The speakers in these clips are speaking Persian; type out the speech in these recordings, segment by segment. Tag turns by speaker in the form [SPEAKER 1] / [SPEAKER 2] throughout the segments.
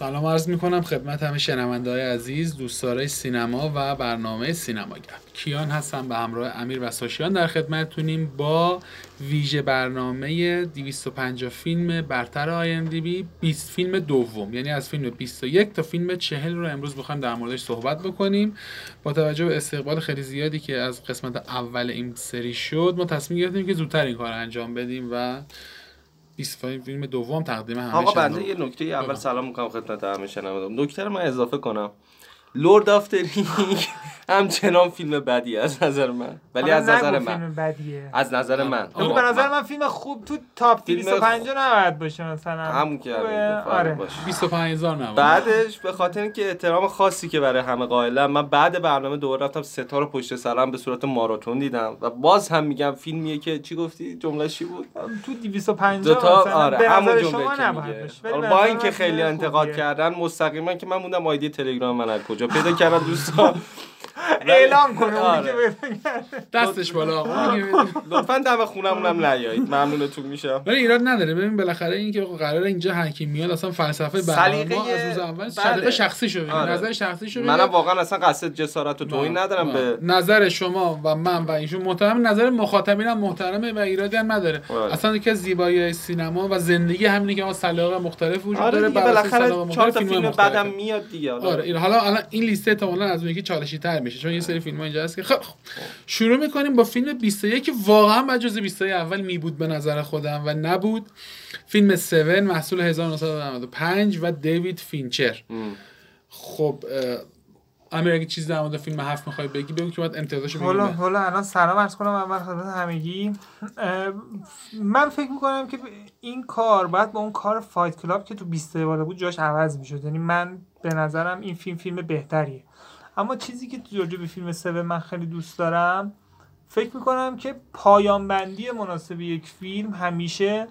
[SPEAKER 1] عرض میکنم خدمت همه شنونده های عزیز دوستدارای سینما و برنامه سینماگر کیان هستم به همراه امیر و ساشیان در خدمتتونیم با ویژه برنامه 250 فیلم برتر آیندیبی 20 فیلم دوم یعنی از فیلم 21 تا فیلم 40 رو امروز بخوایم در موردش صحبت بکنیم با توجه به استقبال خیلی زیادی که از قسمت اول این سری شد ما تصمیم گرفتیم که زودتر این کار رو انجام بدیم و 25 فیلم دوم تقدیم همه
[SPEAKER 2] آقا بنده
[SPEAKER 1] شنونده
[SPEAKER 2] یه نکته
[SPEAKER 1] بگم.
[SPEAKER 2] اول سلام میکنم خدمت همه شنوندگان نکته رو من اضافه کنم لورد آف the Ring همچنان فیلم بدی از نظر من ولی
[SPEAKER 3] حالا
[SPEAKER 2] از نظر
[SPEAKER 3] نگو
[SPEAKER 2] من
[SPEAKER 3] فیلم بدیه
[SPEAKER 2] از نظر من
[SPEAKER 1] آقا،
[SPEAKER 3] به نظر من فیلم خوب تو تاپ
[SPEAKER 2] فیلم
[SPEAKER 3] 250 نباید باشه مثلا
[SPEAKER 2] همون که
[SPEAKER 3] خوبه؟
[SPEAKER 2] همین گفت، آره،
[SPEAKER 3] آره
[SPEAKER 2] باشه.
[SPEAKER 1] 25000 نمونه
[SPEAKER 2] بعدش به خاطر اینکه احترام خاصی که برای همه قائلم من بعد برنامه دوباره رفتم ستا رو پشت سرم به صورت ماراتون دیدم و باز هم میگم فیلمیه که چی گفتی جمله چی بود
[SPEAKER 3] تو
[SPEAKER 2] دو
[SPEAKER 3] 250
[SPEAKER 2] تا
[SPEAKER 3] مثلا
[SPEAKER 2] آره
[SPEAKER 3] به
[SPEAKER 2] همون
[SPEAKER 3] نظر
[SPEAKER 2] جمله
[SPEAKER 3] شما
[SPEAKER 2] که
[SPEAKER 3] نباید
[SPEAKER 2] میگه
[SPEAKER 3] باشه ولی
[SPEAKER 2] آره،
[SPEAKER 3] به
[SPEAKER 2] با
[SPEAKER 3] نظر
[SPEAKER 2] اینکه
[SPEAKER 3] من
[SPEAKER 2] خیلی
[SPEAKER 3] فیلم
[SPEAKER 2] انتقاد
[SPEAKER 3] خوبیه.
[SPEAKER 2] کردن مستقیما که من موندم آیدی تلگرام من از کجا پیدا کردم دوستان
[SPEAKER 3] اعلام کنه اونی
[SPEAKER 2] آره.
[SPEAKER 3] که بهتون کرد.
[SPEAKER 1] دستش بالا آقا. اونی که-
[SPEAKER 2] لطفا دم خونمونم نیایید ممنونتون میشم
[SPEAKER 1] ولی ایراد نداره ببین بالاخره این که قرار اینجا حکیم میاد اصلا فلسفه برنامه
[SPEAKER 2] سلیقه-
[SPEAKER 1] ما از روز اول
[SPEAKER 2] بله.
[SPEAKER 1] سلیقه شخصی شو
[SPEAKER 2] آره.
[SPEAKER 1] نظر شخصی شو
[SPEAKER 2] منم واقعا اصلا قصد جسارت و توهین ندارم به
[SPEAKER 1] نظر شما و من و ایشون محترم نظر مخاطبین هم محترمه و ایرادی هم نداره
[SPEAKER 2] بله.
[SPEAKER 1] اصلا که از زیبایی سینما و زندگی همینه که آقا سلیقه مختلف وجود
[SPEAKER 2] آره
[SPEAKER 1] داره
[SPEAKER 2] دیگه
[SPEAKER 1] بر اساس
[SPEAKER 2] بالاخره
[SPEAKER 1] سلیقه
[SPEAKER 2] چهار
[SPEAKER 1] مختلف
[SPEAKER 2] تا
[SPEAKER 1] فیلم‌های
[SPEAKER 2] فیلم
[SPEAKER 1] مختلفه.
[SPEAKER 2] بعدم میاد دیگه
[SPEAKER 1] آره
[SPEAKER 2] آره
[SPEAKER 1] این- حالا الان این لیسته کاملا از اون یکی چالشی تر میشه چون یه سری فیلم ها اینجا هست که خب شروع میکنیم با فیلم 21 که واقعا بعد جز 21 اول میبود به نظر خودم و نبود فیلم 7 محصول 1995 و دیوید فینچر خب اه، امیر اگه چیز در مورد فیلم هفت میخوای بگی بگو که باید امتیازش
[SPEAKER 3] حالا
[SPEAKER 1] بگیم
[SPEAKER 3] حالا الان سلام عرض کنم اول خدمت همگی اه، من فکر میکنم که این کار باید با اون کار فایت کلاب که تو 20 بالا بود جاش عوض میشد یعنی من به نظرم این فیلم فیلم بهتریه اما چیزی که تو راجع به فیلم 7 من خیلی دوست دارم فکر میکنم که پایان بندی مناسب یک فیلم همیشه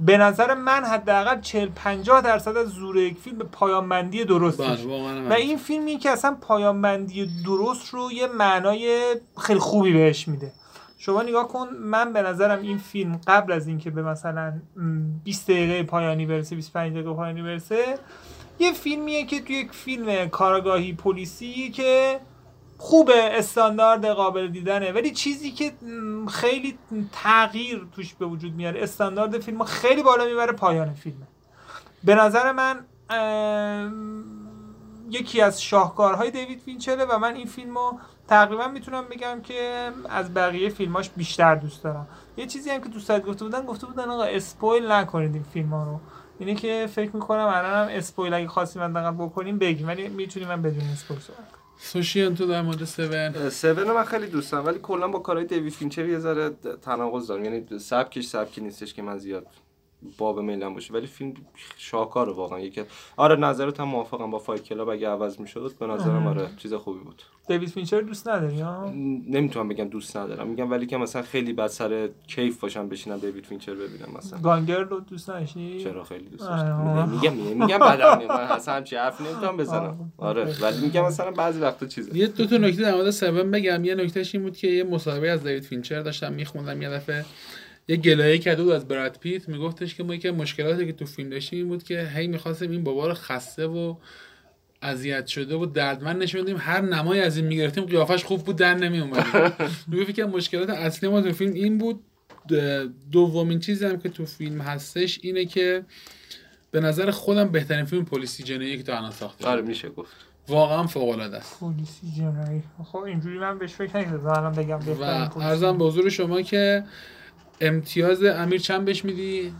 [SPEAKER 3] به نظر من حداقل 40 50 درصد از زور یک فیلم به پایان بندی درستش
[SPEAKER 1] بله واقعا
[SPEAKER 3] و
[SPEAKER 1] من.
[SPEAKER 3] این فیلمی که اصلا پایانبندی درست رو یه معنای خیلی خوبی بهش میده شما نگاه کن من به نظرم این فیلم قبل از اینکه به مثلا م، 20 دقیقه پایانی برسه 25 دقیقه پایانی برسه یه فیلمیه که توی یک فیلم کارگاهی پلیسی که خوبه استاندارد قابل دیدنه ولی چیزی که م، خیلی تغییر توش به وجود میاره استاندارد فیلم رو خیلی بالا میبره پایان فیلمه به نظر من ام، یکی از شاهکارهای دیوید فینچره و من این فیلم رو تقریبا میتونم بگم که از بقیه فیلماش بیشتر دوست دارم یه چیزی هم که دوستت گفته بودن گفته بودن آقا اسپویل نکنید این فیلم ها رو اینه که فکر میکنم الان هم اسپویل اگه خواستیم حداقل بکنیم بگیم ولی میتونیم من بدون اسپویل صحبت کنم.
[SPEAKER 1] سوشیان تو در مورد 7
[SPEAKER 2] سون رو من خیلی دوست دارم ولی کلا با کارهای دیوید فینچر یه ذره تناقض دارم یعنی سبکش سبکی نیستش که من زیاد باب میلم باشه ولی فیلم شاهکاره واقعا یکی از- آره نظرت هم موافقم با فایت کلاب اگه عوض میشد به نظرم آره چیز خوبی بود
[SPEAKER 3] دیوید فینچر رو دوست نداری ها
[SPEAKER 2] نمیتونم بگم دوست ندارم میگم ولی که مثلا خیلی بد سر کیف باشم بشینم دیوید فینچر ببینم مثلا
[SPEAKER 3] گانگر رو دوست نداشتی
[SPEAKER 2] چرا خیلی دوست
[SPEAKER 3] آه.
[SPEAKER 2] داشتم میگم میگم میگم بدم میاد. من اصلا همچی حرف نمیتونم بزنم آره ولی میگم مثلا بعضی وقتا چیزه
[SPEAKER 1] یه دو تا نکته در مورد 7 بگم یه نکتهش این بود که یه مصاحبه از دیوید فینچر داشتم میخوندم یه دفعه یه گلایه کرده بود از براد پیت میگفتش که ما یکی از مشکلاتی که تو فیلم داشتیم این بود که هی میخواستیم این بابا رو خسته و اذیت شده و دردمند نشون بدیم هر نمای از این میگرفتیم قیافش خوب بود در نمی اومد میگفت که مشکلات اصلی ما تو فیلم این بود د- دومین چیزی هم که تو فیلم هستش اینه که به نظر خودم بهترین فیلم پلیسی جنایی که تا الان ساخته
[SPEAKER 2] آره
[SPEAKER 1] شده.
[SPEAKER 2] میشه گفت
[SPEAKER 1] واقعا فوق العاده است
[SPEAKER 3] پلیسی جنایی خب اینجوری من بهش فکر نکردم الان بگم
[SPEAKER 1] و
[SPEAKER 3] بهترین پلیسی.
[SPEAKER 1] ارزم به حضور شما که امتیاز امیر چند بهش میدی؟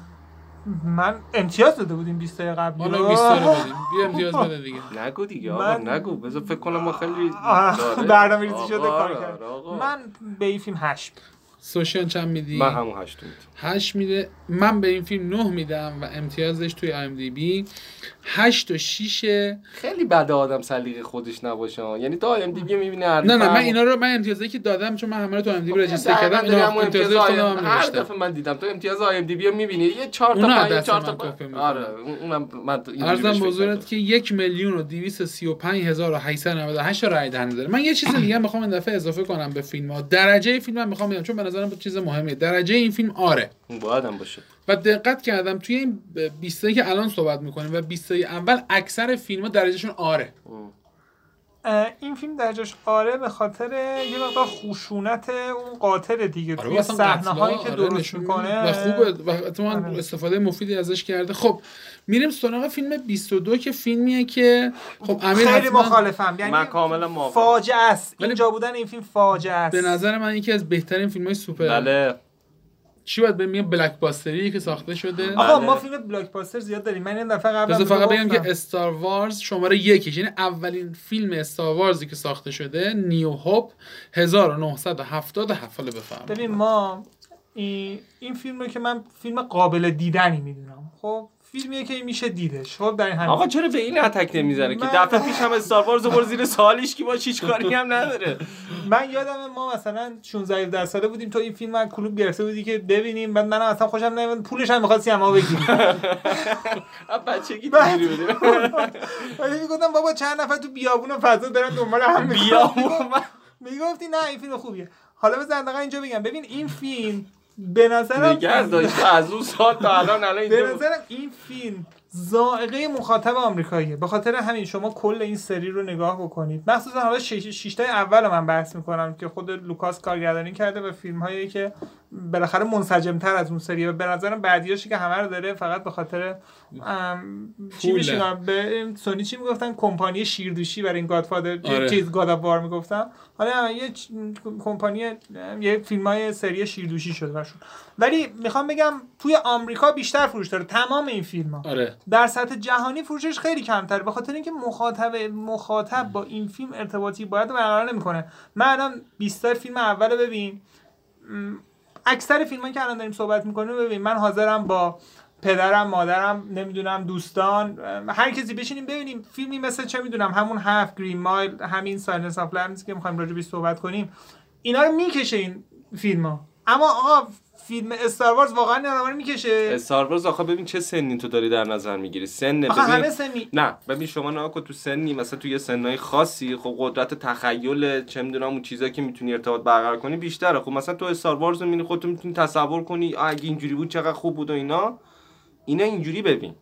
[SPEAKER 3] من امتیاز داده بودیم 20 تا قبلی
[SPEAKER 1] حالا
[SPEAKER 2] آره،
[SPEAKER 3] رو.
[SPEAKER 1] 20 تا رو بدیم بیا امتیاز بده دیگه
[SPEAKER 2] نگو دیگه آقا
[SPEAKER 3] من-
[SPEAKER 2] نگو بذار فکر کنم ما خیلی
[SPEAKER 3] آه،
[SPEAKER 2] داره.
[SPEAKER 3] برنامه ریزی شده
[SPEAKER 2] آره. آقا،
[SPEAKER 3] کار
[SPEAKER 2] آره،
[SPEAKER 3] کرد
[SPEAKER 2] آقا.
[SPEAKER 3] من به این فیلم هشت
[SPEAKER 1] سوشیان چند میدی؟
[SPEAKER 2] من همون
[SPEAKER 1] 8
[SPEAKER 2] هشت میدم
[SPEAKER 1] میده من به این فیلم 9 میدم و امتیازش توی آی ام دی بی 8 و 6 نه
[SPEAKER 2] خیلی بد آدم سلیقه خودش نباشه آه. یعنی تا ام دی بی میبینه
[SPEAKER 1] نه من اینا رو من امتیازی که دادم چون من همه رو تو
[SPEAKER 2] خب،
[SPEAKER 1] ام دی بی رجیستر کردم اینا امتیاز خودم هم
[SPEAKER 2] هر
[SPEAKER 1] نوشتم
[SPEAKER 2] دفعه من دیدم تو امتیاز آی ام دی بی رو می‌بینی یه 4 تا
[SPEAKER 1] اونا
[SPEAKER 2] 5
[SPEAKER 1] دست
[SPEAKER 2] 4
[SPEAKER 1] من
[SPEAKER 2] تا
[SPEAKER 1] کافی
[SPEAKER 2] پنج.
[SPEAKER 1] می‌کنه.
[SPEAKER 2] آره اونم من اینجوری بهش
[SPEAKER 1] ارزم
[SPEAKER 2] فکر
[SPEAKER 1] به حضورت
[SPEAKER 2] نکردم.
[SPEAKER 1] که یک میلیون و دویست و سی و پنج هزار و 898 رای دهنده داره من یه چیز دیگه هم میخوام این دفعه اضافه کنم به فیلم ها درجه فیلم هم میخوام بدم چون به نظرم چیز مهمیه درجه این فیلم آره
[SPEAKER 2] باید هم باشه
[SPEAKER 1] و دقت کردم توی این 20 که الان صحبت میکنیم و 20 اول اکثر فیلم ها درجهشون آره
[SPEAKER 3] این فیلم درجاش آره به خاطر یه مقدار خشونت اون قاتل دیگه
[SPEAKER 1] آره
[SPEAKER 3] توی
[SPEAKER 1] اصلا
[SPEAKER 3] صحنه
[SPEAKER 1] قتل‌ها
[SPEAKER 3] هایی که
[SPEAKER 1] آره
[SPEAKER 3] درست
[SPEAKER 1] نشون
[SPEAKER 3] میکنه
[SPEAKER 1] و خوبه و اتماعاً
[SPEAKER 3] آره.
[SPEAKER 1] استفاده مفیدی ازش کرده خب میریم سراغ فیلم 22 که فیلمیه که خب امیر
[SPEAKER 3] خیلی
[SPEAKER 1] حتما
[SPEAKER 3] مخالفم یعنی
[SPEAKER 2] من کاملا موافقم.
[SPEAKER 3] فاجعه است
[SPEAKER 1] ولی-
[SPEAKER 3] اینجا بودن این فیلم فاجعه است
[SPEAKER 1] به نظر من یکی از بهترین فیلم های سوپر
[SPEAKER 2] بله
[SPEAKER 1] چی باید بگم یه بلک باستری که ساخته شده
[SPEAKER 2] آه.
[SPEAKER 3] آقا
[SPEAKER 2] بله.
[SPEAKER 3] ما فیلم بلاکباستر زیاد داریم آره، من این دفعه قبلا
[SPEAKER 1] تازه
[SPEAKER 3] بهتون
[SPEAKER 1] فقط بگم
[SPEAKER 3] گفتم.
[SPEAKER 1] که استار وارز شماره یکیش یعنی اولین فیلم استار وارزی که ساخته شده نیو هوپ 1977 حالا بفهم
[SPEAKER 3] ببین ما این, این فیلم رو که من فیلم قابل دیدنی میدونم خب فیلمیه که میشه دیدش خب در این همین
[SPEAKER 2] آقا چرا به این اتک نمیزنه که
[SPEAKER 3] من-
[SPEAKER 2] دفعه پیش هم استار وارز رو برد زیر سالیش که باش هیچ کاری هم نداره
[SPEAKER 3] من یادم ما مثلا 16 17 ساله بودیم تو این فیلم از کلوب گرفته بودی که ببینیم بعد منم اصلا خوشم نمیاد پولش هم می‌خواستی اما بگیری
[SPEAKER 2] آب بچگی
[SPEAKER 3] بله.
[SPEAKER 2] دیگه بده
[SPEAKER 3] ولی میگفتم بابا چند نفر تو بیابون و فضا دارن دنبال هم می‌کنن.
[SPEAKER 2] بیا من
[SPEAKER 3] میگفتی نه این فیلم خوبیه حالا بزن دقیقا اینجا بگم ببین این فیلم به نظرم
[SPEAKER 2] نگه داشته از اون سال تا الان الان
[SPEAKER 3] به
[SPEAKER 2] اینجا بود.
[SPEAKER 3] نظرم این فیلم زائقه مخاطب آمریکاییه به خاطر همین شما کل این سری رو نگاه بکنید مخصوصا حالا شش- شیشتای اول رو من بحث میکنم که خود لوکاس کارگردانی کرده و فیلم هایی که بالاخره منسجمتر از اون سریه و به نظرم بعدیاشی که همه رو داره فقط به خاطر ام، چی
[SPEAKER 1] پوله.
[SPEAKER 3] میشه به سونی چی میگفتن کمپانی شیردوشی برای این گادفادر
[SPEAKER 1] آره.
[SPEAKER 3] چیز گاد اف وار میگفتم حالا آره، یه چ- کمپانی یه فیلم های سری شیردوشی شده برشون ولی میخوام بگم توی آمریکا بیشتر فروش داره تمام این فیلم ها
[SPEAKER 1] آره
[SPEAKER 3] در سطح جهانی فروشش خیلی کمتر به خاطر اینکه مخاطب مخاطب با این فیلم ارتباطی باید رو برقرار نمیکنه من الان 20 تا فیلم اول رو ببین م، اکثر فیلم که الان داریم صحبت میکنیم ببین من حاضرم با پدرم مادرم نمیدونم دوستان ام، هر کسی بشینیم ببینیم فیلمی مثل چه میدونم همون هفت گرین مایل همین ساینس آف لامز که میخوایم راجع بهش صحبت کنیم اینا رو میکشه این فیلم ها اما آقا فیلم استار وارز واقعا اینا رو میکشه
[SPEAKER 2] استار وارز آخه ببین چه سنی تو داری در نظر میگیری سن
[SPEAKER 3] آخه
[SPEAKER 2] ببین-
[SPEAKER 3] همه سنی
[SPEAKER 2] نه ببین شما نگاه کن تو سنی مثلا تو یه سنای خاصی خب قدرت تخیل چه میدونم اون چیزایی که میتونی ارتباط برقرار کنی بیشتره خب مثلا تو استار وارز رو می‌بینی، خودت میتونی تصور کنی آه، اگه اینجوری بود چقدر خوب بود و اینا اینا اینجوری ببین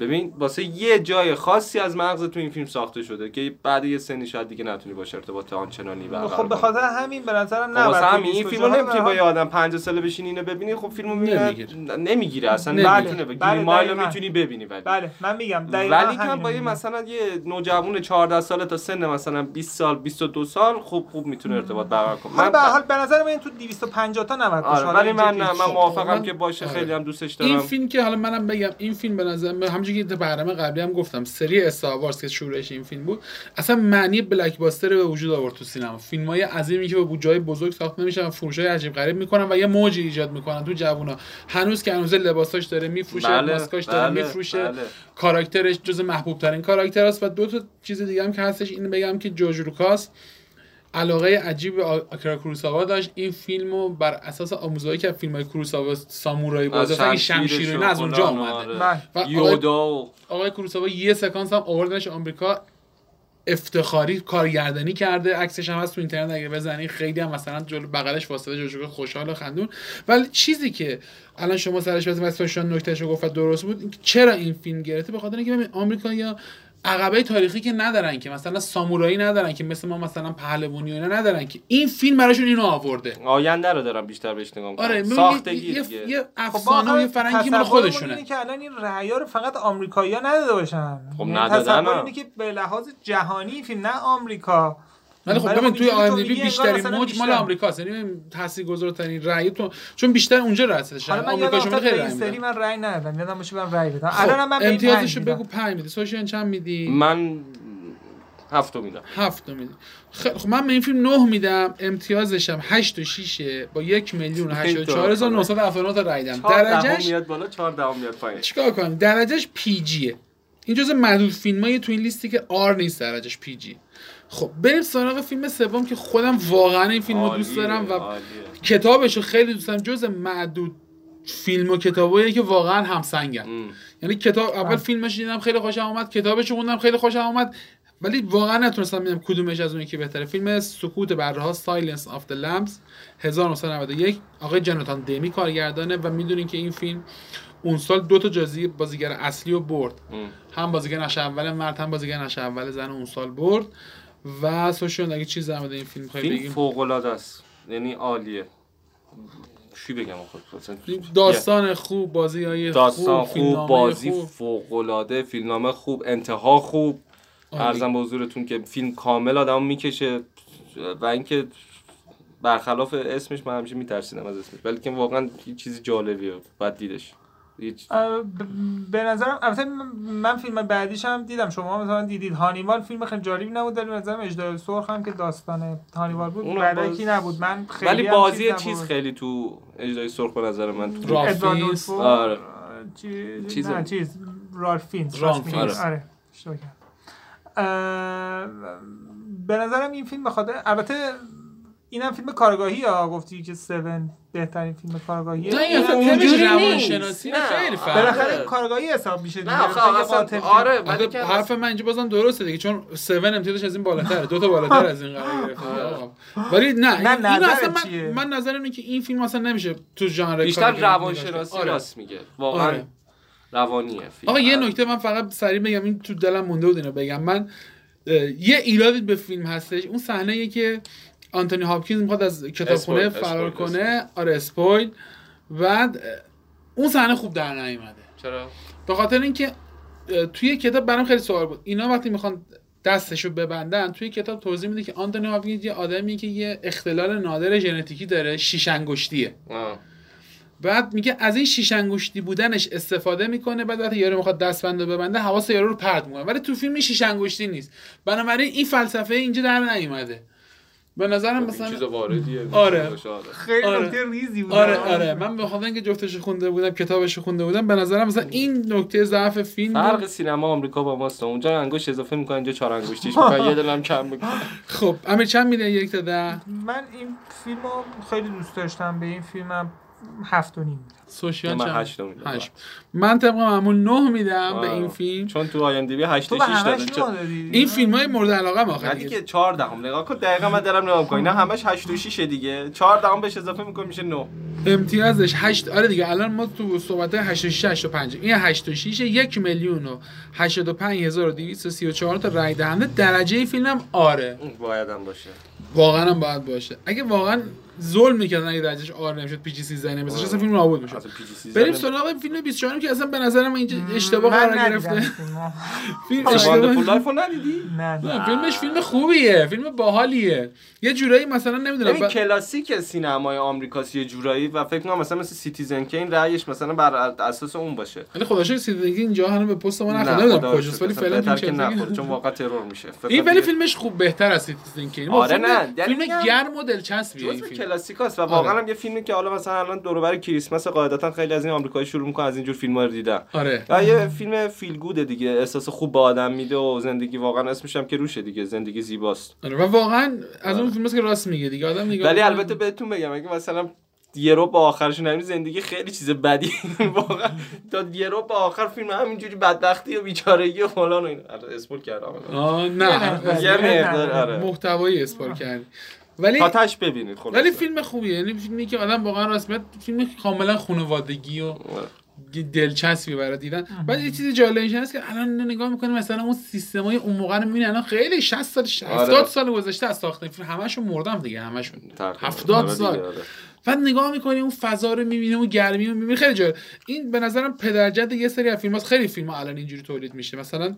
[SPEAKER 2] ببین واسه یه جای خاصی از مغز تو این فیلم ساخته شده که بعد یه سنی شاید دیگه نتونی باشه ارتباط آنچنانی برقرار
[SPEAKER 3] خب به
[SPEAKER 2] کنی.
[SPEAKER 3] خاطر همین به نظرم نه
[SPEAKER 2] خب واسه
[SPEAKER 3] باید
[SPEAKER 2] همین این فیلمو
[SPEAKER 3] 22
[SPEAKER 2] نمیتونی
[SPEAKER 3] جاها
[SPEAKER 2] با یه آدم 50 ساله بشینی اینو ببینی خب فیلمو
[SPEAKER 1] نمیگیره.
[SPEAKER 2] میبینی نمیگیره اصلا
[SPEAKER 1] نمیگیره.
[SPEAKER 2] نمیتونه
[SPEAKER 3] بله،
[SPEAKER 2] بگیری مایل
[SPEAKER 3] دقیقاً.
[SPEAKER 2] میتونی ببینی ولی
[SPEAKER 3] بله من میگم دقیقاً
[SPEAKER 2] ولی که
[SPEAKER 3] همینو
[SPEAKER 2] با یه
[SPEAKER 3] میگم.
[SPEAKER 2] مثلا یه نوجوان 14 ساله تا سن مثلا 20 سال 22 سال خوب خوب میتونه ارتباط برقرار کنه
[SPEAKER 3] حالا
[SPEAKER 2] من
[SPEAKER 3] خب، به هر حال به نظر من این تو 250 تا 90
[SPEAKER 2] آره
[SPEAKER 3] حالا
[SPEAKER 2] ولی
[SPEAKER 3] اینجا
[SPEAKER 2] من
[SPEAKER 3] که
[SPEAKER 2] نه
[SPEAKER 3] هیچ.
[SPEAKER 2] من موافقم
[SPEAKER 1] من-
[SPEAKER 2] که باشه
[SPEAKER 1] آره.
[SPEAKER 2] خیلی هم دوستش
[SPEAKER 1] این
[SPEAKER 2] دارم
[SPEAKER 1] فیلم که حالا منم بگم این فیلم به نظر من همونجوری که تو برنامه قبلی هم گفتم سری استاوارز که شروعش این فیلم بود اصلا معنی بلک باستر به وجود آورد تو سینما فیلم های عظیمی که به جای بزرگ ساخته میشن و فروش های عجیب غریب میکنن و یه موجی ایجاد میکنن تو جوونا هنوز که هنوز لباساش داره میفروشه
[SPEAKER 2] بله،
[SPEAKER 1] ماسکاش داره
[SPEAKER 2] بله،
[SPEAKER 1] میفروشه
[SPEAKER 2] بله.
[SPEAKER 1] کاراکترش جز محبوب ترین کاراکتر است و دو تا چیز دیگه هم که هستش اینو بگم که جورج لوکاس علاقه عجیب به آ- آکیرا کوروساوا داشت این فیلمو بر اساس آموزهایی که فیلم های کوروساوا سامورایی بود
[SPEAKER 2] از
[SPEAKER 1] اصلا این
[SPEAKER 2] شمشیرش
[SPEAKER 1] شمشیر و
[SPEAKER 2] و
[SPEAKER 1] اینا از اونجا
[SPEAKER 2] فلان،
[SPEAKER 1] اومده
[SPEAKER 2] آره.
[SPEAKER 3] بله.
[SPEAKER 1] و آقای,
[SPEAKER 2] یودا و
[SPEAKER 1] آقای کوروساوا یه سکانس هم آوردنش آمریکا افتخاری کارگردانی کرده عکسش هم هست تو اینترنت اگه بزنی خیلی هم مثلا جلو بغلش فاصله جوجو خوشحال و خندون ولی چیزی که الان شما سرش بزنید و شما نکتهش رو گفت و درست بود اینکه چرا این فیلم گرفته به خاطر اینکه ببین آمریکا یا عقبه تاریخی که ندارن که مثلا سامورایی ندارن که مثل ما مثلا پهلوانی و اینا ندارن که این فیلم براشون اینو آورده
[SPEAKER 2] آینده رو دارم بیشتر بهش نگاه می‌کنم.
[SPEAKER 1] آره ببین یه-
[SPEAKER 2] ساختگی
[SPEAKER 1] یه,
[SPEAKER 2] دیگه.
[SPEAKER 1] یه, یه
[SPEAKER 3] خب ما
[SPEAKER 1] افسانه و یه فرنگی مال
[SPEAKER 3] تصورمون
[SPEAKER 1] خودشونه
[SPEAKER 3] اینه که الان این رعیا رو فقط آمریکایی‌ها نداده باشن
[SPEAKER 2] خب
[SPEAKER 3] یعنی
[SPEAKER 2] ندادن
[SPEAKER 3] تصور
[SPEAKER 2] هم.
[SPEAKER 3] اینه که به لحاظ جهانی این فیلم نه آمریکا
[SPEAKER 1] ولی خب ببین توی
[SPEAKER 3] اینجوری
[SPEAKER 1] آی
[SPEAKER 3] تو
[SPEAKER 1] ام دی
[SPEAKER 3] میگی انگار
[SPEAKER 1] بیشترین
[SPEAKER 3] مثلا
[SPEAKER 1] موج مال
[SPEAKER 3] بیشتر.
[SPEAKER 1] آمریکاست یعنی ببین تاثیرگذارترین رأی تو چون بیشتر اونجا رأی هستش
[SPEAKER 3] حالا من
[SPEAKER 1] آمریکا
[SPEAKER 3] یادم
[SPEAKER 1] شما
[SPEAKER 3] افتاد
[SPEAKER 1] خیلی
[SPEAKER 3] به این
[SPEAKER 1] رأی
[SPEAKER 3] سری
[SPEAKER 1] میدن
[SPEAKER 3] من رأی ندادم یادم باشه من رأی بدم
[SPEAKER 1] خب،
[SPEAKER 3] الان من به این
[SPEAKER 1] امتیازشو
[SPEAKER 3] پنج میدم.
[SPEAKER 1] بگو 5 میدی سوشن چند میدی
[SPEAKER 2] من هفتو میدم
[SPEAKER 1] هفت میدی خیلی خب من به این فیلم 9 میدم امتیازشم 8 و 6 با 1 میلیون و 84979 تا رأی دادم
[SPEAKER 2] چهار دهم
[SPEAKER 1] درجهش
[SPEAKER 2] میاد بالا چهار دهم میاد پایین
[SPEAKER 1] چیکار کنم درجهش پی جیه این جزء محدود فیلمای تو این لیستی که آر نیست درجهش پی جی خب بریم سراغ فیلم سوم که خودم واقعا این فیلم رو دوست
[SPEAKER 2] عالیه،
[SPEAKER 1] دارم و
[SPEAKER 2] عالیه.
[SPEAKER 1] کتابش رو خیلی دوست دارم جز معدود فیلم و کتابایی که واقعا همسنگن
[SPEAKER 2] ام.
[SPEAKER 1] یعنی کتاب اول فیلمش دیدم خیلی خوشم آمد کتابش رو خوندم خیلی خوشم آمد ولی واقعا نتونستم ببینم کدومش از اون یکی بهتره فیلم سکوت برها سایلنس آف د لمپس 1991 آقای جناتان دمی کارگردانه و میدونین که این فیلم اون سال دو تا جایزه بازیگر اصلی رو برد هم بازیگر نقش اول مرد هم بازیگر نقش اول زن اون سال برد و سوشیون اگه چیز در مورد این فیلم خیلی
[SPEAKER 2] فیلم
[SPEAKER 1] بگیم
[SPEAKER 2] فوق العاده است یعنی عالیه چی بگم خود
[SPEAKER 1] داستان خوب بازی های خوب,
[SPEAKER 2] داستان خوب
[SPEAKER 1] فیلمنامه
[SPEAKER 2] بازی
[SPEAKER 1] خوب.
[SPEAKER 2] فوق العاده فیلمنامه خوب انتها خوب
[SPEAKER 1] عالی.
[SPEAKER 2] ارزم به حضورتون که فیلم کامل آدم میکشه و اینکه برخلاف اسمش من همیشه میترسیدم از اسمش بلکه واقعا یه چیز جالبیه باید دیدش هیچ
[SPEAKER 3] اه، ب- به نظرم البته من- من فیلم بعدیش هم دیدم شما مثلا دیدید هانیبال فیلم خیلی جالبی نبود ولی به نظرم اجدای سرخ هم که داستان هانیبال بود
[SPEAKER 2] اونم
[SPEAKER 3] برای
[SPEAKER 2] باز-
[SPEAKER 3] کی نبود من خیلی
[SPEAKER 2] ولی
[SPEAKER 3] هم
[SPEAKER 2] بازی
[SPEAKER 3] نبود.
[SPEAKER 2] چیز خیلی تو اجرای سرخ به نظر من تو
[SPEAKER 1] راه.
[SPEAKER 3] ادوارد
[SPEAKER 1] رافینز.
[SPEAKER 3] نورفورد،
[SPEAKER 2] آره.
[SPEAKER 3] چی-
[SPEAKER 2] چیز-
[SPEAKER 3] نه چیز رالفینز
[SPEAKER 1] رالفینز.
[SPEAKER 3] رالفینز.
[SPEAKER 2] آره.
[SPEAKER 3] آره اشتباه کردم. اه، به نظرم این فیلم بخاطر البته اینم فیلم کارگاهی یا گفتی که 7 بهترین فیلم کارگاهیه
[SPEAKER 1] نه
[SPEAKER 3] این
[SPEAKER 1] این
[SPEAKER 3] هم-
[SPEAKER 1] اصلا
[SPEAKER 4] اونجوری
[SPEAKER 1] تمش
[SPEAKER 4] نیست.
[SPEAKER 1] روانشناسی
[SPEAKER 4] نه.
[SPEAKER 1] خیلی فرق
[SPEAKER 2] آره.
[SPEAKER 3] بالاخره کارگاهی حساب میشه دیگه.
[SPEAKER 4] نه آخه
[SPEAKER 3] مثلا یه
[SPEAKER 4] اصلا
[SPEAKER 3] قاتل که-
[SPEAKER 4] آره ولی که
[SPEAKER 1] آخه حرف من اینجا بازم درسته دیگه چون 7 امتیازش از این بالاتره دو تا بالاتر از این قرار گرفته آقا. ولی نه,
[SPEAKER 3] نه،
[SPEAKER 1] این
[SPEAKER 3] نظرت
[SPEAKER 1] اصلا
[SPEAKER 3] چیه؟
[SPEAKER 1] من, من نظرم اینه که این فیلم اصلا نمیشه تو ژانر
[SPEAKER 2] بیشتر
[SPEAKER 1] کارگردانی
[SPEAKER 2] روانشناسی
[SPEAKER 1] آره.
[SPEAKER 2] راست میگه واقعا
[SPEAKER 1] آره.
[SPEAKER 2] روانیه فیلم
[SPEAKER 1] آقا یه
[SPEAKER 2] آره.
[SPEAKER 1] نکته من فقط سریع بگم این تو دلم مونده بود اینو بگم من اه، یه ایرادی به فیلم هستش اون صحنه که آنتونی هاپکینز میخواد از کتابخونه
[SPEAKER 2] اسپویل،
[SPEAKER 1] فرار
[SPEAKER 2] اسپویل،
[SPEAKER 1] کنه آره اسپویل بعد اه، اون صحنه خوب در نیومده
[SPEAKER 2] چرا
[SPEAKER 1] به خاطر اینکه اه، توی کتاب برام خیلی سوال بود اینا وقتی میخوان دستشو ببندن توی کتاب توضیح میده که آنتونی هاپکینز یه آدمی که یه اختلال نادر ژنتیکی داره شیش انگشتیه
[SPEAKER 2] آه.
[SPEAKER 1] بعد میگه از این شیش انگشتی بودنش استفاده میکنه بعد وقتی یارو میخواد دستبند رو ببنده حواس یارو رو پرت میکنه ولی تو فیلم این شیش انگشتی نیست بنابراین این فلسفه اینجا در نیومده به نظرم
[SPEAKER 2] خب، این چیز
[SPEAKER 1] مثلا
[SPEAKER 2] واردیه
[SPEAKER 1] آره.
[SPEAKER 2] باشه.
[SPEAKER 3] خیلی
[SPEAKER 1] آره.
[SPEAKER 3] نکته ریزی بود
[SPEAKER 1] آره آره من به خاطر اینکه جفتش خونده بودم کتابش خونده بودم به نظرم مثلا این نکته ضعف فیلم بود.
[SPEAKER 2] فرق سینما آمریکا با ماست اونجا انگشت اضافه میکنن اینجا چهار انگشتیش میکنن یه دلم کم میکنن
[SPEAKER 1] خب امیر چند میده یک تا ده
[SPEAKER 3] من این فیلم رو خیلی دوست داشتم به این فیلمم هفت و نیم می‌دم.
[SPEAKER 1] سوشیال
[SPEAKER 2] یعنی من
[SPEAKER 1] چند؟
[SPEAKER 2] هشت رو میدم.
[SPEAKER 1] هشت. من طبق معمول نه میدم به
[SPEAKER 2] آه.
[SPEAKER 1] این فیلم
[SPEAKER 2] چون تو آی ام دی بی 8
[SPEAKER 3] تو به
[SPEAKER 2] 6
[SPEAKER 3] همش
[SPEAKER 2] دادن
[SPEAKER 3] نه
[SPEAKER 2] چون-
[SPEAKER 3] دادی
[SPEAKER 1] این فیلم های مورد علاقه ما
[SPEAKER 2] نه
[SPEAKER 1] آخه دیگه.
[SPEAKER 2] دیگه 4 دهم نگاه کن دقیقاً من دارم نگاه میکنم نه همش 8 و 6 دیگه 4 دهم بهش اضافه میکنم میشه 9
[SPEAKER 1] امتیازش 8 آره دیگه الان ما تو صحبت 86 85 این 86 1 میلیون و 85234 تا رای دهنده درجه فیلمم آره
[SPEAKER 2] باید هم باشه
[SPEAKER 1] واقعا هم باید باشه اگه واقعا ظلم میکردن اگه درجهش آر نمیشد پی جی 13 نمیشد اصلا فیلم نابود میشد
[SPEAKER 2] اصلا پی جی سی
[SPEAKER 1] بریم سراغ فیلم 24 که اصلا به نظر من اینجا اشتباه
[SPEAKER 3] من
[SPEAKER 1] قرار
[SPEAKER 3] ندیدم این
[SPEAKER 1] گرفته
[SPEAKER 3] فیلمو.
[SPEAKER 1] فیلم
[SPEAKER 2] فول
[SPEAKER 1] اشتباه
[SPEAKER 2] لایف رو ندیدی
[SPEAKER 3] نه نه
[SPEAKER 1] نه، فیلمش فیلم خوبیه فیلم باحالیه یه جورایی مثلا نمیدونم
[SPEAKER 2] ببین کلاسیک سینمای آمریکاست یه جورایی و فکر کنم مثلا مثل سیتیزن کین رأیش مثلا بر اساس اون باشه
[SPEAKER 1] ولی یعنی خدا شکر سیدگی اینجا هنوز به پست ما نخورد
[SPEAKER 2] نه،
[SPEAKER 1] نمیدونم
[SPEAKER 2] خدا
[SPEAKER 1] کجاست
[SPEAKER 2] رو
[SPEAKER 1] ولی
[SPEAKER 2] شکر.
[SPEAKER 1] فعلا
[SPEAKER 2] بهتر
[SPEAKER 1] فیلم
[SPEAKER 2] که نخور
[SPEAKER 1] چلسی
[SPEAKER 2] چون واقعا ترور میشه فکر
[SPEAKER 1] این
[SPEAKER 2] کنم
[SPEAKER 1] ولی
[SPEAKER 2] دیگه-
[SPEAKER 1] فیلمش خوب بهتر از سیتیزن کین
[SPEAKER 2] آره
[SPEAKER 1] فیلم,
[SPEAKER 2] نه، یعنی
[SPEAKER 1] فیلم
[SPEAKER 2] میگم-
[SPEAKER 1] گرم و دلچسبیه این
[SPEAKER 2] جزء
[SPEAKER 1] فیلم
[SPEAKER 2] کلاسیکاست و واقعا
[SPEAKER 1] آره.
[SPEAKER 2] هم یه فیلمی که حالا مثلا الان دور و بر کریسمس قاعدتا خیلی از این آمریکایی شروع میکنن از اینجور فیلم رو دیدن
[SPEAKER 1] آره
[SPEAKER 2] و یه فیلم فیل گوده دیگه احساس خوب به آدم میده و زندگی واقعا اسمش هم که روشه دیگه زندگی زیباست
[SPEAKER 1] آره و واقعا از اون فیلم که راست میگه دیگه آدم نگاه
[SPEAKER 2] ولی
[SPEAKER 1] کنه.
[SPEAKER 2] البته بهتون بگم اگه مثلا یرو با آخرش نمی زندگی خیلی چیز بدی واقعا تا یرو با آخر فیلم همینجوری بدبختی و بیچارگی و فلان و اینا البته اسپول کردم
[SPEAKER 1] آه
[SPEAKER 3] نه.
[SPEAKER 1] نه
[SPEAKER 2] یه مقدار آره
[SPEAKER 1] محتوایی اسپار کردی ولی
[SPEAKER 2] تاتش ببینید خلاص
[SPEAKER 1] ولی فیلم خوبیه یعنی فیلمی که آدم واقعا راست میاد فیلم کاملا خانوادگی و
[SPEAKER 2] آره،
[SPEAKER 1] دلچسبی برای دیدن بعد یه چیز جالبش هست که الان اینو نگاه میکنه مثلا اون سیستمای اون موقع رو میبینه الان خیلی 60 سال 70
[SPEAKER 2] آره.
[SPEAKER 1] سال گذشته از ساخته فیلم همشون مردم دیگه همشون
[SPEAKER 2] تقریباً.
[SPEAKER 1] 70
[SPEAKER 2] آره
[SPEAKER 1] سال
[SPEAKER 2] دیگه، آره.
[SPEAKER 1] بعد نگاه میکنی اون فضا رو میبینی اون گرمی رو میبینی خیلی جالب این به نظرم پدرجد یه سری از فیلم‌هاست خیلی فیلم الان اینجوری تولید میشه مثلا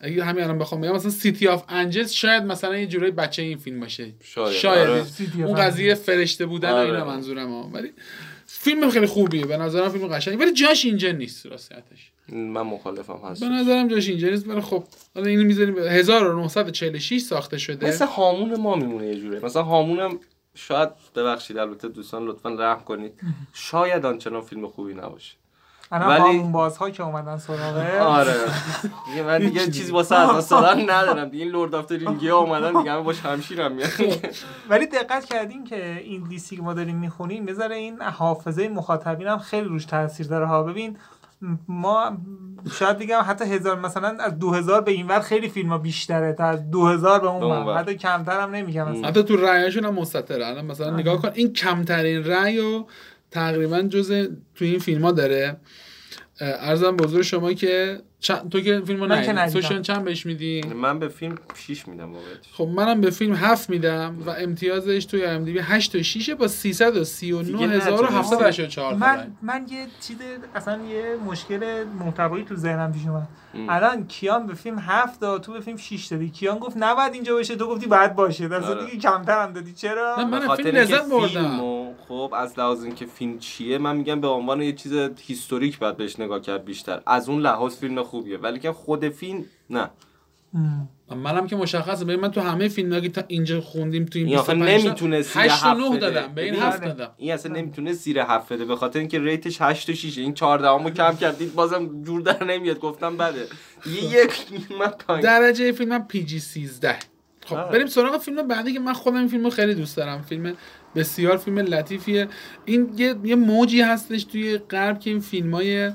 [SPEAKER 1] اگه همین الان بخوام بگم مثلا سیتی آف انجلز شاید مثلا یه جورایی بچه این فیلم باشه
[SPEAKER 2] شاید، آره.
[SPEAKER 3] City of
[SPEAKER 1] اون
[SPEAKER 3] Angels.
[SPEAKER 1] قضیه فرشته بودن و
[SPEAKER 2] آره.
[SPEAKER 1] اینا منظورم ها ولی فیلم خیلی خوبیه به نظرم فیلم قشنگی ولی جاش اینجا نیست راستیتش
[SPEAKER 2] من مخالفم هست
[SPEAKER 1] به نظرم جاش اینجا نیست ولی خب حالا اینو می‌ذاریم به 1946 ساخته شده
[SPEAKER 2] مثل هامون ما میمونه یه جوره مثلا هامونم شاید ببخشید البته دوستان لطفا رحم کنید شاید آنچنان فیلم خوبی نباشه
[SPEAKER 3] الان
[SPEAKER 2] ولی-
[SPEAKER 3] قانون بازها که اومدن سراغه
[SPEAKER 2] آره دیگه من دیگه چیزی واسه از دست دادن ندارم دیگه این لرد آف رینگی ها اومدن دیگه همه باش همشیرم میاد
[SPEAKER 3] ولی دقت کردین که این لیستی که ما داریم میخونیم بذاره این حافظه مخاطبین هم خیلی روش تاثیر داره ها ببین ما شاید دیگه حتی هزار مثلا از 2000 به اینور خیلی فیلم ها بیشتره تا از 2000 به
[SPEAKER 2] به
[SPEAKER 3] اون
[SPEAKER 2] اون
[SPEAKER 3] ور
[SPEAKER 2] ور.
[SPEAKER 3] حتی کمتر هم نمیگم مثلا
[SPEAKER 1] حتی تو رأیشون هم مستطره الان مثلا نگاه کن این کمترین رأی و تقریبا جز تو این فیلم ها داره اه، ارزم به حضور شما که چند... تو که فیلم
[SPEAKER 3] من که
[SPEAKER 1] رو
[SPEAKER 3] ندیدم.
[SPEAKER 1] سوشن چند بهش میدی؟
[SPEAKER 2] من به فیلم 6 میدم واقعا
[SPEAKER 1] خب منم به فیلم 7 میدم و امتیازش توی ام دی بی 8 تا 6 با 339784
[SPEAKER 3] من من یه چیز اصلا یه مشکل محتوایی تو ذهنم پیش اومد الان کیان به فیلم 7 داد تو به فیلم 6 دادی کیان گفت نباید اینجا باشه تو گفتی باید باشه در صورتی
[SPEAKER 2] آره.
[SPEAKER 3] که کمتر هم دادی چرا
[SPEAKER 1] نه، من
[SPEAKER 2] به
[SPEAKER 1] از
[SPEAKER 2] خاطر
[SPEAKER 1] فیلم
[SPEAKER 2] اینکه
[SPEAKER 1] لذت بردم.
[SPEAKER 2] فیلمو، خب از لحاظ اینکه فیلم چیه من میگم به عنوان یه چیز هیستوریک باید بهش نگاه کرد بیشتر از اون لحاظ فیلم خوبیه ولی که خود فیلم نه
[SPEAKER 3] مم.
[SPEAKER 1] منم که مشخصه ببین من تو همه فیلم که تا اینجا خوندیم تو این
[SPEAKER 2] این آخه
[SPEAKER 1] 25 تا
[SPEAKER 2] نمیتونست
[SPEAKER 1] 8 و 9
[SPEAKER 2] هفت بده.
[SPEAKER 1] دادم به این
[SPEAKER 2] ببین،
[SPEAKER 1] 7 دادم
[SPEAKER 2] این اصلا نمیتونه زیر هفت بده به خاطر اینکه ریتش 8 و 6 این 14 رو کم کردید بازم جور در نمیاد گفتم بده یه یک من پایین
[SPEAKER 1] درجه فیلم من پی جی 13 خب
[SPEAKER 2] آره.
[SPEAKER 1] بریم سراغ فیلم بعدی که من خودم این فیلم رو خیلی دوست دارم فیلم بسیار فیلم لطیفیه این یه, یه موجی هستش توی غرب که این فیلم های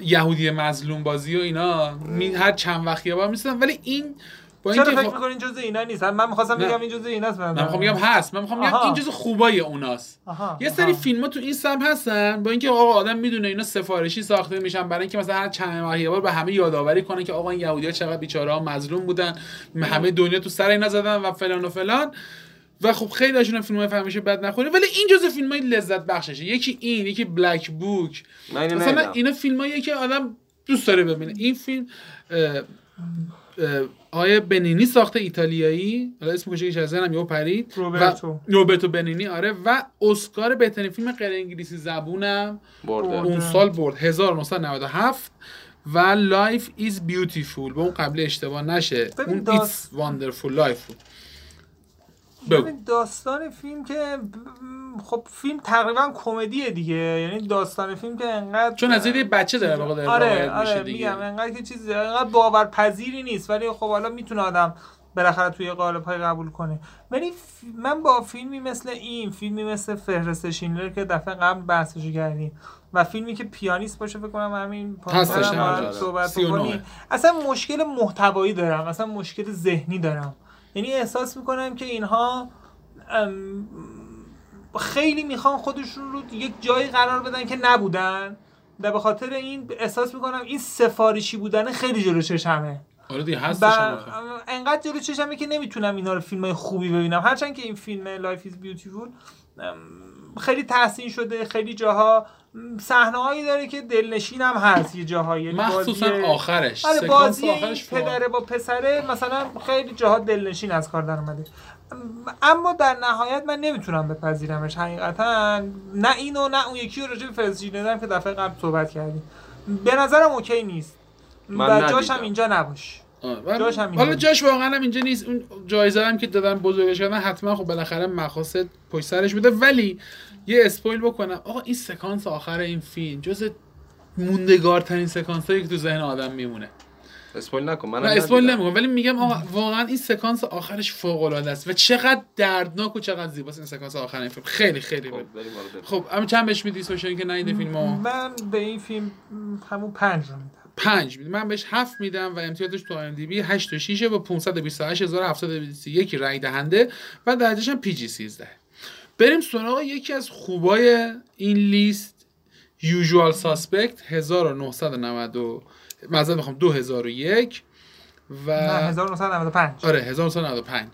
[SPEAKER 1] یهودی مظلوم بازی و اینا می- هر چند وقت یه بار میسازن ولی این با
[SPEAKER 3] چرا
[SPEAKER 1] اینکه
[SPEAKER 3] فکر
[SPEAKER 1] خب-
[SPEAKER 3] میکنین جزء اینا نیست من میخواستم
[SPEAKER 1] نه.
[SPEAKER 3] بگم این جزء ایناست به
[SPEAKER 1] من
[SPEAKER 3] نظر
[SPEAKER 1] میخوام
[SPEAKER 3] من.
[SPEAKER 1] بگم هست من میخوام بگم
[SPEAKER 3] آها.
[SPEAKER 1] این جز خوبای اوناست
[SPEAKER 3] آها،
[SPEAKER 1] یه سری
[SPEAKER 3] آها.
[SPEAKER 1] فیلم ها تو این سم هستن با اینکه آقا آدم میدونه اینا سفارشی ساخته میشن برای اینکه مثلا هر چند ماه یه بار به همه یادآوری کنن که آقا این یهودی‌ها چقدر بیچاره ها مظلوم بودن همه دنیا تو سر اینا زدن و فلان و فلان و خب خیلی هاشون فیلم های فهمیشه بد نخوره ولی این جزء فیلم های لذت بخششه یکی این یکی بلک بوک
[SPEAKER 2] من اینو
[SPEAKER 1] مثلا
[SPEAKER 2] ندیدم.
[SPEAKER 1] اینا فیلماییه که آدم دوست داره ببینه این فیلم اه، اه، آیه بنینی ساخته ایتالیایی حالا اسم کوچیکش از ذهنم یهو پرید
[SPEAKER 3] روبرتو.
[SPEAKER 1] و روبرتو بنینی آره و اسکار بهترین فیلم غیر انگلیسی زبونم
[SPEAKER 2] برده
[SPEAKER 1] اون سال برد 1997 و لایف ایز بیوتیفول به اون قبل اشتباه نشه
[SPEAKER 3] ببین
[SPEAKER 1] اون ایتس
[SPEAKER 3] داست-
[SPEAKER 1] واندرفول لایف بود بگو
[SPEAKER 3] ببین یعنی داستان فیلم که ب- خب فیلم تقریبا کمدیه دیگه یعنی داستان فیلم که انقدر
[SPEAKER 1] چون از یه بچه داره واقع داره
[SPEAKER 3] آره
[SPEAKER 1] روایت
[SPEAKER 3] آره
[SPEAKER 1] میشه دیگه
[SPEAKER 3] میگم انقدر که چیز انقدر باورپذیری نیست ولی خب حالا میتونه آدم بالاخره توی قالب های قبول کنه ولی ف- من با فیلمی مثل این فیلمی مثل فهرست شینلر که دفعه قبل بحثشو کردیم و فیلمی که پیانیست باشه فکر کنم همین
[SPEAKER 1] هستش،
[SPEAKER 3] پایین‌تر هم
[SPEAKER 1] همینجا.
[SPEAKER 3] باید صحبت
[SPEAKER 1] 39.
[SPEAKER 3] بکنیم. اصلا مشکل محتوایی دارم اصلا مشکل ذهنی دارم یعنی احساس میکنم که اینها ام، خیلی میخوان خودشون رو یک جایی قرار بدن که نبودن و به خاطر این احساس میکنم این سفارشی بودن خیلی جلو چشمه
[SPEAKER 1] آره دیگه هستش
[SPEAKER 3] و
[SPEAKER 1] هم آخه.
[SPEAKER 3] انقدر جلو چشمه که نمیتونم اینا رو فیلم خوبی ببینم هرچند که این فیلم لایف ایز بیوتیفول خیلی تحسین شده خیلی جاها صحنه هایی داره که دلنشین هم هست یه جاهایی یعنی بازی-
[SPEAKER 1] مخصوصا آخرش
[SPEAKER 3] آره
[SPEAKER 1] سکانس
[SPEAKER 3] بازی این
[SPEAKER 1] آخرش فوق-
[SPEAKER 3] پدره با پسره مثلا خیلی جاها دلنشین از کار در اومده اما در نهایت من نمیتونم بپذیرمش حقیقتا نه اینو نه اون یکی رو راجع به فرزیجی ندارم که دفعه قبل صحبت کردیم به نظرم اوکی نیست
[SPEAKER 2] من
[SPEAKER 3] و جاش هم
[SPEAKER 2] ندیدم.
[SPEAKER 3] اینجا نباش
[SPEAKER 1] آه، و
[SPEAKER 3] جاش هم اینجا
[SPEAKER 1] حالا
[SPEAKER 3] نیست.
[SPEAKER 1] جاش واقعا هم اینجا نیست اون جایزه هم که دادن بزرگش کردن حتما خب بالاخره مقاصد پشت سرش بوده ولی یه اسپویل بکنم آقا این سکانس آخر این فیلم جز موندگارترین سکانس هایی که تو ذهن آدم میمونه
[SPEAKER 2] اسپویل نکن من
[SPEAKER 1] نه اسپویل نمیگم ولی میگم آقا واقعا این سکانس آخرش فوق العاده است و چقدر دردناک و چقدر زیباست این سکانس آخر این فیلم خیلی خیلی
[SPEAKER 2] خب
[SPEAKER 1] بد.
[SPEAKER 2] بریم آره، بریم.
[SPEAKER 1] خب اما چند بهش میدی سوشن که نیده فیلمو
[SPEAKER 3] من به این فیلم همون پنج رو میدم
[SPEAKER 1] پنج میدم من بهش هفت میدم و امتیازش تو ام دی بی 8 و 6 با 528721 رای دهنده و درجهش هم پی جی 13 بریم سراغ یکی از خوبای این لیست یوزوال ساسپکت 1990 مثلا میخوام 2001 و
[SPEAKER 3] نه 1995
[SPEAKER 1] آره 1995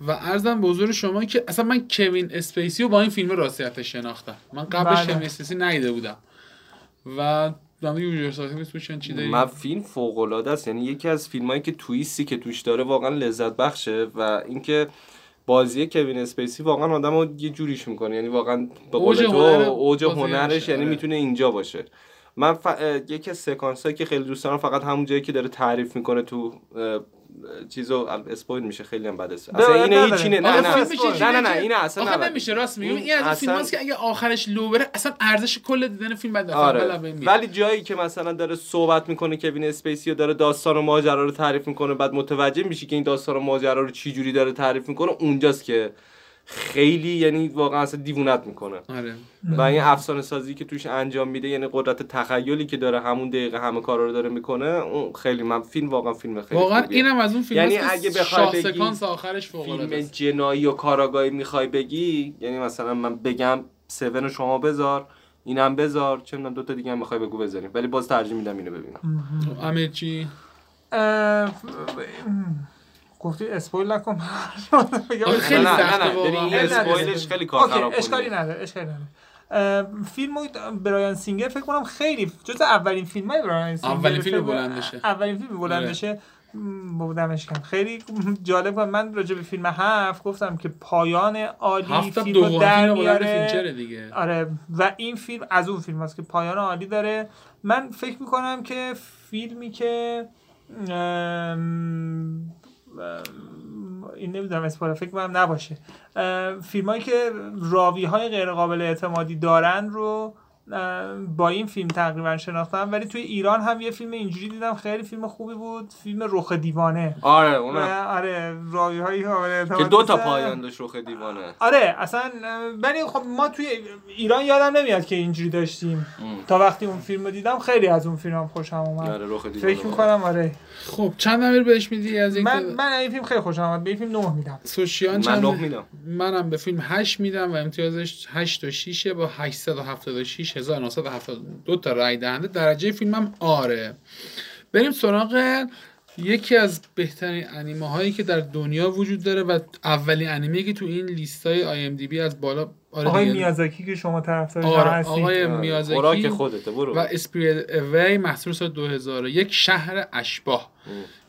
[SPEAKER 1] و ارزم به حضور شما که اصلا من کوین اسپیسی رو با این فیلم راستیتش شناختم من قبلش
[SPEAKER 3] بله.
[SPEAKER 1] کوین اسپیسی ندیده بودم و در یوزوال ساسپکت چی داری؟
[SPEAKER 2] من فیلم فوق العاده است یعنی یکی از فیلمایی که تویستی که توش داره واقعا لذت بخشه و اینکه بازی کوین اسپیسی واقعا آدمو یه جوریش میکنه یعنی واقعا به قول
[SPEAKER 1] اوج
[SPEAKER 2] تو
[SPEAKER 1] هنر
[SPEAKER 2] اوج
[SPEAKER 1] بازی
[SPEAKER 2] هنرش
[SPEAKER 1] باشه،
[SPEAKER 2] یعنی
[SPEAKER 1] آره.
[SPEAKER 2] میتونه اینجا باشه من ف... اه، یکی از سکانس هایی که خیلی دوست دارم فقط همون جایی که داره تعریف میکنه تو اه، اه، چیزو اسپویل میشه خیلی هم بد است اصلا
[SPEAKER 3] ببرد
[SPEAKER 2] اینه
[SPEAKER 3] نداره.
[SPEAKER 2] هیچ اینه نه
[SPEAKER 1] آره،
[SPEAKER 2] نه
[SPEAKER 1] فیلم میشه
[SPEAKER 2] نه نه نه
[SPEAKER 1] جوری که-
[SPEAKER 2] اینه اصلا
[SPEAKER 1] آخه
[SPEAKER 2] نباید.
[SPEAKER 1] نمیشه راست میگم این
[SPEAKER 2] این
[SPEAKER 1] از این
[SPEAKER 2] اصلا-
[SPEAKER 1] فیلم که اگه آخرش لو بره اصلا ارزش کل دیدن فیلم بعد
[SPEAKER 2] آره ولی جایی که مثلا داره صحبت میکنه کوین اسپیسی و داره داستان و ماجرا رو تعریف میکنه بعد متوجه میشی که این داستان و ماجرا رو چی جوری داره تعریف میکنه اونجاست که خیلی یعنی واقعا اصلا دیوونت میکنه
[SPEAKER 1] آره
[SPEAKER 2] و این افسانه سازی که توش انجام میده یعنی قدرت تخیلی که داره همون دقیقه همه کارا رو داره میکنه اون خیلی من فیلم واقعا فیلم خیلی
[SPEAKER 1] واقعا
[SPEAKER 2] خوبیه.
[SPEAKER 1] اینم از اون فیلم
[SPEAKER 2] یعنی
[SPEAKER 1] که
[SPEAKER 2] اگه بخوای
[SPEAKER 1] شاه
[SPEAKER 2] بگی
[SPEAKER 1] سکانس آخرش فوق العاده
[SPEAKER 2] فیلم
[SPEAKER 1] است
[SPEAKER 2] جنایی و کاراگاهی میخوای بگی یعنی مثلا من بگم 7 رو شما بذار اینم بذار چه میدونم دو تا دیگه هم میخوای بگو بذاریم ولی باز ترجیح میدم اینو ببینم
[SPEAKER 1] امیر چی
[SPEAKER 3] اه، ف- ام. گفتی اسپویل نکن
[SPEAKER 1] آخه خیلی
[SPEAKER 2] نه، نه،
[SPEAKER 1] سخته
[SPEAKER 2] نه، ببین،
[SPEAKER 1] واقعا.
[SPEAKER 2] این اسپویلش خیلی کار
[SPEAKER 3] اوکی،
[SPEAKER 2] خراب کنه.
[SPEAKER 3] اشکالی نداره اشکالی نداره اه، فیلم برایان سینگر فکر کنم خیلی جز اولین فیلم های برایان سینگر
[SPEAKER 1] اولین فیلم
[SPEAKER 3] فکر کنم
[SPEAKER 1] بلند بشه.
[SPEAKER 3] اولین فیلم بلند
[SPEAKER 1] آره.
[SPEAKER 3] بشه بودمش کم خیلی جالب بود من راجع به فیلم هفت گفتم که پایان عالی
[SPEAKER 1] هفتم
[SPEAKER 3] فیلم
[SPEAKER 1] دو قرنی
[SPEAKER 3] رو در
[SPEAKER 1] رو بلند
[SPEAKER 3] میاره.
[SPEAKER 1] فینچره دیگه
[SPEAKER 3] آره و این فیلم از اون فیلم هست که پایان عالی داره من فکر میکنم که فیلمی که ام، ام، این نمیدونم اسپار فکر کنم نباشه ام، فیلمایی که راوی های غیر قابل اعتمادی دارن رو ام، با این فیلم تقریبا شناختم ولی توی ایران هم یه فیلم اینجوری دیدم خیلی فیلم خوبی بود فیلم رخ دیوانه
[SPEAKER 2] آره اونم
[SPEAKER 3] و آره راوی های قابل اعتمادی
[SPEAKER 2] که دو تا
[SPEAKER 3] نیستن.
[SPEAKER 2] پایان داشت رخ دیوانه
[SPEAKER 3] آره اصلا اه، ولی خب ما توی ایران یادم نمیاد که اینجوری داشتیم تا وقتی اون فیلم رو دیدم خیلی از اون فیلم هم خوشم اومد
[SPEAKER 2] آره رخ دیوانه
[SPEAKER 3] فکر میکنم آره
[SPEAKER 1] خب چند امیر بهش میدی از این
[SPEAKER 3] من
[SPEAKER 1] تعداد؟
[SPEAKER 3] من این فیلم خیلی خوشم اومد به این فیلم نه میدم
[SPEAKER 1] سوشیان
[SPEAKER 2] من
[SPEAKER 1] چند
[SPEAKER 2] نه میدم
[SPEAKER 1] منم به فیلم 8 میدم و امتیازش 8 و 6 با 876 1972 تا رای دهنده درجه فیلمم آره بریم سراغ یکی از بهترین انیمه هایی که در دنیا وجود داره و اولین انیمه که تو این لیست های آی ام دی بی از بالا آره
[SPEAKER 3] آقای
[SPEAKER 1] دیگه.
[SPEAKER 3] میازاکی که شما طرفدارش
[SPEAKER 1] آره،
[SPEAKER 3] هستی
[SPEAKER 1] آقای میازاکی.
[SPEAKER 2] خوراک خودته
[SPEAKER 1] و
[SPEAKER 2] برو
[SPEAKER 1] اسپریت اوی محصول سال 2001 شهر اشباه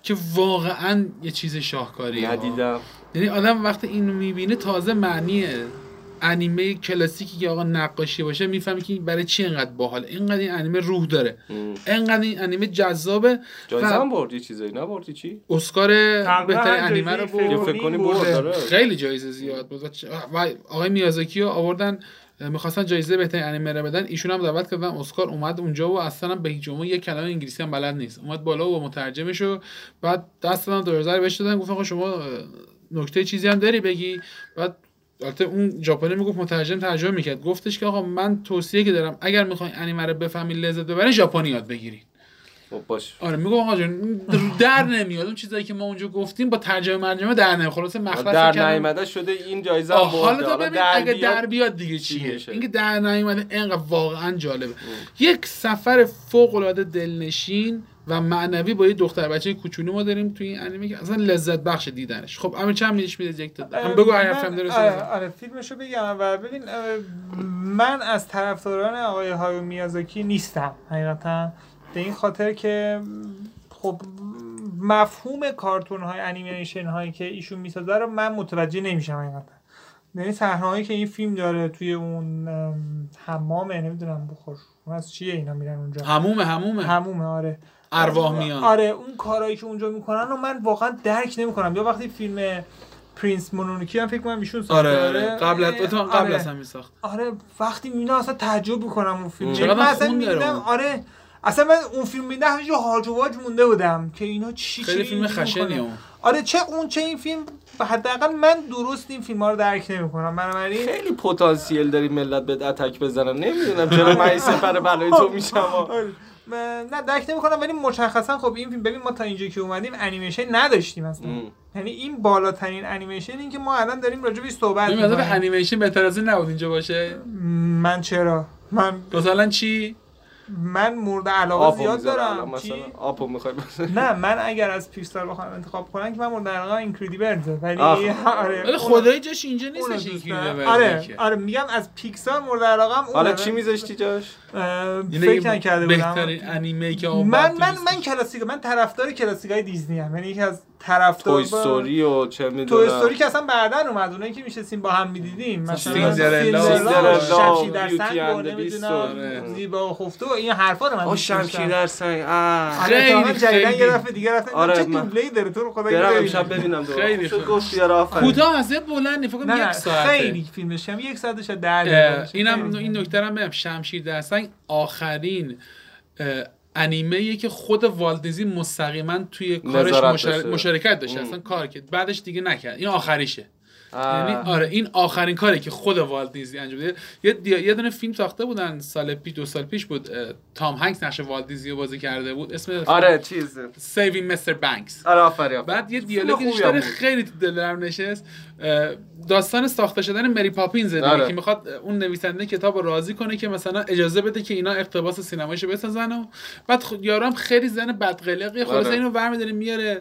[SPEAKER 1] که واقعا یه چیز شاهکاریه
[SPEAKER 2] ندیدم
[SPEAKER 1] یعنی آدم وقتی اینو میبینه تازه معنی انیمه کلاسیکی که آقا نقاشی باشه میفهمی که این برای چی انقدر باحال اینقدر این انیمه روح داره اینقدر این انیمه جذابه
[SPEAKER 2] جایزه هم بردی چیزایی نبردی چی
[SPEAKER 1] اسکار
[SPEAKER 3] تقریباً
[SPEAKER 1] بهترین
[SPEAKER 3] جایزه
[SPEAKER 1] انیمه رو
[SPEAKER 3] فیلم.
[SPEAKER 2] یه
[SPEAKER 1] برد
[SPEAKER 2] فکر کنی
[SPEAKER 3] برده.
[SPEAKER 2] برد آره. داره
[SPEAKER 1] خیلی جایزه زیاد بود و چ- و آقای میازاکی رو آوردن میخواستن جایزه بهترین انیمه رو بدن ایشون هم دعوت کردن اسکار اومد اونجا و اصلا به هیچ جمعه یک کلمه انگلیسی هم بلد نیست اومد بالا و با مترجمش و بعد دست دادن دور زر بهش دادن گفتن آقا شما اه، نکته چیزی هم داری بگی بعد البته اون ژاپنی میگفت مترجم ترجمه میکرد گفتش که آقا من توصیه که دارم اگر میخواین انیمه رو بفهمین لذت ببرین ژاپنی یاد بگیرید
[SPEAKER 2] خب باش
[SPEAKER 1] آره میگم آقا جان این در نمیاد اون چیزایی که ما اونجا گفتیم با ترجمه مرجمه در نمیاد خلاص مخلص
[SPEAKER 2] در
[SPEAKER 1] کردن.
[SPEAKER 2] نیامده شده این جایزه هم
[SPEAKER 1] آه،
[SPEAKER 2] برده
[SPEAKER 1] حالا تو
[SPEAKER 2] حالا
[SPEAKER 1] ببین
[SPEAKER 2] در
[SPEAKER 1] اگه
[SPEAKER 2] بیاد،
[SPEAKER 1] در بیاد دیگه
[SPEAKER 2] چی
[SPEAKER 1] چیه
[SPEAKER 2] میشه؟
[SPEAKER 1] اینکه در نیومده انقدر واقعا جالبه یک سفر فوق العاده دلنشین و معنوی با یه دختر بچه کوچولو ما داریم توی این انیمه که اصلا لذت بخش دیدنش خب امیر چند میلیش میده یک تا ده؟ هم بگو
[SPEAKER 3] من-
[SPEAKER 1] اگه حرفم درست
[SPEAKER 3] آره,
[SPEAKER 1] نزن.
[SPEAKER 3] آره فیلمشو بگم و ببین اه، من از طرفداران آقای هایو میازاکی نیستم حقیقتا به این خاطر که خب مفهوم کارتون های انیمیشن هایی که ایشون میسازه رو من متوجه نمیشم حقیقتا یعنی صحنه‌هایی که این فیلم داره توی اون ام، حمامه نمیدونم بخور از چیه اینا میرن اونجا
[SPEAKER 1] همومه همومه
[SPEAKER 3] حمومه آره
[SPEAKER 1] ارواح میان
[SPEAKER 3] آره اون کارایی که اونجا میکنن رو من واقعا درک نمیکنم یا وقتی فیلم پرنس مونونوکی هم فکر کنم ایشون ساخته
[SPEAKER 1] آره آره قبل از
[SPEAKER 3] اه،
[SPEAKER 1] تو هم قبل
[SPEAKER 3] آره.
[SPEAKER 1] از همین ساخت
[SPEAKER 3] آره وقتی مینا اصلا تعجب میکنم اون فیلم یعنی
[SPEAKER 1] چقدر
[SPEAKER 3] من اصلا
[SPEAKER 1] خون داره
[SPEAKER 3] میبینم
[SPEAKER 1] اون.
[SPEAKER 3] آره اصلا من اون فیلم میدم همینجا هاج و واج مونده بودم که اینا چی
[SPEAKER 1] خیلی
[SPEAKER 3] چی
[SPEAKER 1] فیلم
[SPEAKER 3] اینجوری
[SPEAKER 1] خشنیه
[SPEAKER 3] می‌کنن.
[SPEAKER 1] اون.
[SPEAKER 3] آره چه اون چه این فیلم حداقل من درست این فیلم ها رو درک نمیکنم بنابراین
[SPEAKER 2] خیلی پتانسیل داری ملت بهت اتک بزنن نمیدونم چرا من این سفر بلای تو میشم
[SPEAKER 3] آره. من- نه درک نمیکنم ولی مشخصا خب این فیلم ببین ما تا اینجا که اومدیم انیمیشن نداشتیم اصلا
[SPEAKER 2] ام.
[SPEAKER 3] یعنی این بالاترین انیمیشن این که ما الان داریم راجع بهش صحبت
[SPEAKER 1] این مثلا به
[SPEAKER 3] می‌کنیم.
[SPEAKER 1] انیمیشن بهتر از این نبود اینجا باشه
[SPEAKER 3] من چرا من
[SPEAKER 1] مثلا چی
[SPEAKER 3] من مورد علاقه
[SPEAKER 2] آپو
[SPEAKER 3] زیاد
[SPEAKER 2] میذارم
[SPEAKER 3] دارم چی؟
[SPEAKER 2] مثلا آپو میخوای
[SPEAKER 3] نه من اگر از پیکسار بخوام انتخاب کنم که من مورد علاقه اینکریدیبلزه ولی
[SPEAKER 2] آخ.
[SPEAKER 3] آره
[SPEAKER 1] ولی
[SPEAKER 3] اون-
[SPEAKER 1] خدای جاش اینجا
[SPEAKER 3] اونو
[SPEAKER 1] نیستش این
[SPEAKER 3] دوست
[SPEAKER 1] کیونه
[SPEAKER 3] دارم.
[SPEAKER 1] ورزی
[SPEAKER 3] آره
[SPEAKER 1] که.
[SPEAKER 3] آره میگم از پیکسار مورد علاقه هم
[SPEAKER 2] حالا آره، چی میذاشتی جاش
[SPEAKER 1] یعنی
[SPEAKER 3] فکر نکرده بودم
[SPEAKER 1] بهترین انیمه که آمد
[SPEAKER 3] من
[SPEAKER 1] تو
[SPEAKER 3] من
[SPEAKER 1] لیست.
[SPEAKER 3] من کلاسیک من طرفدار کلاسیکای دیزنی ام یعنی یکی از طرفدار
[SPEAKER 2] توی استوری و چه میدونم
[SPEAKER 3] تو استوری که اصلا بعدا اومد اونایی که میشستیم با هم میدیدیم مثلا
[SPEAKER 1] سیندرلا.
[SPEAKER 3] سیندرلا،
[SPEAKER 2] سیندرلا،
[SPEAKER 3] شمشیر در
[SPEAKER 2] بیوتی
[SPEAKER 3] سنگ و
[SPEAKER 2] اند بیست و-
[SPEAKER 1] آره.
[SPEAKER 3] نمیدونم زیبا و خفته و این حرفا رو من
[SPEAKER 2] آه
[SPEAKER 3] دوست داشتم.
[SPEAKER 2] شمشیر در سنگ آه.
[SPEAKER 3] آره، اتفاقاً
[SPEAKER 1] خیلی،
[SPEAKER 3] جدیداً یه
[SPEAKER 1] خیلی.
[SPEAKER 3] دفعه دیگه رفتن
[SPEAKER 2] آره،
[SPEAKER 3] چه
[SPEAKER 2] من-
[SPEAKER 3] دوبله‌ای داره تو رو خدا
[SPEAKER 2] برم
[SPEAKER 3] ببینیم.
[SPEAKER 2] امشب ببینم دوباره
[SPEAKER 1] خیلی
[SPEAKER 2] شد
[SPEAKER 1] خوب.
[SPEAKER 2] گفت یار آفرین
[SPEAKER 1] کوتاه از یه بلند نیست. فکر
[SPEAKER 3] آره. نه
[SPEAKER 1] کنم
[SPEAKER 3] نه
[SPEAKER 1] یک ساعته
[SPEAKER 3] خیلی فیلمش کم یک ساعت شد در دقیقه
[SPEAKER 1] اه،
[SPEAKER 3] باشه.
[SPEAKER 1] اینم
[SPEAKER 3] خیلی.
[SPEAKER 1] این نکته رو هم بگم شمشیر در سنگ آخرین انیمه که خود والدزی مستقیما توی کارش
[SPEAKER 2] نظارت
[SPEAKER 1] مشار-
[SPEAKER 2] داشته.
[SPEAKER 1] مشارکت داشته اصلا
[SPEAKER 2] ام.
[SPEAKER 1] کار کرد بعدش دیگه نکرد این آخریشه
[SPEAKER 2] آه.
[SPEAKER 1] یعنی آره این آخرین کاری که خود والت دیزنی انجام بده یه دیا- یه دونه فیلم ساخته بودن سال پیش دو سال پیش بود اه، تام هنگس نقش والت دیزنی رو بازی کرده بود اسم
[SPEAKER 2] آره چیز
[SPEAKER 1] سیوینگ مستر بانکس
[SPEAKER 2] آره آفری آفری
[SPEAKER 1] بعد یه
[SPEAKER 2] فیلم
[SPEAKER 1] دیالوگش
[SPEAKER 2] خوبی
[SPEAKER 1] داره
[SPEAKER 2] هم بود.
[SPEAKER 1] خیلی تو دلم نشست اه، داستان ساخته شدن مری پاپینز
[SPEAKER 2] آره.
[SPEAKER 1] که میخواد اون نویسنده کتاب رو راضی کنه که مثلا اجازه بده که اینا اقتباس سینماییشو بسازن و بعد خ... یارم خیلی زن بدقلقی خلاص
[SPEAKER 2] آره.
[SPEAKER 1] اینو برمیداره میاره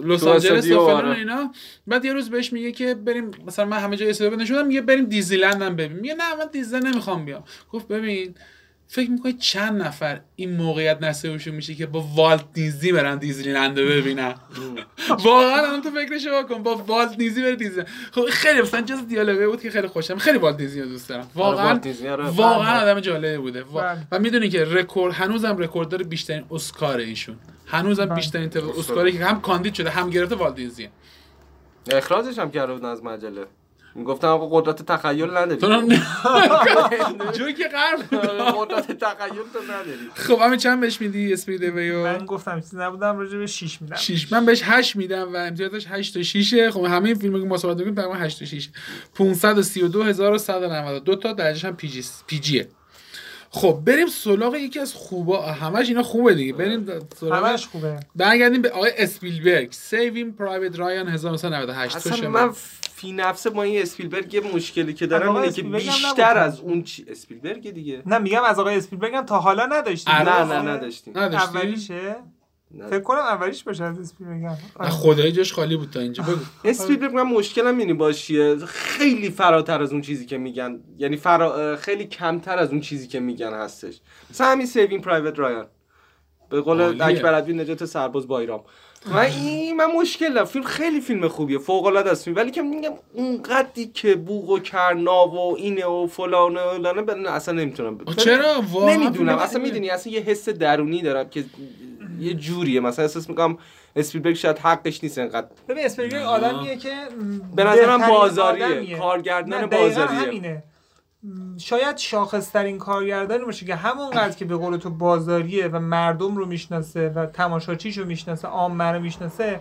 [SPEAKER 1] اه، لس
[SPEAKER 2] تو
[SPEAKER 1] آنجلس
[SPEAKER 2] استودیو،
[SPEAKER 1] و فلان و
[SPEAKER 2] آره.
[SPEAKER 1] اینا بعد یه روز بهش میگه که بریم مثلا من همه جای استودیو بنشونم میگه بریم دیزیلند هم ببین میگه نه من دیزیلند نمیخوام بیام گفت ببین فکر میکنی چند نفر این موقعیت نصیبشون میشه که با والت دیزنی برن دیزنیلند رو ببینن واقعا الان تو فکرش رو کن با والت دیزنی بری دیزنیلند خب خیلی مثلا جز دیالوگی بود که خیلی خوشم خیلی والت دیزنی رو دوست دارم واقعا
[SPEAKER 2] والت دیزنی، آره.
[SPEAKER 1] واقعا آدم جالبی بوده وا-
[SPEAKER 3] بله.
[SPEAKER 1] و میدونی که رکورد هنوزم رکورددار بیشترین اسکار ایشون هنوزم
[SPEAKER 3] بله.
[SPEAKER 1] بیشترین طبق اسکاری که هم کاندید شده هم گرفته والت دیزنیه
[SPEAKER 2] اخراجش هم کرده بودن از مجله گفتم آقا قدرت
[SPEAKER 1] تو
[SPEAKER 2] تخیل نداری
[SPEAKER 1] هم جوی که قرب بود.
[SPEAKER 2] قدرت تخیل تو نداری
[SPEAKER 1] خب همین چند بهش میدی اسپیدویو
[SPEAKER 3] من گفتم چیز نبودم راجع به 6 میدم
[SPEAKER 1] شیش من بهش 8 میدم و امتیازش 8 تا 6 خب همه این فیلم که ما صحبت می‌کنیم تقریبا 8 تا 6 532192 تا درجهش هم پی جی پی جیه. خب بریم سراغ یکی از خوبا همش اینا خوبه دیگه بریم سراغ
[SPEAKER 3] همش خوبه
[SPEAKER 1] برگردیم به آقای اسپیلبرگ سیوین پرایوت رایان 1998 تو
[SPEAKER 2] اصلا
[SPEAKER 1] شما.
[SPEAKER 2] من فی نفسه با این اسپیلبرگ یه مشکلی که
[SPEAKER 3] آقا
[SPEAKER 2] دارم اینه که
[SPEAKER 3] اسپیلبرگ هم
[SPEAKER 2] بیشتر
[SPEAKER 3] نبود.
[SPEAKER 2] از اون چی اسپیلبرگ دیگه
[SPEAKER 3] نه میگم از آقای اسپیلبرگ هم تا حالا نداشتیم
[SPEAKER 1] آره.
[SPEAKER 2] نه نه نداشتیم
[SPEAKER 1] نداشتی
[SPEAKER 3] اولیشه
[SPEAKER 2] نه.
[SPEAKER 3] فکر کنم اولیش باشه از اسپیلبرگ هم.
[SPEAKER 1] نه، خدایی جاش خالی بود تا اینجا بگو
[SPEAKER 2] اسپیلبرگ من مشکلم می‌بینی باشیه خیلی فراتر از اون چیزی که میگن یعنی فرا... خیلی کمتر از اون چیزی که میگن هستش مثلا همین سیوین پرایوت رایان به قول
[SPEAKER 1] عالیه.
[SPEAKER 2] اکبر ادبی نجات سرباز با ایران و این من مشکل دارم فیلم خیلی فیلم خوبیه فوق العاده است فیلم ولی که میگم اونقدری که بوق و کرنا و اینه و فلانه و علانه، من اصلا نمیتونم
[SPEAKER 1] آه، چرا واقعا
[SPEAKER 2] نمیدونم
[SPEAKER 1] فیلم
[SPEAKER 2] اصلا
[SPEAKER 1] خوبیه.
[SPEAKER 2] میدونی اصلا یه حس درونی دارم که یه جوریه مثلا احساس میکنم اسپیلبرگ شاید حقش نیست انقدر
[SPEAKER 3] ببین اسپیلبرگ آدمیه که م،
[SPEAKER 2] به نظرم
[SPEAKER 3] بهترین
[SPEAKER 2] بازاریه.
[SPEAKER 3] آدمیه.
[SPEAKER 2] کارگردان
[SPEAKER 3] نه، دقیقاً
[SPEAKER 2] بازاریه.
[SPEAKER 3] همینه م، شاید شاخصترین کارگردانی باشه که همونقدر که به قول تو بازاریه و مردم رو میشناسه و تماشاچیش رو میشناسه عامه رو میشناسه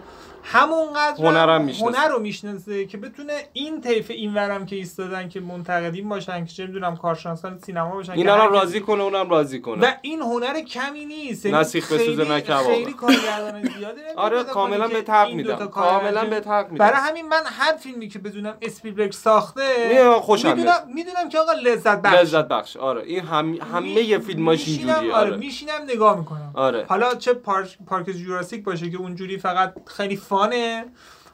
[SPEAKER 3] همونقدر
[SPEAKER 2] هنرم میشناسه.
[SPEAKER 3] هنر رو میشناسه که بتونه این طیف اینورم که ایستادن که منتقدین باشن که چه میدونم کارشناسان سینما باشن که
[SPEAKER 2] اینا
[SPEAKER 3] هر
[SPEAKER 2] رو
[SPEAKER 3] کسی
[SPEAKER 2] راضی کنه اونم راضی کنه
[SPEAKER 3] و این هنر کمی نیست یعنی
[SPEAKER 2] نه سیخ بسوزه،
[SPEAKER 3] خیلی-
[SPEAKER 2] نه کباب.
[SPEAKER 3] خیلی کارگردان زیاده
[SPEAKER 2] آره،
[SPEAKER 3] نمی‌دونم
[SPEAKER 2] کاملاً
[SPEAKER 3] کنی که
[SPEAKER 2] بهت حق
[SPEAKER 3] این دوتا
[SPEAKER 2] میدم.
[SPEAKER 3] کارگردان
[SPEAKER 2] کاملاً
[SPEAKER 3] چه-
[SPEAKER 2] بهت حق میدم.
[SPEAKER 3] برای همین من هر فیلمی که بدونم اسپیلبرگ ساخته
[SPEAKER 2] میاد خوشم میاد.
[SPEAKER 3] میدونم میدونم که آقا لذت بخش
[SPEAKER 2] لذت بخش آره این هم... همه یه فیلماش
[SPEAKER 3] میشینم-
[SPEAKER 2] اینجوریه
[SPEAKER 3] آره
[SPEAKER 2] آره
[SPEAKER 3] میشینم نگاه میکنم
[SPEAKER 2] آره.
[SPEAKER 3] حالا چه پارک پارک جوراسیک باشه که اونجوری فقط خیلی فانه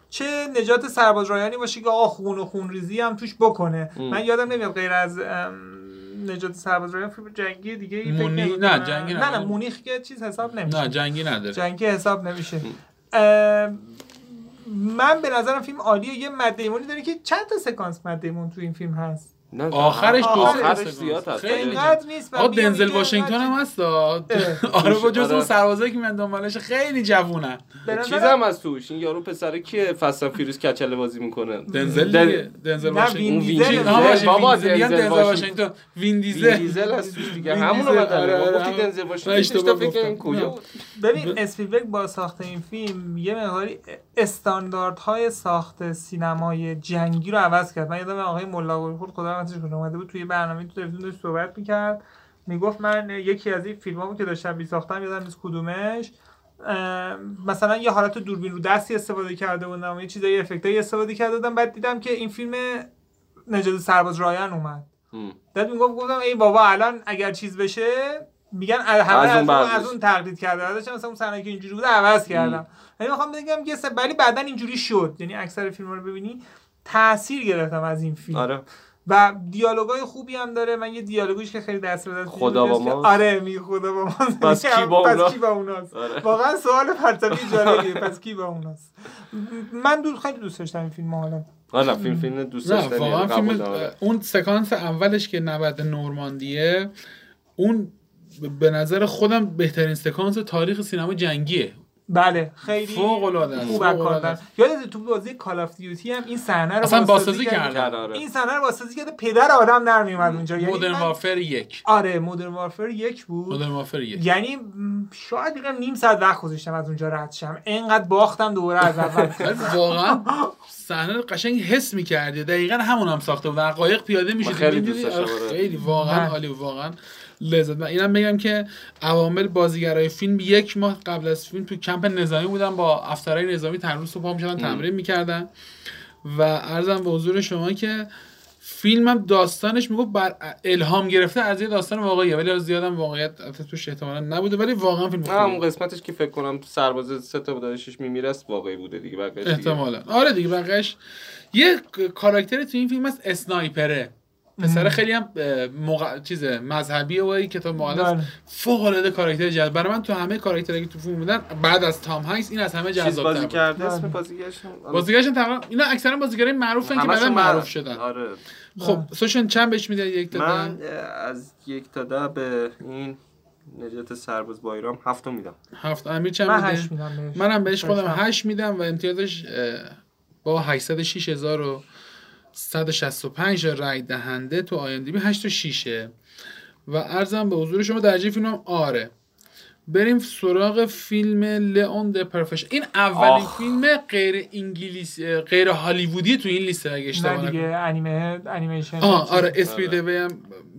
[SPEAKER 3] چه نجات سرباز رایانی باشه که آقا خون و خون ریزی هم توش بکنه من یادم نمیاد غیر از ام، نجات سرباز رایان فیلم جنگی دیگه ای فکر
[SPEAKER 1] مونی-
[SPEAKER 3] نمی‌کنم.
[SPEAKER 1] نه، جنگی
[SPEAKER 3] نه نه
[SPEAKER 1] نبود.
[SPEAKER 3] مونیخ که چیز حساب نمیشه
[SPEAKER 1] نه جنگی نداره
[SPEAKER 3] جنگی حساب نمیشه ام، من به نظرم فیلم عالیه یه مد دیمونی داره که چند تا سکانس مد دیمون تو این فیلم هست
[SPEAKER 2] نه،
[SPEAKER 1] آخرش دو
[SPEAKER 3] آخرش
[SPEAKER 2] آخرش
[SPEAKER 1] سه
[SPEAKER 2] زیاد
[SPEAKER 1] سکانس.
[SPEAKER 2] هست
[SPEAKER 1] خیلی
[SPEAKER 2] آره.
[SPEAKER 3] اینقدر نیست
[SPEAKER 1] آقا
[SPEAKER 3] من میگم
[SPEAKER 1] دنزل
[SPEAKER 3] اینکه
[SPEAKER 1] واشنگتن
[SPEAKER 3] اینقدر
[SPEAKER 1] هم هست آه.
[SPEAKER 3] اه.
[SPEAKER 1] آره با جز
[SPEAKER 2] آره.
[SPEAKER 1] اون سربازایی که میان دنبالش خیلی جوونن
[SPEAKER 3] به نظرم-
[SPEAKER 2] چیزم از توش این یارو پسره که فستن فیروز کچله بازی میکنه
[SPEAKER 1] دنزل
[SPEAKER 2] دن-
[SPEAKER 1] دیگه دنزل
[SPEAKER 3] نه، وین
[SPEAKER 1] واشنگتن
[SPEAKER 2] اون
[SPEAKER 3] دیزل.
[SPEAKER 2] وین
[SPEAKER 1] آها،
[SPEAKER 2] دیزل. بابا
[SPEAKER 1] وین دیزل. میگن
[SPEAKER 2] دنزل
[SPEAKER 1] دنزل
[SPEAKER 2] واشنگتن
[SPEAKER 1] واشنگتن وین دیزل
[SPEAKER 2] وین دیزل از توش دیگه
[SPEAKER 1] وین
[SPEAKER 2] همونو
[SPEAKER 1] دیزل،
[SPEAKER 2] بدن
[SPEAKER 1] آره،
[SPEAKER 2] ما
[SPEAKER 1] آره.
[SPEAKER 2] گفتی دنزل
[SPEAKER 1] من
[SPEAKER 2] باشه
[SPEAKER 1] اشتباه
[SPEAKER 2] اشتباه فکر
[SPEAKER 1] گفتم.
[SPEAKER 2] کردم کجا
[SPEAKER 1] نه.
[SPEAKER 2] بود
[SPEAKER 3] ببین اسپیلبرگ با ساخت این فیلم یه مقداری استانداردهای ساخت سینمای جنگی رو عوض کرد من یادم آقای ملا خود خدا رحمتش کنه اومده بود توی برنامه تو تلویزیون داشت صحبت میکرد میگفت من یکی از این فیلمامو که داشتم می ساختم یادم نیست کدومش ام، مثلا یه حالت دوربین رو دستی استفاده کرده بودم و یه چیزای افکتایی استفاده کرده بودم بعد دیدم که این فیلم نجات سرباز رایان اومد
[SPEAKER 2] هم.
[SPEAKER 3] بعد میگفت گفتم ای بابا الان اگر چیز بشه میگن از همه
[SPEAKER 2] از
[SPEAKER 3] از
[SPEAKER 2] اون
[SPEAKER 3] اون, از
[SPEAKER 2] برداشت.
[SPEAKER 3] اون تقلید کرده داشتم مثلا اون صحنه که اینجوری بوده عوض کردم یعنی میخوام بگم که سب- ولی بعدا اینجوری شد یعنی اکثر فیلم رو ببینی تاثیر گرفتم از این فیلم
[SPEAKER 2] آره
[SPEAKER 3] و دیالوگای خوبی هم داره من یه دیالوگیش که خیلی دست به دست می‌شه
[SPEAKER 2] خدا با
[SPEAKER 3] اینجاست که
[SPEAKER 2] ماست.
[SPEAKER 3] آره می خدا با ماست
[SPEAKER 2] پس کی با
[SPEAKER 3] پس
[SPEAKER 2] اوناست؟
[SPEAKER 3] کی با اوناست
[SPEAKER 2] آره.
[SPEAKER 3] واقعا سوال فلسفی جالبیه پس کی با اوناست م- من دوست خیلی دوست داشتم این فیلم حالا
[SPEAKER 2] آره فیلم فیلم دوست
[SPEAKER 1] نه
[SPEAKER 2] داشتنیه.
[SPEAKER 1] واقعا
[SPEAKER 2] قبول
[SPEAKER 1] فیلم
[SPEAKER 2] دارم.
[SPEAKER 1] اون سکانس اولش که نبرد نورماندیه اون ب- به نظر خودم بهترین سکانس تاریخ سینما جنگیه
[SPEAKER 3] بله خیلی
[SPEAKER 1] فوق العاده است،
[SPEAKER 3] خوب
[SPEAKER 1] فوق العاده
[SPEAKER 3] کار کردن
[SPEAKER 1] است.
[SPEAKER 3] یادت تو بازی کال اف دیوتی هم این صحنه رو
[SPEAKER 1] اصلا
[SPEAKER 3] بازسازی
[SPEAKER 1] بازسازی
[SPEAKER 3] کرد.
[SPEAKER 1] کردن.
[SPEAKER 2] آره.
[SPEAKER 3] این صحنه رو بازسازی کرده پدر آدم در میومد اونجا یعنی
[SPEAKER 1] مدرن
[SPEAKER 3] من-
[SPEAKER 1] وارفر یک
[SPEAKER 3] آره مدرن وارفر یک بود
[SPEAKER 1] مدرن وارفر یک
[SPEAKER 3] یعنی م، شاید بگم نیم ساعت وقت گذاشتم از اونجا رد شم انقدر باختم دوباره از اول
[SPEAKER 1] ولی واقعا صحنه رو قشنگ حس میکردی دقیقا همون هم ساخته وقایق پیاده میشد
[SPEAKER 2] من خیلی دوست داشتم، آره.
[SPEAKER 1] خیلی واقعا
[SPEAKER 3] من.
[SPEAKER 1] عالی بود، واقعا لذت من اینم بگم که عوامل بازیگرای فیلم یک ماه قبل از فیلم تو کمپ نظامی بودن با افسرهای نظامی تن روز صبح پا میشدن تمرین میکردن و ارزم به حضور شما که فیلم هم داستانش میگفت بر الهام گرفته از یه داستان واقعیه ولی از زیادم واقعیت البته توش احتمالا نبوده ولی واقعا فیلم
[SPEAKER 2] نه
[SPEAKER 1] خوبیه.
[SPEAKER 2] اون قسمتش که فکر کنم سرباز سه تا دانشش میمیرست واقعی بوده دیگه بقیه‌اش دیگه.
[SPEAKER 1] احتمالا آره دیگه بقیش یه ک- کاراکتر تو این فیلم هست اسنایپره پسر خیلی هم اه، مق... چیز مذهبیه و این کتاب مقدس
[SPEAKER 3] بله.
[SPEAKER 1] فوق العاده کاراکتر جذاب برای من تو همه کاراکترایی که تو فیلم بودن بعد از تام هانکس این از همه
[SPEAKER 2] چیز
[SPEAKER 1] جذاب‌تر
[SPEAKER 2] بازی
[SPEAKER 1] بود
[SPEAKER 2] کرده اسم
[SPEAKER 3] بله.
[SPEAKER 2] بازیگرش هم
[SPEAKER 1] بازیگرشون تقریبا اینا اکثرا بازیگرای معروفن که
[SPEAKER 2] همشون
[SPEAKER 1] بعدا
[SPEAKER 2] من-
[SPEAKER 1] معروف شدن
[SPEAKER 2] آره
[SPEAKER 1] خب سوشن چند بهش میده یک تا
[SPEAKER 2] من
[SPEAKER 1] ده؟
[SPEAKER 2] اه، از یک تا ده به این نجات سرباز بایرام هفت میدم
[SPEAKER 1] هفت امیر چند
[SPEAKER 3] من
[SPEAKER 1] میده
[SPEAKER 3] هشت میدم بهش
[SPEAKER 1] منم بهش خودم
[SPEAKER 3] هشت.
[SPEAKER 1] 8 میدم و امتیازش اه، با 806165 رای دهنده تو آی ام دی بی 86 و ارزم به حضور شما درجه فیلمم آره بریم سراغ فیلم لئون د پرفش این اولین
[SPEAKER 2] آخ.
[SPEAKER 1] فیلم غیر انگلیس غیر هالیوودی تو این لیست اگه اشتباه
[SPEAKER 3] نه دیگه
[SPEAKER 1] نکنم
[SPEAKER 3] انیمه انیمیشن
[SPEAKER 1] آه آره اسپید هم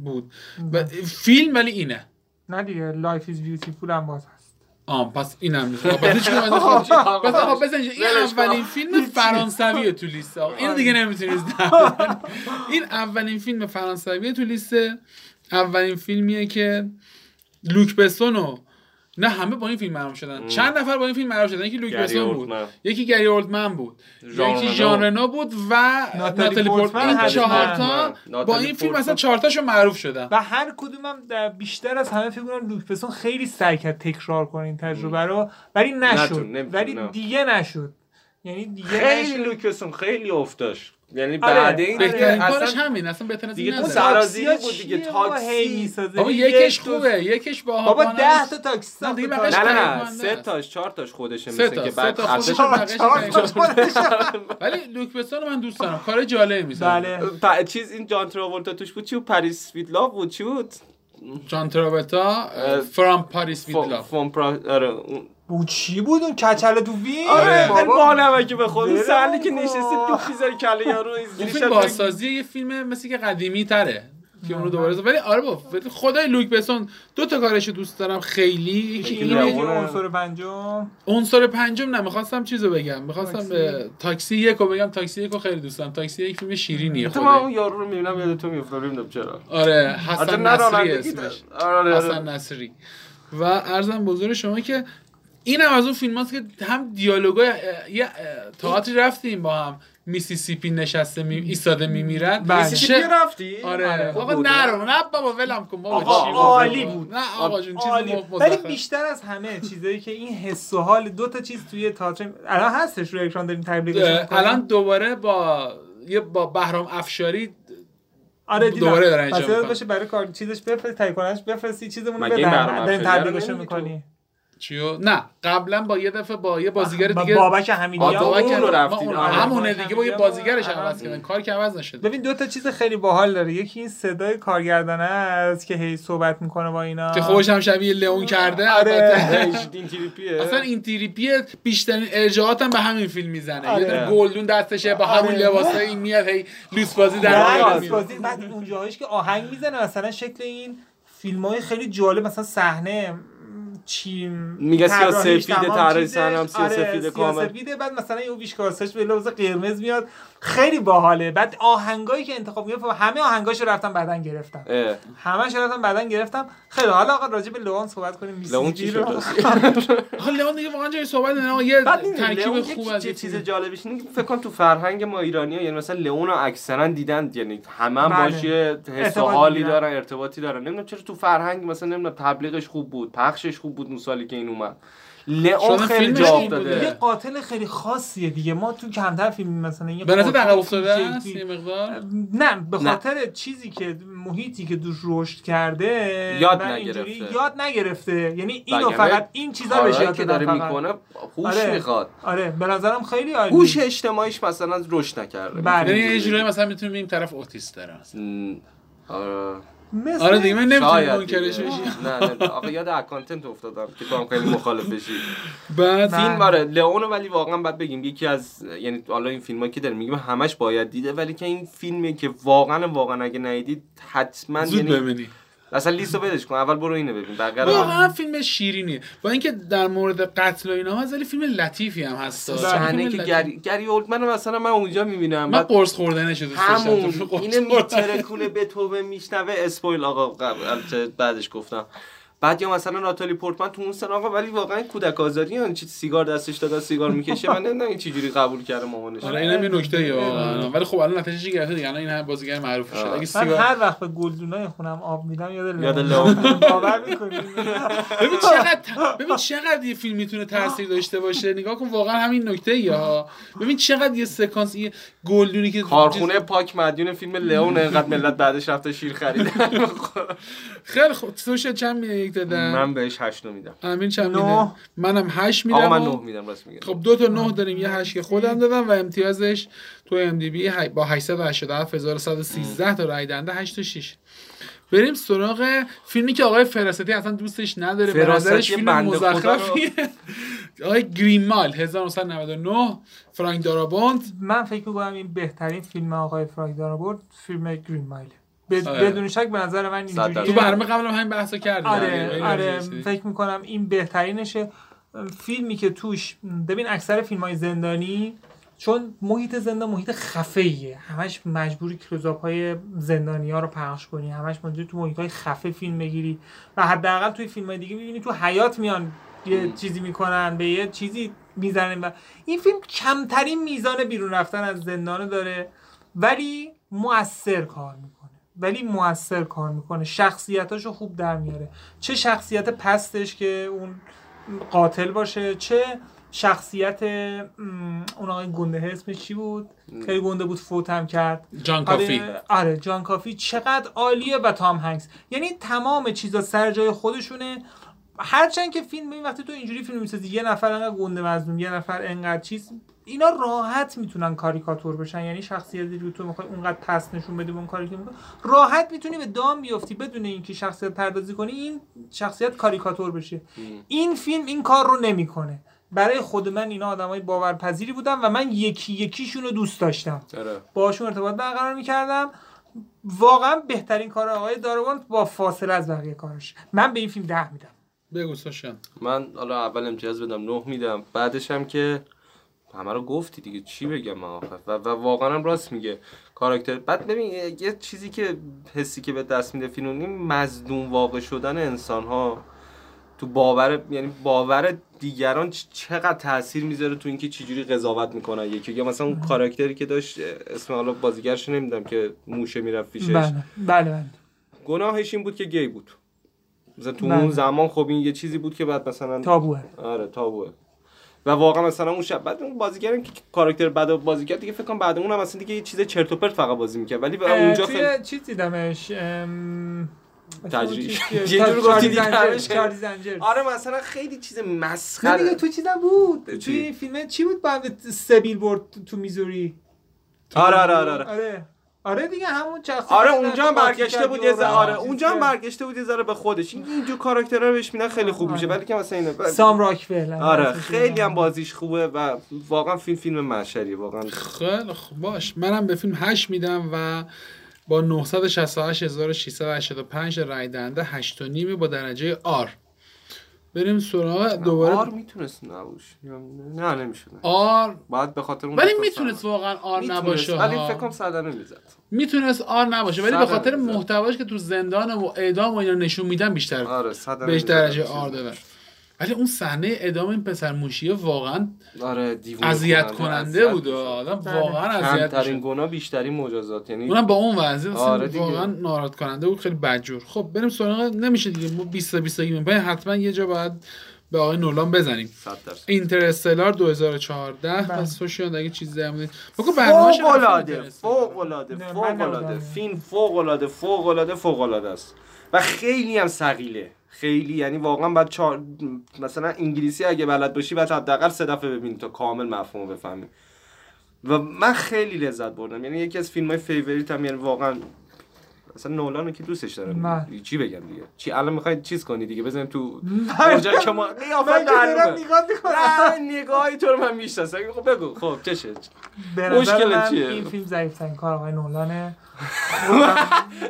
[SPEAKER 1] بود
[SPEAKER 3] بله.
[SPEAKER 1] و فیلم ولی اینه
[SPEAKER 3] نه دیگه لایف ایز بیوتیفول هم باز هست
[SPEAKER 1] آم پس اینم نیست آقا، پس هیچ کدوم از این خود چی؟ پس آقا بزن اینجا. این
[SPEAKER 2] ولش کن.
[SPEAKER 1] اولین فیلم فرانسویه تو لیست آقا اینو دیگه نمیتونید در بیارید. این اولین فیلم فرانسویه تو لیسته اولین فیلمیه که لوک بسونو نه همه با این فیلم معروف شدن چند نفر با این فیلم معروف شدن یکی لوک
[SPEAKER 2] گری
[SPEAKER 1] بسون بود
[SPEAKER 2] اولدمن.
[SPEAKER 1] یکی گری اولدمن بود
[SPEAKER 2] ژان
[SPEAKER 1] یکی
[SPEAKER 2] رنو.
[SPEAKER 1] ژان رنو بود و
[SPEAKER 3] ناتالی
[SPEAKER 1] ناتالی
[SPEAKER 3] پورتمن.
[SPEAKER 1] پورتمن این
[SPEAKER 3] ناتالی
[SPEAKER 1] چهارتا
[SPEAKER 2] پورتمن.
[SPEAKER 1] با
[SPEAKER 2] ناتالی
[SPEAKER 1] این فیلم
[SPEAKER 2] پورتمن.
[SPEAKER 1] اصلا چهارتاشون معروف شدن
[SPEAKER 3] و هر کدومم در- بیشتر از همه فکر کنم لوک بسون خیلی سعی کرد تکرار کنه این تجربه رو ولی نشد
[SPEAKER 2] نتون، نمیتون،
[SPEAKER 3] ولی
[SPEAKER 2] نه.
[SPEAKER 3] دیگه نشد یعنی دیگه
[SPEAKER 2] خیلی
[SPEAKER 3] نشد.
[SPEAKER 2] لوکسون خیلی افتاش یعنی
[SPEAKER 3] آره.
[SPEAKER 2] بعد این
[SPEAKER 1] بهترین
[SPEAKER 2] دیگه
[SPEAKER 1] کارش
[SPEAKER 2] اصلا
[SPEAKER 1] همین اصلا بهترین از این
[SPEAKER 2] دیگه اون
[SPEAKER 1] نداره.
[SPEAKER 2] سر- سرازیری
[SPEAKER 3] تاکسیا
[SPEAKER 2] بود دیگه،
[SPEAKER 3] چیه
[SPEAKER 2] تاکسی.
[SPEAKER 3] بابا هی می‌سازه؟
[SPEAKER 1] بابا
[SPEAKER 3] یک
[SPEAKER 1] یکش
[SPEAKER 3] دو-
[SPEAKER 1] خوبه یکش با
[SPEAKER 3] بابا ده تا تاکسی
[SPEAKER 1] نه، دیگه
[SPEAKER 3] ساخته
[SPEAKER 1] بقیه‌اش
[SPEAKER 2] نه نه
[SPEAKER 3] تاکسی.
[SPEAKER 1] تعریف
[SPEAKER 2] نه
[SPEAKER 1] کننده
[SPEAKER 2] سه
[SPEAKER 1] است.
[SPEAKER 2] تاش چهار تاش خودشه
[SPEAKER 1] سه
[SPEAKER 2] مثل
[SPEAKER 1] تا،
[SPEAKER 2] که
[SPEAKER 1] سه
[SPEAKER 2] بعد
[SPEAKER 1] تا خودشه.
[SPEAKER 2] خفش
[SPEAKER 1] چهار-
[SPEAKER 3] چهار- چهار تا خودش
[SPEAKER 1] ولی لوک بسون رو من دوست دارم کار جالبی میزنه
[SPEAKER 3] بله
[SPEAKER 2] پ- چیز این جان تراولتا توش بود چی بود پاریس ویدلاو بود چی بود
[SPEAKER 1] جان تراولتا
[SPEAKER 2] اه،
[SPEAKER 1] فرام پاریس
[SPEAKER 2] فو-
[SPEAKER 1] ویدلاو
[SPEAKER 2] فون پرا آره اون-
[SPEAKER 3] بود چی بود اون کچل تو وین
[SPEAKER 2] آره
[SPEAKER 1] آره.
[SPEAKER 2] خیلی باحال که به خود اون
[SPEAKER 3] برم
[SPEAKER 2] سرلی که
[SPEAKER 3] کن.
[SPEAKER 2] نشسته دوخ می‌ذاره کله یارو این
[SPEAKER 1] اون
[SPEAKER 2] زیرش
[SPEAKER 1] فیلم
[SPEAKER 2] هم-
[SPEAKER 1] بازسازی یه فیلم مثل که قدیمی تره که اون رو دوباره ولی آره با خدای لوک بسون دو تا کارش رو دوست دارم خیلی یکی
[SPEAKER 2] یکی
[SPEAKER 1] اینه
[SPEAKER 2] لئون.
[SPEAKER 3] یکی عنصر پنجم
[SPEAKER 1] عنصر پنجم نه میخواستم چیزو بگم میخواستم
[SPEAKER 3] تاکسی.
[SPEAKER 1] به تاکسی یکو بگم تاکسی یکو خیلی دوست دارم تاکسی یک فیلم شیرینیه
[SPEAKER 2] تو من
[SPEAKER 1] خوده
[SPEAKER 2] اون یارو رو میبینم یاد تو میفته نمیدونم چرا
[SPEAKER 1] آره
[SPEAKER 2] حتی
[SPEAKER 1] حسن
[SPEAKER 2] نه
[SPEAKER 1] نصری
[SPEAKER 2] رانندگی
[SPEAKER 1] اسمش
[SPEAKER 2] آره
[SPEAKER 1] حسن
[SPEAKER 2] آره
[SPEAKER 1] نصری و ارزم بزرگ شما که این هم از اون فیلم هاست که هم دیالوگای اه، یه اه، تئاتری رفتیم با هم میسیسیپی نشسته می ایستاده میمیرد
[SPEAKER 3] بله.
[SPEAKER 2] میسیسیپی رفتی
[SPEAKER 1] آره
[SPEAKER 2] خوب
[SPEAKER 1] آقا
[SPEAKER 2] بود.
[SPEAKER 1] نرو نه بابا ولم کن بابا
[SPEAKER 2] آقا،
[SPEAKER 1] چی بود؟
[SPEAKER 3] عالی بود.
[SPEAKER 1] نه آقا جون چیز
[SPEAKER 3] عالی.
[SPEAKER 1] مف-
[SPEAKER 3] ولی
[SPEAKER 1] مزخرف.
[SPEAKER 3] بیشتر از همه چیزایی که این حس و حال دو تا چیز توی تئاتر الان هستش روی اکران داریم تبلیغش
[SPEAKER 1] اه،
[SPEAKER 3] می‌کنیم.
[SPEAKER 1] الان دوباره با یه با بهرام افشاری
[SPEAKER 3] آره دیدم
[SPEAKER 1] دوباره دارن انجام
[SPEAKER 3] پس یاد
[SPEAKER 1] می‌کنن.
[SPEAKER 3] باشه برای کار چیزش بفرست تایید کننش بفرستی چیزمون رو
[SPEAKER 2] مگه این برنامه یعنی
[SPEAKER 3] بدن داریم
[SPEAKER 2] افشاری رو
[SPEAKER 3] تبلیغش
[SPEAKER 2] نمی‌دونی
[SPEAKER 3] میکنی
[SPEAKER 1] چیو نه قبلا با یه دفعه با یه بازیگر دیگه
[SPEAKER 3] بابک حمیدی
[SPEAKER 2] آه، بابک
[SPEAKER 1] بابک
[SPEAKER 2] اون رو
[SPEAKER 1] ما
[SPEAKER 2] رفتیم.
[SPEAKER 1] اون-
[SPEAKER 2] آره.
[SPEAKER 1] همونه
[SPEAKER 3] بابک
[SPEAKER 1] دیگه با یه
[SPEAKER 3] حمیدی
[SPEAKER 1] بازیگرش
[SPEAKER 3] هم-
[SPEAKER 1] عوض کردن کار که عوض نشده
[SPEAKER 3] ببین دو تا چیز خیلی باحال داره یکی این صدای کارگردانه است که هی صحبت میکنه با اینا
[SPEAKER 1] که خودش هم شبیه لئون کرده
[SPEAKER 3] آره.
[SPEAKER 1] البته
[SPEAKER 2] هیچ، این تریپیه
[SPEAKER 1] اصلا این تریپی بیشترین ارجاعات هم به همین فیلم میزنه
[SPEAKER 3] آره.
[SPEAKER 1] یه دونه گلدون دستشه با همون
[SPEAKER 3] آره.
[SPEAKER 1] لباسه این میاد هی لوس بازی در
[SPEAKER 3] در
[SPEAKER 1] میاره.
[SPEAKER 2] آره.
[SPEAKER 3] یعنی بازی بعد اون جاهایش که آهنگ میزنه مثلا شکل این فیلم های خیلی جالب مثلا صحنه م، چی
[SPEAKER 2] میگه
[SPEAKER 3] طراحیش،
[SPEAKER 2] سیاسفیده،
[SPEAKER 3] تمام
[SPEAKER 2] طراحی
[SPEAKER 3] چیزش. آره،
[SPEAKER 2] صحنه هم سیاسفیده کامل.
[SPEAKER 3] سیاسفیده، بعد مثلا یه ویشکاسش به لباس قرمز میاد خیلی باحاله بعد آهنگایی که انتخاب میگه همه آهنگاشو رفتم بعدن گرفتم
[SPEAKER 2] اه.
[SPEAKER 3] همش رفتم بعدن گرفتم خیلی حالا آقا راجع به لئون صحبت کنیم می‌سیسی
[SPEAKER 2] لئون چی
[SPEAKER 3] رو.
[SPEAKER 2] شد
[SPEAKER 1] حالا لئون دیگه واقعا جای صحبت نه آقا یه
[SPEAKER 2] بعد می‌دونی
[SPEAKER 1] ترکیب
[SPEAKER 2] لئون
[SPEAKER 1] خوب
[SPEAKER 2] یه
[SPEAKER 1] از
[SPEAKER 2] چی-
[SPEAKER 1] یه
[SPEAKER 2] چیز
[SPEAKER 1] فیلم.
[SPEAKER 2] جالبش اینه که فکر کنم تو فرهنگ ما ایرانی ها یعنی مثلا لئون رو اکثرا دیدن یعنی همه هم
[SPEAKER 3] بله.
[SPEAKER 2] باش یه حس و
[SPEAKER 3] ارتباط
[SPEAKER 2] حالی
[SPEAKER 3] می‌گیرن.
[SPEAKER 2] دارن ارتباطی دارن نمیدونم چرا تو فرهنگ مثلا نمیدونم تبلیغش خوب بود پخشش خوب بود اون سالی که این اومد لئون
[SPEAKER 1] شما
[SPEAKER 2] خیلی
[SPEAKER 1] فیلمش
[SPEAKER 2] جا
[SPEAKER 1] این
[SPEAKER 2] افتاده
[SPEAKER 3] یه قاتل خیلی خاصیه دیگه ما تو کمتر فیلم مثلا یه
[SPEAKER 1] به نظر
[SPEAKER 3] قاتل
[SPEAKER 1] بقیه افتاده
[SPEAKER 3] خیلی
[SPEAKER 1] است
[SPEAKER 3] جدی.
[SPEAKER 1] یه مقدار
[SPEAKER 3] نه به
[SPEAKER 2] نه.
[SPEAKER 3] خاطر چیزی که محیطی که دوش رشد کرده
[SPEAKER 2] یاد
[SPEAKER 3] و
[SPEAKER 2] نگرفته.
[SPEAKER 3] اینجوری یاد نگرفته یعنی اینو
[SPEAKER 2] وگرنه
[SPEAKER 3] فقط این چیزا بهش
[SPEAKER 2] کارهایی
[SPEAKER 3] یاد
[SPEAKER 2] آره، که
[SPEAKER 3] دادن
[SPEAKER 2] داره
[SPEAKER 3] فقط.
[SPEAKER 2] میکنه هوش
[SPEAKER 3] آره.
[SPEAKER 2] میخواد
[SPEAKER 3] آره به نظرم خیلی عالی
[SPEAKER 2] هوش اجتماعیش مثلا رشد نکرده
[SPEAKER 3] بله.
[SPEAKER 1] یعنی یه جورایی مثلا میتونیم بگیم طرف اوتیست داره مثلا.
[SPEAKER 2] م، آره
[SPEAKER 3] مثل
[SPEAKER 1] آره دیگه من نمیتونیم
[SPEAKER 2] شاید
[SPEAKER 1] منکرش
[SPEAKER 2] دیگه.
[SPEAKER 1] بشیم
[SPEAKER 2] نه نه آقا یاد اکانتنت افتادم که تو هم خیلی مخالف بشی
[SPEAKER 1] بعد
[SPEAKER 3] نه.
[SPEAKER 2] فیلم آره لئونو ولی واقعا باید بگیم یکی از یعنی حالا این فیلم که داریم میگیم همش باید دیده ولی که این فیلمی که واقعا واقعا اگه ندیدید حتما
[SPEAKER 1] زود
[SPEAKER 2] یعنی
[SPEAKER 1] ببینی
[SPEAKER 2] اصلا لیستو بدش کن اول برو اینو ببین بقیه رو-
[SPEAKER 1] واقعا فیلم شیرینیه با اینکه در مورد قتل و اینا هست ولی فیلم لطیفی هم هست
[SPEAKER 2] صحنه
[SPEAKER 1] فیلم
[SPEAKER 2] که
[SPEAKER 1] لطیف.
[SPEAKER 2] گری گری اولدمن رو مثلا من اونجا میبینم
[SPEAKER 1] من قرص خوردنش رو دوست داشتم تو
[SPEAKER 2] همون
[SPEAKER 1] فیلم قرص
[SPEAKER 2] اینه
[SPEAKER 1] خوردن.
[SPEAKER 2] میترکونه به توبه میشنوه اسپویل آقا قبل البته بعدش گفتم بعد یا مثلا ناتالی پورتمن تو اون سن آقا ولی واقعا کودک آزاری اون چی سیگار دستش داده سیگار میکشه من نمیدونم این چجوری قبول کرده مامانش
[SPEAKER 1] آره اینم یه نکته واقعا ولی خب الان نتیجه چی گرفته دیگه الان این هم بازیگر معروف شد
[SPEAKER 2] آه.
[SPEAKER 1] اگه
[SPEAKER 3] من
[SPEAKER 1] سیگار
[SPEAKER 3] هر وقت به گلدونای خونم آب میدم یاد
[SPEAKER 2] یاد
[SPEAKER 3] لئون
[SPEAKER 2] لئون.
[SPEAKER 3] باور میکنی
[SPEAKER 1] ببین چقدر ببین چقدر یه فیلم میتونه تاثیر داشته باشه نگاه کن واقعا همین نکته یا ببین چقدر یه سکانس یه گلدونی که
[SPEAKER 2] کارخونه پاک مدیون فیلم لئون انقدر ملت بعدش رفته شیر خریدن
[SPEAKER 1] خیلی خوب سوشا چند میده یک دادن
[SPEAKER 2] من بهش 8 میدم
[SPEAKER 1] امین چند
[SPEAKER 3] نه.
[SPEAKER 1] میده منم هشت میدم
[SPEAKER 2] آقا من
[SPEAKER 1] و-
[SPEAKER 2] 9 میدم راست میگم
[SPEAKER 1] خب دو تا نه داریم یه هشت که خودم دادم و امتیازش تو ام دی بی هی- با 887113 تا رای دنده 8 تا 6 بریم سراغ فیلمی که آقای فراستی اصلا دوستش نداره به
[SPEAKER 2] فراستی
[SPEAKER 1] نظرش فیلم
[SPEAKER 2] بنده خدا
[SPEAKER 1] مزخرفیه آقای گریمال 1999 فرانک دارابوند
[SPEAKER 3] من فکر میکنم این بهترین فیلم آقای فراگ دارابورد فیلم گرین مایل
[SPEAKER 1] آره.
[SPEAKER 3] بدون شک به نظر من
[SPEAKER 2] صد درصد.
[SPEAKER 3] اینجوریه
[SPEAKER 1] تو برنامه قبل هم همین بحثو کردیم یعنی
[SPEAKER 3] آره آره فکر میکنم این بهترینشه فیلمی که توش ببین اکثر فیلم های زندانی چون محیط زندان محیط خفه ایه همش مجبوری کلوزاپ های زندانی ها رو پخش کنی همش مجبوری تو محیط های خفه فیلم بگیری و حداقل توی فیلم های دیگه میبینی تو حیات میان یه چیزی میکنن به یه چیزی میزنن و این فیلم کمترین میزان بیرون رفتن از زندانه داره ولی مؤثر کار میکنه ولی موثر کار میکنه شخصیتاشو خوب در میاره چه شخصیت پستش که اون قاتل باشه چه شخصیت م، اون آقای گنده اسمش چی بود خیلی گنده بود فوت هم کرد
[SPEAKER 1] جان کافی
[SPEAKER 3] آره, آره جان کافی چقدر عالیه و تام هنگس یعنی تمام چیزا سر جای خودشونه هرچند که فیلم این وقتی تو اینجوری فیلم میسازی یه نفر انقدر گنده مظلوم یه نفر انقدر چیز اینا راحت میتونن کاریکاتور بشن یعنی شخصیتی رو تو میخوای اونقدر پس نشون بدی به اون کاری که می‌کنی، راحت میتونی به دام بیفتی بدون اینکه شخصیت پردازی کنی این شخصیت کاریکاتور بشه این فیلم این کار رو نمیکنه برای خود من اینا آدمای باورپذیری بودن و من یکی یکیشون رو دوست داشتم
[SPEAKER 2] آره
[SPEAKER 3] باشون ارتباط برقرار میکردم واقعا بهترین کار آقای داروان با فاصله از بقیه کارش من به این فیلم ده میدم
[SPEAKER 1] بگو سوشا
[SPEAKER 2] من حالا اول امتیاز بدم نه میدم بعدش هم که همه رو گفتی دیگه چی بگم من آخه و, و واقعا هم راست میگه کاراکتر بعد ببین یه چیزی که حسی که به دست میده فیلم این مظلوم واقع شدن انسان ها تو باور یعنی باور دیگران چ- چقدر تاثیر میذاره تو اینکه چجوری قضاوت میکنن یکی یا مثلا اون
[SPEAKER 3] بله.
[SPEAKER 2] کاراکتری که داشت اسم حالا بازیگرش نمیدم که موشه میرفت پیشش
[SPEAKER 3] بله بله بله
[SPEAKER 2] گناهش این بود که گی بود مثلا تو
[SPEAKER 3] بله.
[SPEAKER 2] اون زمان خب این یه چیزی بود که بعد مثلا
[SPEAKER 3] تابوه
[SPEAKER 2] آره تابوه و واقعا مثلا اون شب بعد اون بازیگرم که کاراکتر بعد و بازیگر دیگه فکر کنم بعد اونم اصلا دیگه یه چیز چرت و پرت فقط بازی میکرد ولی
[SPEAKER 3] اه،
[SPEAKER 2] اونجا
[SPEAKER 3] توی
[SPEAKER 2] خیلی
[SPEAKER 3] چیز دیدمش ام،
[SPEAKER 2] تجریش.
[SPEAKER 3] اسم اون چیز که-
[SPEAKER 2] یه جور گفتی
[SPEAKER 3] چارلی
[SPEAKER 2] دیگه
[SPEAKER 3] زنجر،
[SPEAKER 2] همش خیلی-
[SPEAKER 3] چارلی زنجر.
[SPEAKER 2] آره مثلا خیلی چیز
[SPEAKER 3] نه دیگه
[SPEAKER 2] مسخره
[SPEAKER 3] تو چیزم بود توی
[SPEAKER 2] چی؟
[SPEAKER 3] فیلم چی بود با هم سه بیل بورد تو- تو میزوری
[SPEAKER 2] آره آره آره آره
[SPEAKER 3] آره آره دیگه همون شخصیت
[SPEAKER 2] آره اونجا هم
[SPEAKER 3] قاطی
[SPEAKER 2] برگشته
[SPEAKER 3] کردی
[SPEAKER 2] بود
[SPEAKER 3] و
[SPEAKER 2] یه ذره
[SPEAKER 3] رفت.
[SPEAKER 2] آره
[SPEAKER 3] چیز
[SPEAKER 2] اونجا هم
[SPEAKER 3] که-
[SPEAKER 2] برگشته بود یه ذره به خودش این اینجور کاراکترها رو بهش میدن خیلی خوب میشه
[SPEAKER 3] آره.
[SPEAKER 2] ولی که مثلا اینه
[SPEAKER 3] سام راکفل
[SPEAKER 2] آره خیلی هم بازیش خوبه و واقعا فیلم فیلم معشریه واقعا
[SPEAKER 1] خیلی خوب باش منم به فیلم 8 میدم و با 968685 رای دهنده 8 با درجه آر بریم سراغ
[SPEAKER 2] آر
[SPEAKER 1] دوباره
[SPEAKER 2] میتونست نباشه نه نمیشد
[SPEAKER 1] آر
[SPEAKER 2] بعد به خاطر اون
[SPEAKER 1] ولی
[SPEAKER 2] دو تا
[SPEAKER 1] میتونست
[SPEAKER 2] سم.
[SPEAKER 1] واقعا آر
[SPEAKER 2] میتونست،
[SPEAKER 1] نباشه
[SPEAKER 2] ولی
[SPEAKER 1] ها.
[SPEAKER 2] فکر کنم صدمه میزد
[SPEAKER 1] میتونست آر نباشه ولی
[SPEAKER 2] صدر
[SPEAKER 1] به خاطر
[SPEAKER 2] می‌زد.
[SPEAKER 1] محتواش که تو زندان و اعدام و اینا نشون میدن بیشتر
[SPEAKER 2] آره صدمه
[SPEAKER 1] بهش
[SPEAKER 2] می‌زد.
[SPEAKER 1] درجه آر دادن ولی اون صحنه اعدام این پسر موشیه واقعا
[SPEAKER 2] آره دیوونه
[SPEAKER 1] اذیت کننده
[SPEAKER 2] اذیت
[SPEAKER 1] بود و
[SPEAKER 2] می‌شد.
[SPEAKER 1] آدم
[SPEAKER 3] بله.
[SPEAKER 1] واقعا اذیت می‌شد.
[SPEAKER 2] کمترین گناه بیشترین مجازات یعنی
[SPEAKER 1] اونم با اون وضعیت اصلا
[SPEAKER 2] آره دیگه.
[SPEAKER 1] واقعا ناراحت کننده بود خیلی بدجور خب بریم سراغ نمیشه دیگه ما 20 تا 21 میلیون پای حتما یه جا باید به آقای نولان بزنیم
[SPEAKER 2] 100 درصد
[SPEAKER 1] اینترستلار 2014
[SPEAKER 3] بله.
[SPEAKER 1] پس سوشیان اگه چیزی در موردش بگو برنامه‌اش
[SPEAKER 2] فوق
[SPEAKER 1] هم هست
[SPEAKER 2] العاده
[SPEAKER 1] اینترستلار.
[SPEAKER 2] فوق العاده
[SPEAKER 3] نه، من
[SPEAKER 2] فوق العاده
[SPEAKER 3] نبودم.
[SPEAKER 2] فیلم فوق العاده فوق العاده فوق العاده است و خیلی هم سقیله خیلی یعنی واقعا بعد چهار مثلا انگلیسی اگه بلد باشی بعد حداقل سه دفعه ببینی تا کامل مفهوم رو بفهمی و من خیلی لذت بردم یعنی یکی از فیلم های فیوریت هم یعنی واقعا اصلا نولان رو که دوستش دارم
[SPEAKER 3] من.
[SPEAKER 2] چی بگم دیگه چی الان میخواید چیز کنی دیگه بزنیم تو
[SPEAKER 3] من-
[SPEAKER 2] اونجا که ما
[SPEAKER 3] من
[SPEAKER 2] قیافت
[SPEAKER 3] که دارم
[SPEAKER 2] معلومه
[SPEAKER 3] نگاه میکنم
[SPEAKER 2] نه، نگاهی تو رو من میشناسم خب بگو خب چشه
[SPEAKER 3] به نظر
[SPEAKER 2] مشکل
[SPEAKER 3] من
[SPEAKER 2] چیه؟
[SPEAKER 3] این فیلم ضعیفترین کار آقای نولانه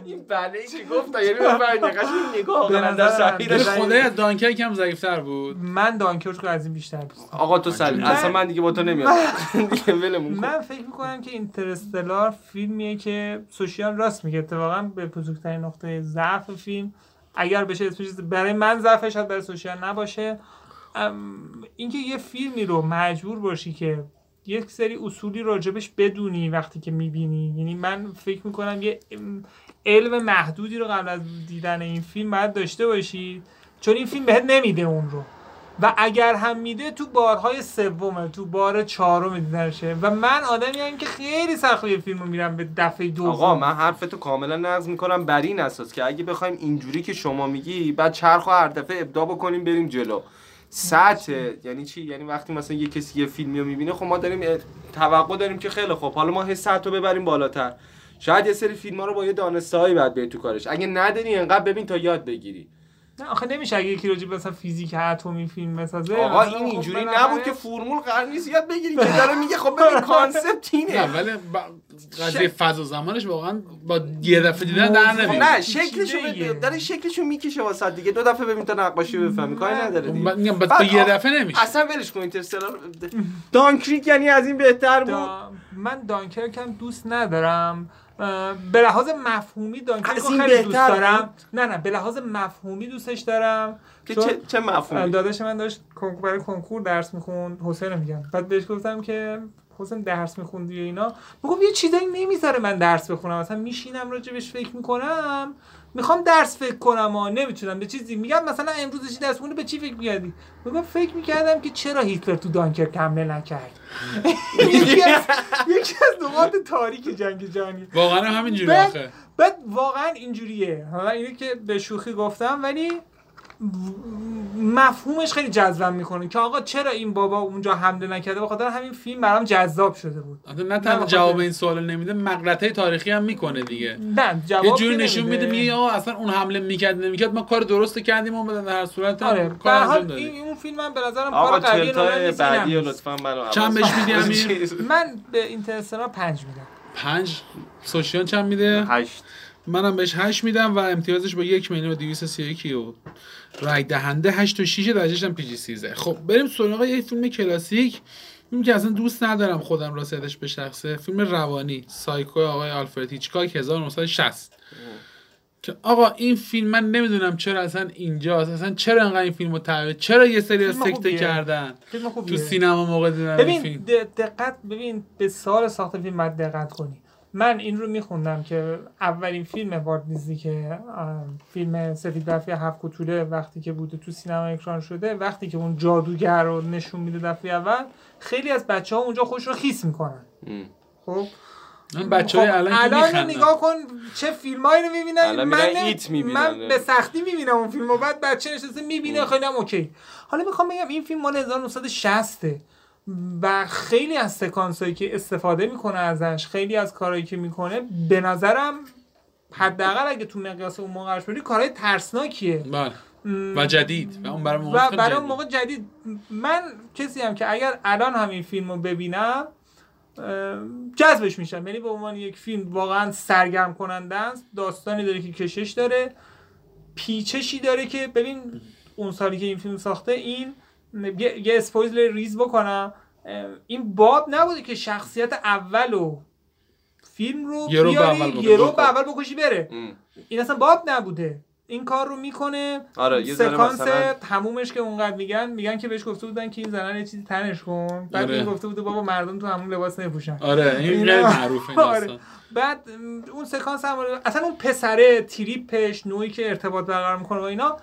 [SPEAKER 2] این بله ای که گفت یعنی من فرق قشنگ نگاه
[SPEAKER 3] به
[SPEAKER 2] آقا نظر
[SPEAKER 3] نظرم
[SPEAKER 2] سفیر
[SPEAKER 1] به
[SPEAKER 3] بزنیم.
[SPEAKER 1] خدای از دانکرک هم ضعیفتر بود
[SPEAKER 3] من دانکرک رو از این بیشتر دوست دارم.
[SPEAKER 2] آقا تو سر
[SPEAKER 1] من-
[SPEAKER 2] اصلا من دیگه با تو نمیام دیگه ولمون کن
[SPEAKER 3] من فکر میکنم که اینترستلار فیلمیه که سوشیان راست میگه اتفاقا به بزرگترین نقطه ضعف فیلم اگر بشه اسمش برای من ضعفه شاید برای سوشیان نباشه ام، اینکه یه فیلمی رو مجبور باشی که یک سری اصولی راجبش بدونی وقتی که میبینی یعنی من فکر میکنم یه ام، علم محدودی رو قبل از دیدن این فیلم باید داشته باشی چون این فیلم بهت نمیده اون رو و اگر هم میده تو بارهای سومه تو بار چهارم دیدنشه و من آدمی هم که خیلی سختی فیلم رو میرم به دفعه دوم
[SPEAKER 2] آقا من حرفتو کاملا نقض میکنم بر این اساس که اگه بخوایم اینجوری که شما میگی بعد چرخ و هر دفعه ابدا بکنیم بریم جلو سطح یعنی چی یعنی وقتی مثلا یه کسی یه فیلمی رو میبینه خب ما داریم اه، توقع داریم که خیلی خب حالا ما هی سطح رو ببریم بالاتر شاید یه سری فیلم ها رو با یه دانسته‌ای بعد بیای تو کارش اگه نداری انقدر ببین تا یاد بگیری
[SPEAKER 3] نه آخه نمیشه اگه یکی راجع به مثلا فیزیک اتمی فیلم بسازه
[SPEAKER 2] آقا
[SPEAKER 3] مثلا
[SPEAKER 2] این
[SPEAKER 3] خب
[SPEAKER 2] اینجوری
[SPEAKER 3] بالاخره-
[SPEAKER 2] نبود که فرمول قرار نیست یاد بگیری که داره میگه خب ببین کانسپت
[SPEAKER 1] نه
[SPEAKER 2] اینه خب،
[SPEAKER 1] ولی ب- قضیه فضا زمانش واقعا با یه دفعه دیدن در
[SPEAKER 3] موضوع-
[SPEAKER 1] نمیاد
[SPEAKER 2] نه شکلشو
[SPEAKER 3] چیزه
[SPEAKER 2] بده-
[SPEAKER 3] دیگه.
[SPEAKER 2] داره شکلشو میکشه واسه دیگه دو دفعه ببین تا نقاشی رو بفهمی کاری نداره
[SPEAKER 1] من
[SPEAKER 2] دیگه
[SPEAKER 1] میگم با-
[SPEAKER 2] بعد
[SPEAKER 1] با یه
[SPEAKER 2] آخ-
[SPEAKER 1] دفعه نمیشه
[SPEAKER 2] اصلا ولش کن اینترستلار دانکریک یعنی از این بهتر بود
[SPEAKER 3] دا- من دانکرک هم دوست ندارم اه، به لحاظ مفهومی دانکرک
[SPEAKER 2] از
[SPEAKER 3] رو
[SPEAKER 2] این
[SPEAKER 3] خیلی دوست
[SPEAKER 2] بهتر
[SPEAKER 3] دارم نه نه به لحاظ مفهومی دوستش دارم
[SPEAKER 2] که
[SPEAKER 3] چون-
[SPEAKER 2] چه چه مفهومی
[SPEAKER 3] داداش من داشت کنکور برای کنکور درس میخوند حسین میگم بعد بهش گفتم که حسین درس میخوندی و اینا میگفت یه چیزایی نمیذاره من درس بخونم مثلا میشینم راجبش فکر میکنم میخوام درس فکر کنم و نمیتونم به چیزی میگم مثلا امروز چی درس خوندی به چی فکر میکردی میگم فکر میکردم که چرا هیتلر تو دانکرک حمله نکرد یکی از یکی از نقاط تاریک جنگ جهانی
[SPEAKER 1] واقعا هم همینجوری
[SPEAKER 3] بعد-
[SPEAKER 1] آخه
[SPEAKER 3] بعد واقعا اینجوریه حالا اینه که به شوخی گفتم ولی و- مفهومش خیلی جذبم میکنه که آقا چرا این بابا اونجا حمله نکرده به خاطر همین فیلم برام جذاب شده بود
[SPEAKER 1] البته نه
[SPEAKER 3] نه،
[SPEAKER 1] تنها
[SPEAKER 3] بخاطر-
[SPEAKER 1] جواب این سوال رو نمیده مقلته تاریخی هم میکنه دیگه
[SPEAKER 3] نه جواب
[SPEAKER 1] یه جوری
[SPEAKER 3] که
[SPEAKER 1] نشون میده
[SPEAKER 3] نمیده.
[SPEAKER 1] میگه آقا اصلا اون حمله میکرد نمیکرد ما کار درست رو کردیم اون بدن هر صورت هم
[SPEAKER 3] آره به
[SPEAKER 1] کار
[SPEAKER 3] هر
[SPEAKER 1] انجام
[SPEAKER 3] حال
[SPEAKER 1] دادیم
[SPEAKER 3] این اون فیلم من به نظرم
[SPEAKER 2] آقا
[SPEAKER 3] کار قوی نولان
[SPEAKER 2] چرتای
[SPEAKER 3] نیست،
[SPEAKER 2] بعدی رو
[SPEAKER 3] اینم.
[SPEAKER 2] لطفا منو عوض
[SPEAKER 1] چند بهش
[SPEAKER 2] کن.
[SPEAKER 3] آره،
[SPEAKER 1] میدی، امیر؟
[SPEAKER 2] چیز-
[SPEAKER 3] من به اینترستلار پنج میدم
[SPEAKER 1] پنج سوشیان چند میده
[SPEAKER 2] هشت
[SPEAKER 1] منم بهش 8 میدم و امتیازش با یک میلیون و 231 و رای دهنده 8 و 6 درجهش هم پی جی 13 خب بریم سراغ یک فیلم کلاسیک فیلم که اصلا دوست ندارم خودم راستش به شخصه فیلم روانی سایکو آقای آلفرد هیچکاک 1960 که آقا این فیلم من نمیدونم چرا اصلا اینجاست اصلا چرا انقدر این فیلمو تعریف چرا یه سری از
[SPEAKER 3] فیلم
[SPEAKER 1] سکته
[SPEAKER 3] خوبیه.
[SPEAKER 1] کردن
[SPEAKER 3] فیلم خوبیه
[SPEAKER 1] تو سینما موقع دیدن این
[SPEAKER 3] ببین
[SPEAKER 1] فیلم
[SPEAKER 3] د- دقت ببین به سال ساخت فیلم باید دقت کنی من این رو میخوندم که اولین فیلم وارد دیزنی که ام، فیلم سفید برفی هفت کوتوله وقتی که بوده تو سینما اکران شده وقتی که اون جادوگر رو نشون میده دفعه اول خیلی از بچه ها اونجا خوش رو خیس میکنن
[SPEAKER 2] ام.
[SPEAKER 3] خب
[SPEAKER 1] من بچهای
[SPEAKER 3] خب،
[SPEAKER 1] الان که
[SPEAKER 3] الان رو
[SPEAKER 1] میخندن
[SPEAKER 3] نگاه کن چه فیلمایی رو میبینن
[SPEAKER 2] الان
[SPEAKER 3] من,
[SPEAKER 2] میرن
[SPEAKER 3] نمی-
[SPEAKER 2] ایت می‌بینن.
[SPEAKER 3] من به سختی میبینم اون فیلمو بعد بچه نشسته میبینه خیلی هم اوکی حالا میخوام بگم این فیلم مال 1960 ه و خیلی از سکانس هایی که استفاده میکنه ازش خیلی از کارهایی که میکنه به نظرم حداقل اگه تو مقیاس اون موقعش بری کارهای ترسناکیه
[SPEAKER 1] بله. و جدید و اون برای موقع
[SPEAKER 3] و
[SPEAKER 1] خیلی
[SPEAKER 3] برای
[SPEAKER 1] جدید.
[SPEAKER 3] اون موقع جدید من کسی هم که اگر الان هم این فیلم رو ببینم اه، جذبش میشم یعنی به عنوان یک فیلم واقعا سرگرم کننده است داستانی داره که کشش داره پیچشی داره که ببین اون سالی که این فیلم ساخته این یه, یه اسپویل ریز بکنم اه، این باب نبوده که شخصیت اول و فیلم رو
[SPEAKER 1] یه رو به
[SPEAKER 3] بیاری،
[SPEAKER 1] اول بکن.
[SPEAKER 3] یه رو به اول بکشی بره
[SPEAKER 2] ام.
[SPEAKER 3] این اصلا باب نبوده این کار رو میکنه
[SPEAKER 2] آره، یه ذره
[SPEAKER 3] سکانس
[SPEAKER 2] مثلا-
[SPEAKER 3] تمومش که اونقدر میگن میگن که بهش گفته بودن که این زنن یه چیزی تنش کن بعد
[SPEAKER 1] آره.
[SPEAKER 3] این گفته بوده بابا مردم تو همون لباس نپوشن
[SPEAKER 1] آره این خیلی
[SPEAKER 3] اینا-
[SPEAKER 1] معروفه این
[SPEAKER 3] آره.
[SPEAKER 1] داستان.
[SPEAKER 3] بعد آره، م، اون سکانس هم اصلا اون پسره تریپش نوعی که ارتباط برقرار میکنه و اینا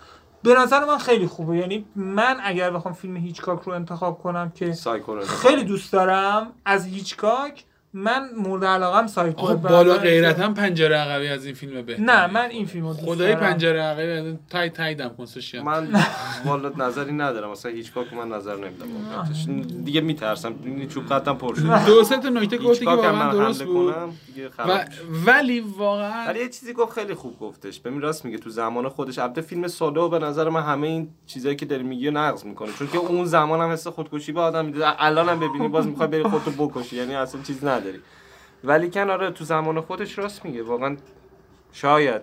[SPEAKER 3] به نظر من خیلی خوبه یعنی من اگر بخوام فیلم هیچکاک رو انتخاب کنم که
[SPEAKER 2] سایکو رو
[SPEAKER 3] خیلی دوست دارم از هیچکاک من مورد علاقم سایکو
[SPEAKER 1] آقا بالا غیرت هم پنجره عقبی از این فیلم بهتره
[SPEAKER 3] نه من این فیلم رو دوست
[SPEAKER 1] خدای
[SPEAKER 3] دارم.
[SPEAKER 1] پنجره عقبی از این تای تای دم کن سوشیان.
[SPEAKER 2] من والا نظری ندارم مثلا هیچکاک من نظر نمیدم بابتش. دیگه میترسم این چوب قدم پر شد
[SPEAKER 1] دو سه تا نکته گفتی که
[SPEAKER 2] هیچکاک هم
[SPEAKER 1] واقعا
[SPEAKER 2] من
[SPEAKER 1] درست
[SPEAKER 2] حمله
[SPEAKER 1] بود
[SPEAKER 2] کنم دیگه
[SPEAKER 1] و
[SPEAKER 2] خراب شد.
[SPEAKER 1] ولی واقعا
[SPEAKER 2] ولی یه چیزی گفت خیلی خوب گفتش ببین راست میگه تو زمان خودش البته فیلم ساده و به نظر من همه این چیزایی که داری میگی رو نقض میکنه چون که اون زمان هم حس خودکشی به آدم میده الان هم ببینی باز میخوای بری خودتو بکشی یعنی اصلا چیز نداری ولی کن آره تو زمان خودش راست میگه واقعا شاید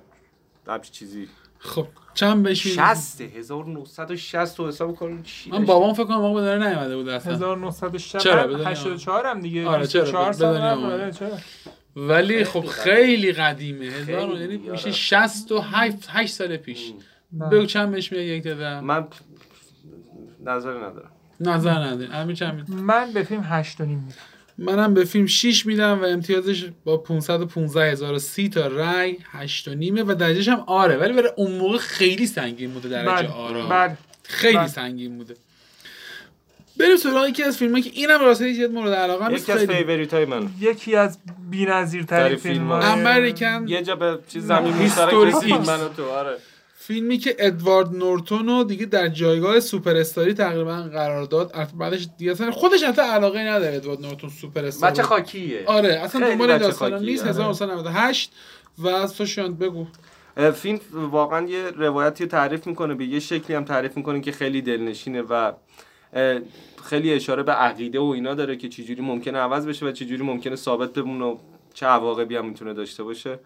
[SPEAKER 2] همچی چیزی
[SPEAKER 1] خب چند بشین
[SPEAKER 2] 60 1960 تو حساب کن چی
[SPEAKER 1] من بابام فکر کنم آقا به دنیا نیومده بود اصلا
[SPEAKER 3] 1960
[SPEAKER 1] چرا؟
[SPEAKER 3] چرا
[SPEAKER 1] به دنیا
[SPEAKER 3] 84 هم دیگه
[SPEAKER 1] آره، چرا؟
[SPEAKER 3] 24
[SPEAKER 1] به
[SPEAKER 3] سال
[SPEAKER 1] دنیا
[SPEAKER 3] هم،
[SPEAKER 1] آمد.
[SPEAKER 3] آره، چرا
[SPEAKER 1] ولی خب
[SPEAKER 2] خیلی
[SPEAKER 1] خیلی قدیمه هزار
[SPEAKER 2] خیلی،
[SPEAKER 1] یعنی
[SPEAKER 2] آره.
[SPEAKER 1] میشه 67 8 سال پیش
[SPEAKER 3] نه.
[SPEAKER 1] بگو چند بهش میاد یک دادم
[SPEAKER 2] من نظری ندارم
[SPEAKER 1] نظر نده امیر چند می‌دی؟
[SPEAKER 3] من به فیلم 8 میدم
[SPEAKER 1] منم به فیلم 6 میدم و امتیازش با 515030 تا رای 8 و نیمه و درجهش هم آره ولی برای اون موقع خیلی سنگین بوده
[SPEAKER 2] بله،
[SPEAKER 1] درجه آرا
[SPEAKER 3] بعد
[SPEAKER 1] خیلی
[SPEAKER 3] بله.
[SPEAKER 1] سنگین بوده بریم سراغ یکی از فیلمایی که اینم راستی یه مورد علاقه هم
[SPEAKER 2] یکی از
[SPEAKER 1] خیلی
[SPEAKER 2] فیوریت های من
[SPEAKER 3] یکی از بی‌نظیرترین
[SPEAKER 2] ترین
[SPEAKER 3] فیلم‌های
[SPEAKER 2] فیلم‌ها.
[SPEAKER 1] امریکن
[SPEAKER 2] یه جا به چیز زمین
[SPEAKER 1] هیستوریک
[SPEAKER 2] مشترک
[SPEAKER 1] ایکس.
[SPEAKER 2] من و تو آره
[SPEAKER 1] فیلمی که ادوارد نورتون رو دیگه در جایگاه سوپر استاری تقریبا قرار داد البته بعدش دیگه اصلا خودش حتی علاقه نداره ادوارد نورتون سوپر استاری
[SPEAKER 2] بچه خاکیه
[SPEAKER 1] آره اصلا
[SPEAKER 2] خیلی
[SPEAKER 1] دنبال این
[SPEAKER 2] بچه
[SPEAKER 1] داستانا
[SPEAKER 2] خاکی،
[SPEAKER 1] نیست
[SPEAKER 2] آره.
[SPEAKER 1] 1998 و سوشیان بگو
[SPEAKER 2] فیلم واقعا یه روایتی رو تعریف میکنه به یه شکلی هم تعریف میکنه که خیلی دلنشینه و اه، خیلی اشاره به عقیده و اینا داره که چجوری ممکنه عوض بشه و چجوری ممکنه ثابت بمونه و چه عواقبی هم میتونه داشته باشه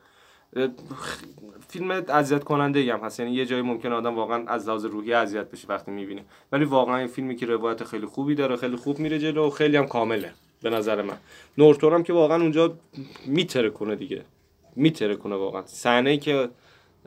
[SPEAKER 2] اه، خ- فیلم اذیت کننده هم هست یعنی یه جایی ممکنه آدم واقعا از لحاظ روحی اذیت بشه وقتی میبینه ولی واقعا این فیلمی که روایت خیلی خوبی داره خیلی خوب میره جلو و خیلی هم کامله به نظر من نورتون هم که واقعا اونجا میتره کنه دیگه میتره کنه واقعا صحنه ای که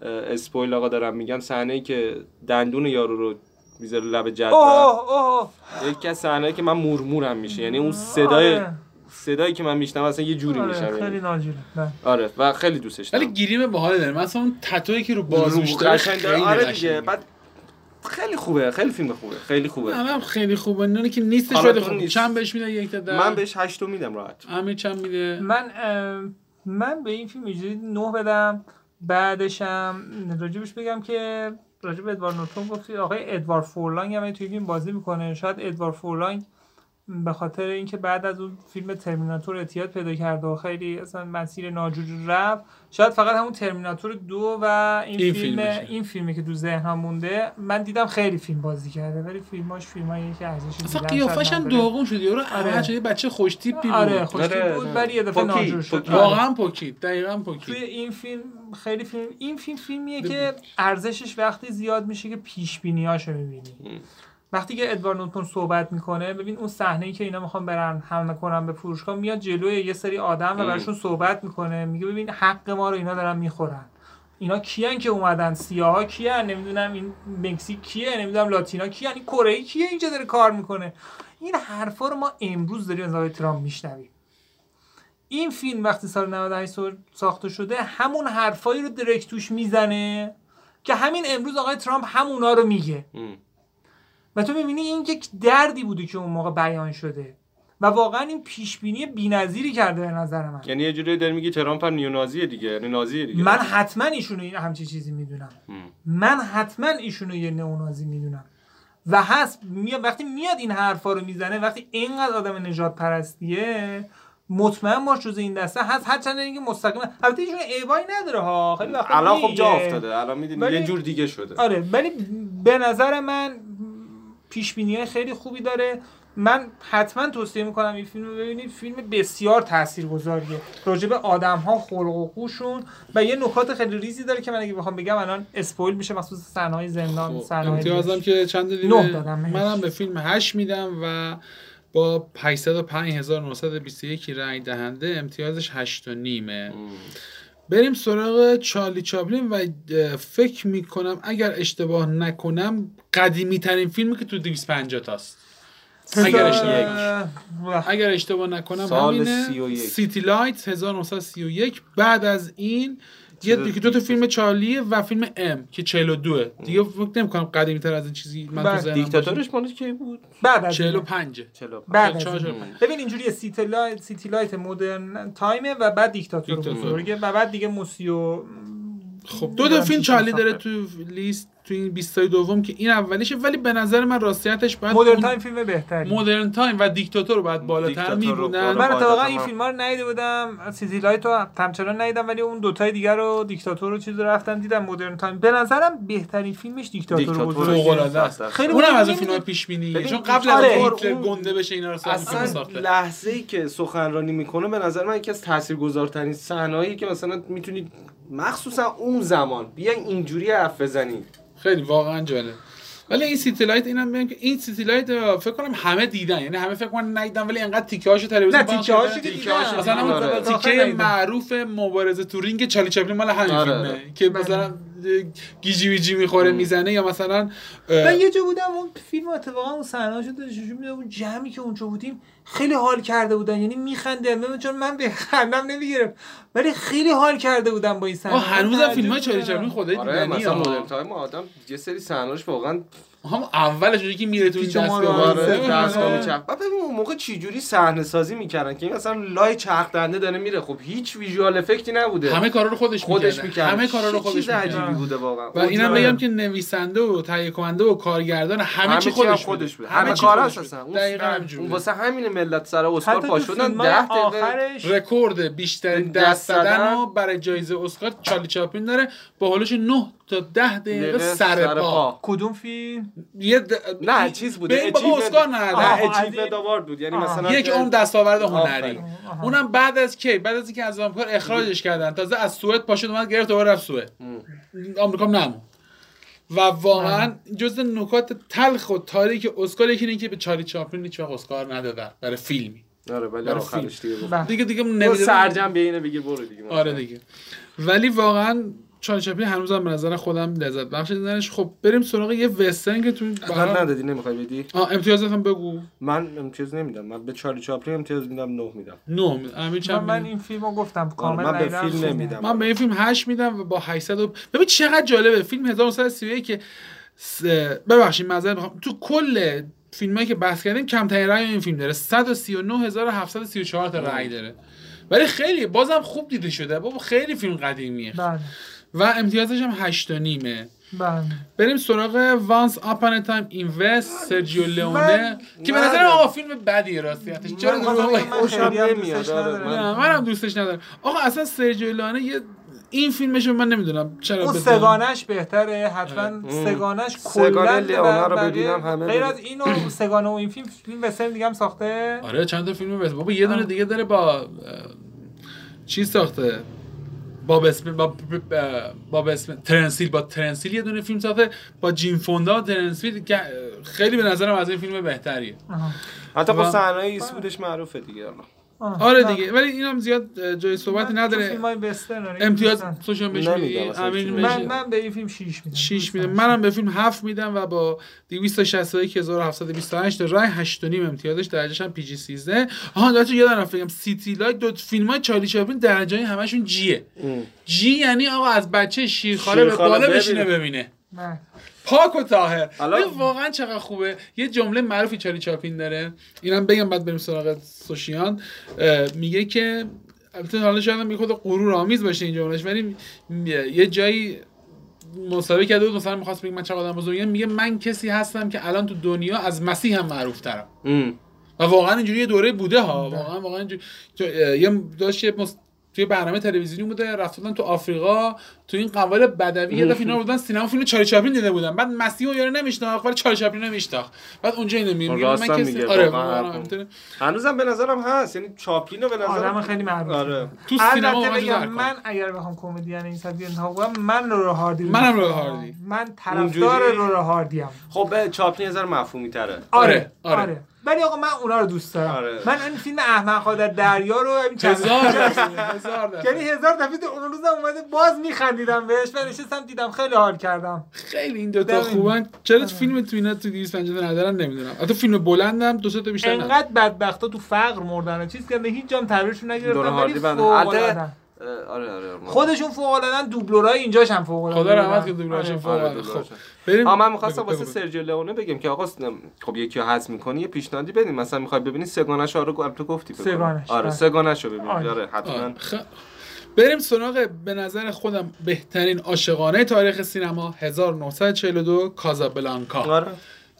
[SPEAKER 2] اه، اسپویل آقا دارم میگم صحنه ای که دندون یارو رو میذاره لب جدول
[SPEAKER 3] اوه اوه
[SPEAKER 2] یکی از صحنه که من مورمورم میشه یعنی اون صدای
[SPEAKER 3] آره.
[SPEAKER 2] صدایی که من میشنم اصلا یه جوری
[SPEAKER 3] آره،
[SPEAKER 2] میشم
[SPEAKER 3] خیلی
[SPEAKER 2] یعنی.
[SPEAKER 3] ناجیره بله.
[SPEAKER 2] آره و خیلی دوستش دارم
[SPEAKER 1] ولی گیریم به حال داره مثلا اون تتویی که رو بازوش
[SPEAKER 2] بازوش
[SPEAKER 1] داره
[SPEAKER 2] قشنگ
[SPEAKER 1] خیلی
[SPEAKER 2] داره. آره دیگه
[SPEAKER 1] قشنگه.
[SPEAKER 2] بعد خیلی خوبه خیلی فیلم خوبه خیلی خوبه
[SPEAKER 1] نه، نه، آره، خیلی خوبه اینانی که نیستش
[SPEAKER 2] حالا
[SPEAKER 1] ولی
[SPEAKER 2] تو
[SPEAKER 1] خوب
[SPEAKER 2] نیست.
[SPEAKER 1] چند بهش میده یک تا ده
[SPEAKER 2] من بهش هشتو میدم راحت
[SPEAKER 1] امیر چند میده
[SPEAKER 3] من ام، من به این فیلم اجازه نه بدم بعدشم راجبش بگم که راجب ادوار نورتون گفتی آقای ادوار فورلانگ هم توی فیلم بازی میکنه شاید ادوار فورلانگ به خاطر اینکه بعد از اون فیلم ترمیناتور اعتیاد پیدا کرده و خیلی اصلا مسیر ناجوری رفت شاید فقط همون ترمیناتور دو و این,
[SPEAKER 1] این
[SPEAKER 3] فیلم
[SPEAKER 1] فیلمشه.
[SPEAKER 3] این فیلمی که تو ذهنم مونده من دیدم خیلی فیلم بازی کرده ولی فیلماش فیلمایی که ارزش
[SPEAKER 1] اصلا
[SPEAKER 3] دیدن
[SPEAKER 1] قیافش
[SPEAKER 3] شاید
[SPEAKER 1] هم
[SPEAKER 3] نداره.
[SPEAKER 1] دوغم شد یارو آره.
[SPEAKER 3] آره.
[SPEAKER 1] شد یه بچه خوش تیپی
[SPEAKER 3] آره
[SPEAKER 1] بود
[SPEAKER 3] خوشتیپ
[SPEAKER 2] آره،
[SPEAKER 3] بود
[SPEAKER 2] آره.
[SPEAKER 3] ولی یه دفعه
[SPEAKER 2] پوکی،
[SPEAKER 3] ناجور شد
[SPEAKER 2] پوکی.
[SPEAKER 3] آره.
[SPEAKER 1] واقعا پوکید دقیقا
[SPEAKER 3] توی
[SPEAKER 1] پوکید
[SPEAKER 3] این فیلم خیلی فیلم این فیلم فیلمیه که ارزشش وقتی زیاد میشه که پیش بینیاشو
[SPEAKER 2] ام.
[SPEAKER 3] میبینی وقتی که ادوارد نورتون صحبت میکنه ببین اون صحنه ای که اینا میخوان برن حمله کنن به فروشگاه میاد جلوی یه سری آدم و
[SPEAKER 2] ام.
[SPEAKER 3] براشون صحبت میکنه میگه ببین حق ما رو اینا دارن میخورن اینا کیان که اومدن سیاها کیان نمیدونم این مکزیک کیه نمیدونم لاتینا کیه این کره ای کیه اینجا داره کار میکنه این حرفا رو ما امروز داریم از آقای ترامپ میشنویم این فیلم وقتی سال 98 سا- ساخته شده همون حرفایی رو درک توش میزنه که همین امروز آقای ترامپ همونا رو میگه
[SPEAKER 2] ام.
[SPEAKER 3] و تو میبینی این یک دردی بوده که اون موقع بیان شده و واقعا این پیشبینی بی‌نظیری کرده به نظر من
[SPEAKER 2] یعنی یه جوری داری میگی ترامپ هم نیونازیه دیگه یعنی نازیه دیگه
[SPEAKER 3] من حتما ایشونو یه همچی چیزی میدونم
[SPEAKER 2] ام.
[SPEAKER 3] من حتما ایشونو یه نئونازی میدونم و هست میاد وقتی میاد این حرفا رو میزنه وقتی اینقدر آدم نجات پرستیه مطمئن باش جز این دسته هست هرچند اینکه مستقیما البته ایشون عیبایی نداره ها خیلی وقتا
[SPEAKER 2] الان خب جا
[SPEAKER 3] میگه.
[SPEAKER 2] افتاده الان میدونی
[SPEAKER 3] ولی-
[SPEAKER 2] یه جور دیگه شده
[SPEAKER 3] آره ولی به نظر من پیش خیلی خوبی داره من حتما توصیه میکنم این فیلم رو ببینید فیلم بسیار تاثیرگذاریه راجع به آدم ها خلق و خوشون و یه نکات خیلی ریزی داره که من اگه بخوام بگم الان اسپویل میشه مخصوص صحنه زندان
[SPEAKER 1] خب،
[SPEAKER 3] صحنه
[SPEAKER 1] امتیازم که چند
[SPEAKER 3] نه
[SPEAKER 1] دیده
[SPEAKER 3] دادم بهش.
[SPEAKER 1] منم به فیلم 8 میدم و با 505921 رای دهنده امتیازش 8 و نیمه
[SPEAKER 2] ام.
[SPEAKER 1] بریم سراغ چارلی چاپلین و اه، فکر میکنم اگر اشتباه نکنم قدیمی ترین فیلمی که تو 250 تاست اگر اشتباه نکنم. اگر اشتباه نکنم
[SPEAKER 2] سال
[SPEAKER 1] همینه
[SPEAKER 2] 31.
[SPEAKER 1] سیتی لایت 1931 بعد از این یه
[SPEAKER 2] چیز
[SPEAKER 1] یکی دو تا فیلم چارلیه و فیلم ام که 42 دیگه فکر نمی‌کنم قدیمی تر از این چیزی من
[SPEAKER 3] بله،
[SPEAKER 1] تو ذهنم باشه.
[SPEAKER 2] دیکتاتورش مال کی بود
[SPEAKER 3] بعد از اینه.
[SPEAKER 1] 45
[SPEAKER 2] 45
[SPEAKER 3] بعد از
[SPEAKER 1] 44.
[SPEAKER 3] اینه. ببین اینجوری سیتی لایت سیتی لایت مدرن تایمه و بعد دیکتاتور
[SPEAKER 1] دیکتاتور.
[SPEAKER 3] بزرگه و بعد دیگه موسیو
[SPEAKER 1] خب دو تا فیلم چارلی
[SPEAKER 3] ساخته.
[SPEAKER 1] داره تو لیست تو این 20 تای دوم که این اولیشه ولی به نظر من راستیتش باید
[SPEAKER 3] مدرن
[SPEAKER 1] اون-
[SPEAKER 3] تایم فیلم بهتری
[SPEAKER 1] مدرن تایم و دیکتاتور رو باید بالاتر
[SPEAKER 2] دیکتاتور
[SPEAKER 1] می
[SPEAKER 2] رو بالا.
[SPEAKER 1] بودن
[SPEAKER 3] من اتفاقا
[SPEAKER 2] قاعدتاً
[SPEAKER 3] این
[SPEAKER 2] هم-
[SPEAKER 3] فیلم ها رو ندیده بودم سیتی لایت رو همچنان ندیدم ولی اون دوتای دیگر رو دیکتاتور رو چیز رو رفتم دیدم مدرن تایم به نظرم بهترین فیلمش دیکتاتور
[SPEAKER 2] دیکتاتور
[SPEAKER 3] بود
[SPEAKER 1] فوق العاده است
[SPEAKER 2] خیلی
[SPEAKER 3] خیلی
[SPEAKER 1] اونم
[SPEAKER 3] مهم
[SPEAKER 1] از اون
[SPEAKER 3] نمی‌دونه.
[SPEAKER 1] فیلم های پیش بینی
[SPEAKER 2] ببین،
[SPEAKER 1] چون قبل
[SPEAKER 3] آره،
[SPEAKER 1] از اینکه هیتلر
[SPEAKER 2] اون-
[SPEAKER 1] گنده بشه اینا رو ساخته
[SPEAKER 2] اصلا
[SPEAKER 1] ساخته.
[SPEAKER 2] لحظه ای که سخنرانی میکنه به نظر من یکی از تاثیرگذارترین صحنه هایی که مثلا میتونید مخصوصا اون زمان بیاین اینجوری حرف بزنید
[SPEAKER 1] خیلی واقعا جالب ولی این سیتی لایت اینم بگم که این سیتی لایت آه، فکر کنم همه دیدن یعنی همه فکر کنم ندیدن ولی انقدر تیکه هاشو تلویزیون
[SPEAKER 3] نه،
[SPEAKER 1] پخش
[SPEAKER 3] تیکه هاشو
[SPEAKER 1] کردن.
[SPEAKER 3] که
[SPEAKER 1] تیکه
[SPEAKER 3] دیدن.
[SPEAKER 1] هاشو. مثلا اون
[SPEAKER 2] آره.
[SPEAKER 1] تیکه
[SPEAKER 3] ندیدن.
[SPEAKER 1] معروف مبارزه تو رینگ چالی چپلین مال همین
[SPEAKER 2] آره.
[SPEAKER 1] فیلمه که
[SPEAKER 3] بله.
[SPEAKER 1] مثلا اه، گیجی ویجی میخوره میزنه یا مثلا اه،
[SPEAKER 3] من یه جا بودم اون فیلم اتفاقا اون صحنه شد نشون میدم اون جمعی که اونجا بودیم خیلی حال کرده بودن یعنی میخندم من چون من به خندم نمیگرفت ولی خیلی حال کرده بودم با این صحنه
[SPEAKER 1] آه، هنوزم فیلم های چالی
[SPEAKER 3] تعجب کردم.
[SPEAKER 1] چپلین یعنی خدای
[SPEAKER 2] آره
[SPEAKER 3] یعنی
[SPEAKER 1] دیدنی
[SPEAKER 2] مثلا مدرن
[SPEAKER 1] ها.
[SPEAKER 2] تایم آدم یه سری صحنه‌اش واقعا
[SPEAKER 1] هم اولش اونجایی که میره تو این
[SPEAKER 3] پیچ و
[SPEAKER 1] دست
[SPEAKER 3] مار و
[SPEAKER 1] به
[SPEAKER 2] آره
[SPEAKER 3] آره.
[SPEAKER 2] دستگاه
[SPEAKER 1] دست
[SPEAKER 2] میچرخ بعد ببین اون موقع چه جوری صحنه سازی میکردن که این مثلا لای چرخ دنده داره میره خب هیچ ویژوال افکتی نبوده
[SPEAKER 1] همه کارا رو خودش
[SPEAKER 2] خودش
[SPEAKER 1] می‌کرده.
[SPEAKER 2] میکرد
[SPEAKER 1] همه کارا رو
[SPEAKER 2] چه
[SPEAKER 1] خودش
[SPEAKER 2] چیز
[SPEAKER 1] می‌کرده.
[SPEAKER 2] عجیبی بوده واقعا
[SPEAKER 1] و اینم
[SPEAKER 2] اونجا-
[SPEAKER 1] بگم که نویسنده و تهیه کننده و کارگردان همه,
[SPEAKER 2] همه
[SPEAKER 1] چی
[SPEAKER 2] چی
[SPEAKER 1] خودش بوده.
[SPEAKER 2] هم خودش بود همه
[SPEAKER 1] چی
[SPEAKER 2] کارا
[SPEAKER 1] خودش
[SPEAKER 2] اساسا
[SPEAKER 1] بوده.
[SPEAKER 2] اون
[SPEAKER 1] دقیقاً همینجوری
[SPEAKER 2] اون
[SPEAKER 1] بوده.
[SPEAKER 2] واسه همین ملت سر
[SPEAKER 1] خب،
[SPEAKER 2] اسکار
[SPEAKER 3] حتی
[SPEAKER 2] پا
[SPEAKER 3] تو
[SPEAKER 2] شدن
[SPEAKER 3] فیلم‌های
[SPEAKER 2] 10 دقیقه
[SPEAKER 3] آخرش
[SPEAKER 1] رکورد بیشترین
[SPEAKER 2] دست
[SPEAKER 1] دست زدن
[SPEAKER 2] زدن.
[SPEAKER 1] رو برای جایزه اسکار چارلی چاپلین داره با حالش 9 تا 10 دقیقه
[SPEAKER 2] دقیقه
[SPEAKER 1] سر پا
[SPEAKER 3] کدوم فیلم
[SPEAKER 1] یه د-
[SPEAKER 2] نه، چیز بوده.
[SPEAKER 1] به این بابا
[SPEAKER 2] Achievement.
[SPEAKER 1] اسکار
[SPEAKER 2] نه
[SPEAKER 1] نداره
[SPEAKER 3] آها.
[SPEAKER 2] اچیومنت آوارد بود یعنی
[SPEAKER 3] آها.
[SPEAKER 2] مثلا
[SPEAKER 1] یک اون دستاورد هنری
[SPEAKER 2] آفرین.
[SPEAKER 3] آها.
[SPEAKER 1] اونم بعد از کی بعد از اینکه از آمریکا اخراجش کردن تازه از سوئد پاشد اومد گرفت دوباره رفت سوئد آمریکا هم نموند و واقعا جز نکات تلخ و تاریک اسکار یکی اینه که به چارلی چاپلین هیچ وقت اسکار ندادن برای فیلمی
[SPEAKER 2] آره ولی
[SPEAKER 1] برای
[SPEAKER 2] آخرش دیگه بود.
[SPEAKER 3] بله.
[SPEAKER 1] دیگه دیگه
[SPEAKER 2] تو
[SPEAKER 1] نمیدونم
[SPEAKER 2] سرجم بیا اینو بگیر برو دیگه مثلا.
[SPEAKER 1] آره دیگه ولی واقعا چارلی چاپلین هنوزم به نظر خودم لذت بخش دیدنش خب بریم سراغ یه وسترن که تو
[SPEAKER 2] من ندادی نمیخوای بدی
[SPEAKER 1] آه امتیازات هم بگو
[SPEAKER 2] من امتیاز نمیدم من به چارلی چاپلین امتیاز میدم 9 میدم
[SPEAKER 1] نه امیر
[SPEAKER 3] من,
[SPEAKER 1] چند
[SPEAKER 3] من
[SPEAKER 1] می‌دی؟
[SPEAKER 3] این فیلم رو گفتم
[SPEAKER 2] آره،
[SPEAKER 3] کامل
[SPEAKER 2] من به
[SPEAKER 3] ندیدم.
[SPEAKER 2] فیلم نمیدم
[SPEAKER 1] من به این فیلم 8 میدم و با 800 و... ببین چقدر جالبه فیلم 1931 که س... ببخشید معذرت میخوام تو کل فیلمایی که بحث کردیم کمترین رأی این فیلم داره 139734 تا رأی داره ولی خیلی بازم خوب دیده شده بابا خیلی فیلم قدیمیه
[SPEAKER 3] بله
[SPEAKER 1] و امتیازش هم 8 و نیمه
[SPEAKER 3] بله
[SPEAKER 1] بریم سراغ وانس اپن تایم اینوست سرجیو لئونه
[SPEAKER 3] من-
[SPEAKER 1] که به
[SPEAKER 2] من-
[SPEAKER 1] نظر من آقا فیلم بدی راستیتش چرا
[SPEAKER 3] من خواستم
[SPEAKER 1] دروغ
[SPEAKER 3] بگم من
[SPEAKER 2] خوشم
[SPEAKER 3] خیلی هم
[SPEAKER 2] نمیاد،
[SPEAKER 3] دوستش
[SPEAKER 2] آره،
[SPEAKER 3] ندارم.
[SPEAKER 2] من-
[SPEAKER 1] نه منم دوستش ندارم آقا اصلا سرجیو لانه یه این فیلمش رو من نمیدونم چرا
[SPEAKER 3] اون
[SPEAKER 1] بزنم.
[SPEAKER 3] سگانش بهتره حتما سگانش
[SPEAKER 2] سگانه
[SPEAKER 3] کلا
[SPEAKER 2] لیانا رو
[SPEAKER 3] بقیه-
[SPEAKER 2] ببینم همه
[SPEAKER 3] غیر
[SPEAKER 2] ببین.
[SPEAKER 3] از اینو سگانه و این فیلم فیلم وسر دیگه هم ساخته
[SPEAKER 1] آره چند تا فیلم بس بابا یه دونه دیگه داره با اه، چی ساخته با اسم با با اسم ترنسیل با ترنسیل یه دونه فیلم ساخته با جیم فوندا و ترنسیل که اه، خیلی به نظرم از این فیلم بهتریه
[SPEAKER 3] آها.
[SPEAKER 2] حتی
[SPEAKER 1] و-
[SPEAKER 2] با صحنه ایسودش معروفه دیگه آره.
[SPEAKER 3] آها.
[SPEAKER 1] آره
[SPEAKER 3] نه.
[SPEAKER 1] دیگه ولی اینم زیاد اه، جای صحبتی نداره
[SPEAKER 3] فیلم های وسترن آره، این
[SPEAKER 1] امتیاز
[SPEAKER 3] دوستن.
[SPEAKER 1] سوشن بهش
[SPEAKER 2] نمیدم
[SPEAKER 1] میدی؟
[SPEAKER 2] اصلا
[SPEAKER 1] امیر
[SPEAKER 2] چی.
[SPEAKER 1] بهش
[SPEAKER 3] من
[SPEAKER 2] بشه.
[SPEAKER 3] من به این فیلم 6 میدم
[SPEAKER 1] 6 میدم
[SPEAKER 3] دوستن.
[SPEAKER 1] منم به فیلم 7 میدم و با 261728 تا رای 8 امتیازش درجهش هم پی جی 13 آها البته یادم رفت بگم سیتی لایت دو فیلم های چارلی چاپلین درجه همشون جیه جی یعنی آقا از بچه شیرخواره به
[SPEAKER 2] شیرخواره
[SPEAKER 1] بالا
[SPEAKER 2] ببینه.
[SPEAKER 1] بشینه ببینه
[SPEAKER 3] نه.
[SPEAKER 1] پاک و طاهر
[SPEAKER 2] حالا-
[SPEAKER 1] ولی واقعا چقدر خوبه یه جمله معروفی چارلی چاپلین داره اینم بگم بعد بریم سراغ سوشیان اه، میگه که البته حالا شاید هم یه خود غرور آمیز باشه این جملهش ولی م- م- یه جایی مسابقه کرده بود مثلا میخواست بگه من چقدر آدم بزرگم میگه من کسی هستم که الان تو دنیا از مسیح هم معروف ترم
[SPEAKER 2] ام.
[SPEAKER 1] و واقعا اینجوری یه دوره بوده ها
[SPEAKER 3] بله.
[SPEAKER 1] واقعا واقعا اینجوری چون، اه، یه داشت یه مس- توی برنامه تلویزیونی بوده رفتن تو آفریقا تو این قوال بدوی یه دفعه اینا رو بودن سینما فیلم چارلی چاپلین دیده بودن بعد مسیح رو یاره نمیشناخت ولی چارلی چاپلین رو میشناخت بعد اونجا اینو میگه
[SPEAKER 2] راستم
[SPEAKER 1] من کسی
[SPEAKER 2] میگه،
[SPEAKER 1] آره
[SPEAKER 2] واقعا
[SPEAKER 1] واقعا
[SPEAKER 2] حرف
[SPEAKER 1] همینطوره.
[SPEAKER 2] هنوزم به نظرم هست یعنی چاپلینو به نظرم
[SPEAKER 3] آدم خیلی معروف
[SPEAKER 2] آره
[SPEAKER 1] تو سینما
[SPEAKER 3] البته
[SPEAKER 1] واقعا جز
[SPEAKER 3] بگم
[SPEAKER 1] ارکان.
[SPEAKER 3] من اگر بخوام کمدین این سبکی انتخاب کنم من رو هاردی رو
[SPEAKER 1] منم
[SPEAKER 3] می‌خوام.
[SPEAKER 1] رورا هاردی.
[SPEAKER 3] من طرفدار
[SPEAKER 2] اونجوری-
[SPEAKER 3] رو هاردی ام
[SPEAKER 2] خب به چاپلین یه ذره مفهومی تره
[SPEAKER 1] آره،
[SPEAKER 3] آره
[SPEAKER 1] آره.
[SPEAKER 3] آره, ولی آقا من اونا رو دوست دارم
[SPEAKER 2] آره.
[SPEAKER 3] من این فیلم احمد خادر دریا رو همین چند-
[SPEAKER 1] هزار دفعه، هزار
[SPEAKER 3] یعنی
[SPEAKER 1] دفعه.
[SPEAKER 3] هزار دفعه تو اون روزم اومده باز میخندیدم بهش و نشستم دیدم خیلی حال کردم
[SPEAKER 1] خیلی این دوتا
[SPEAKER 3] ببین. آره.
[SPEAKER 1] خوبن چرا فیلم تو اینا تو 250 تا ندارن نمیدونم حتی فیلم بلندم دو سه تا بیشتر ندارن.
[SPEAKER 3] انقدر بدبختا تو فقر مردن و چیز کردن هیچ جام تغییرشون
[SPEAKER 2] دور
[SPEAKER 3] نگرفتن ولی
[SPEAKER 2] هاردی بند
[SPEAKER 3] فوق
[SPEAKER 2] حتی
[SPEAKER 3] العاده
[SPEAKER 2] اه، آره آره آره.
[SPEAKER 3] خودشون فوق العاده دوبلورای اینجاش هم فوق العاده
[SPEAKER 1] خدا رحمت
[SPEAKER 3] بودن.
[SPEAKER 1] که دوبلاژ
[SPEAKER 3] آره.
[SPEAKER 1] فوق
[SPEAKER 2] آره،
[SPEAKER 1] العاده.
[SPEAKER 2] دوبلاژ.
[SPEAKER 1] خب بریم
[SPEAKER 2] آ من میخواستم
[SPEAKER 1] بگو، بگو،
[SPEAKER 2] واسه
[SPEAKER 1] بگو.
[SPEAKER 2] سرجیو لئونه بگم که آقا س- خب یکی رو حذف میکنی یه پیشنهادی بدیم مثلا میخوای ببینی سگانش ها رو گفت- تو گفتی بکنی.
[SPEAKER 3] سگانش،
[SPEAKER 2] آره
[SPEAKER 3] بله.
[SPEAKER 2] سگانش رو ببینی
[SPEAKER 3] آره.
[SPEAKER 2] آره حتما
[SPEAKER 1] آه، خ- بریم سراغ به نظر خودم بهترین عاشقانه تاریخ سینما 1942 کازابلانکا
[SPEAKER 2] آره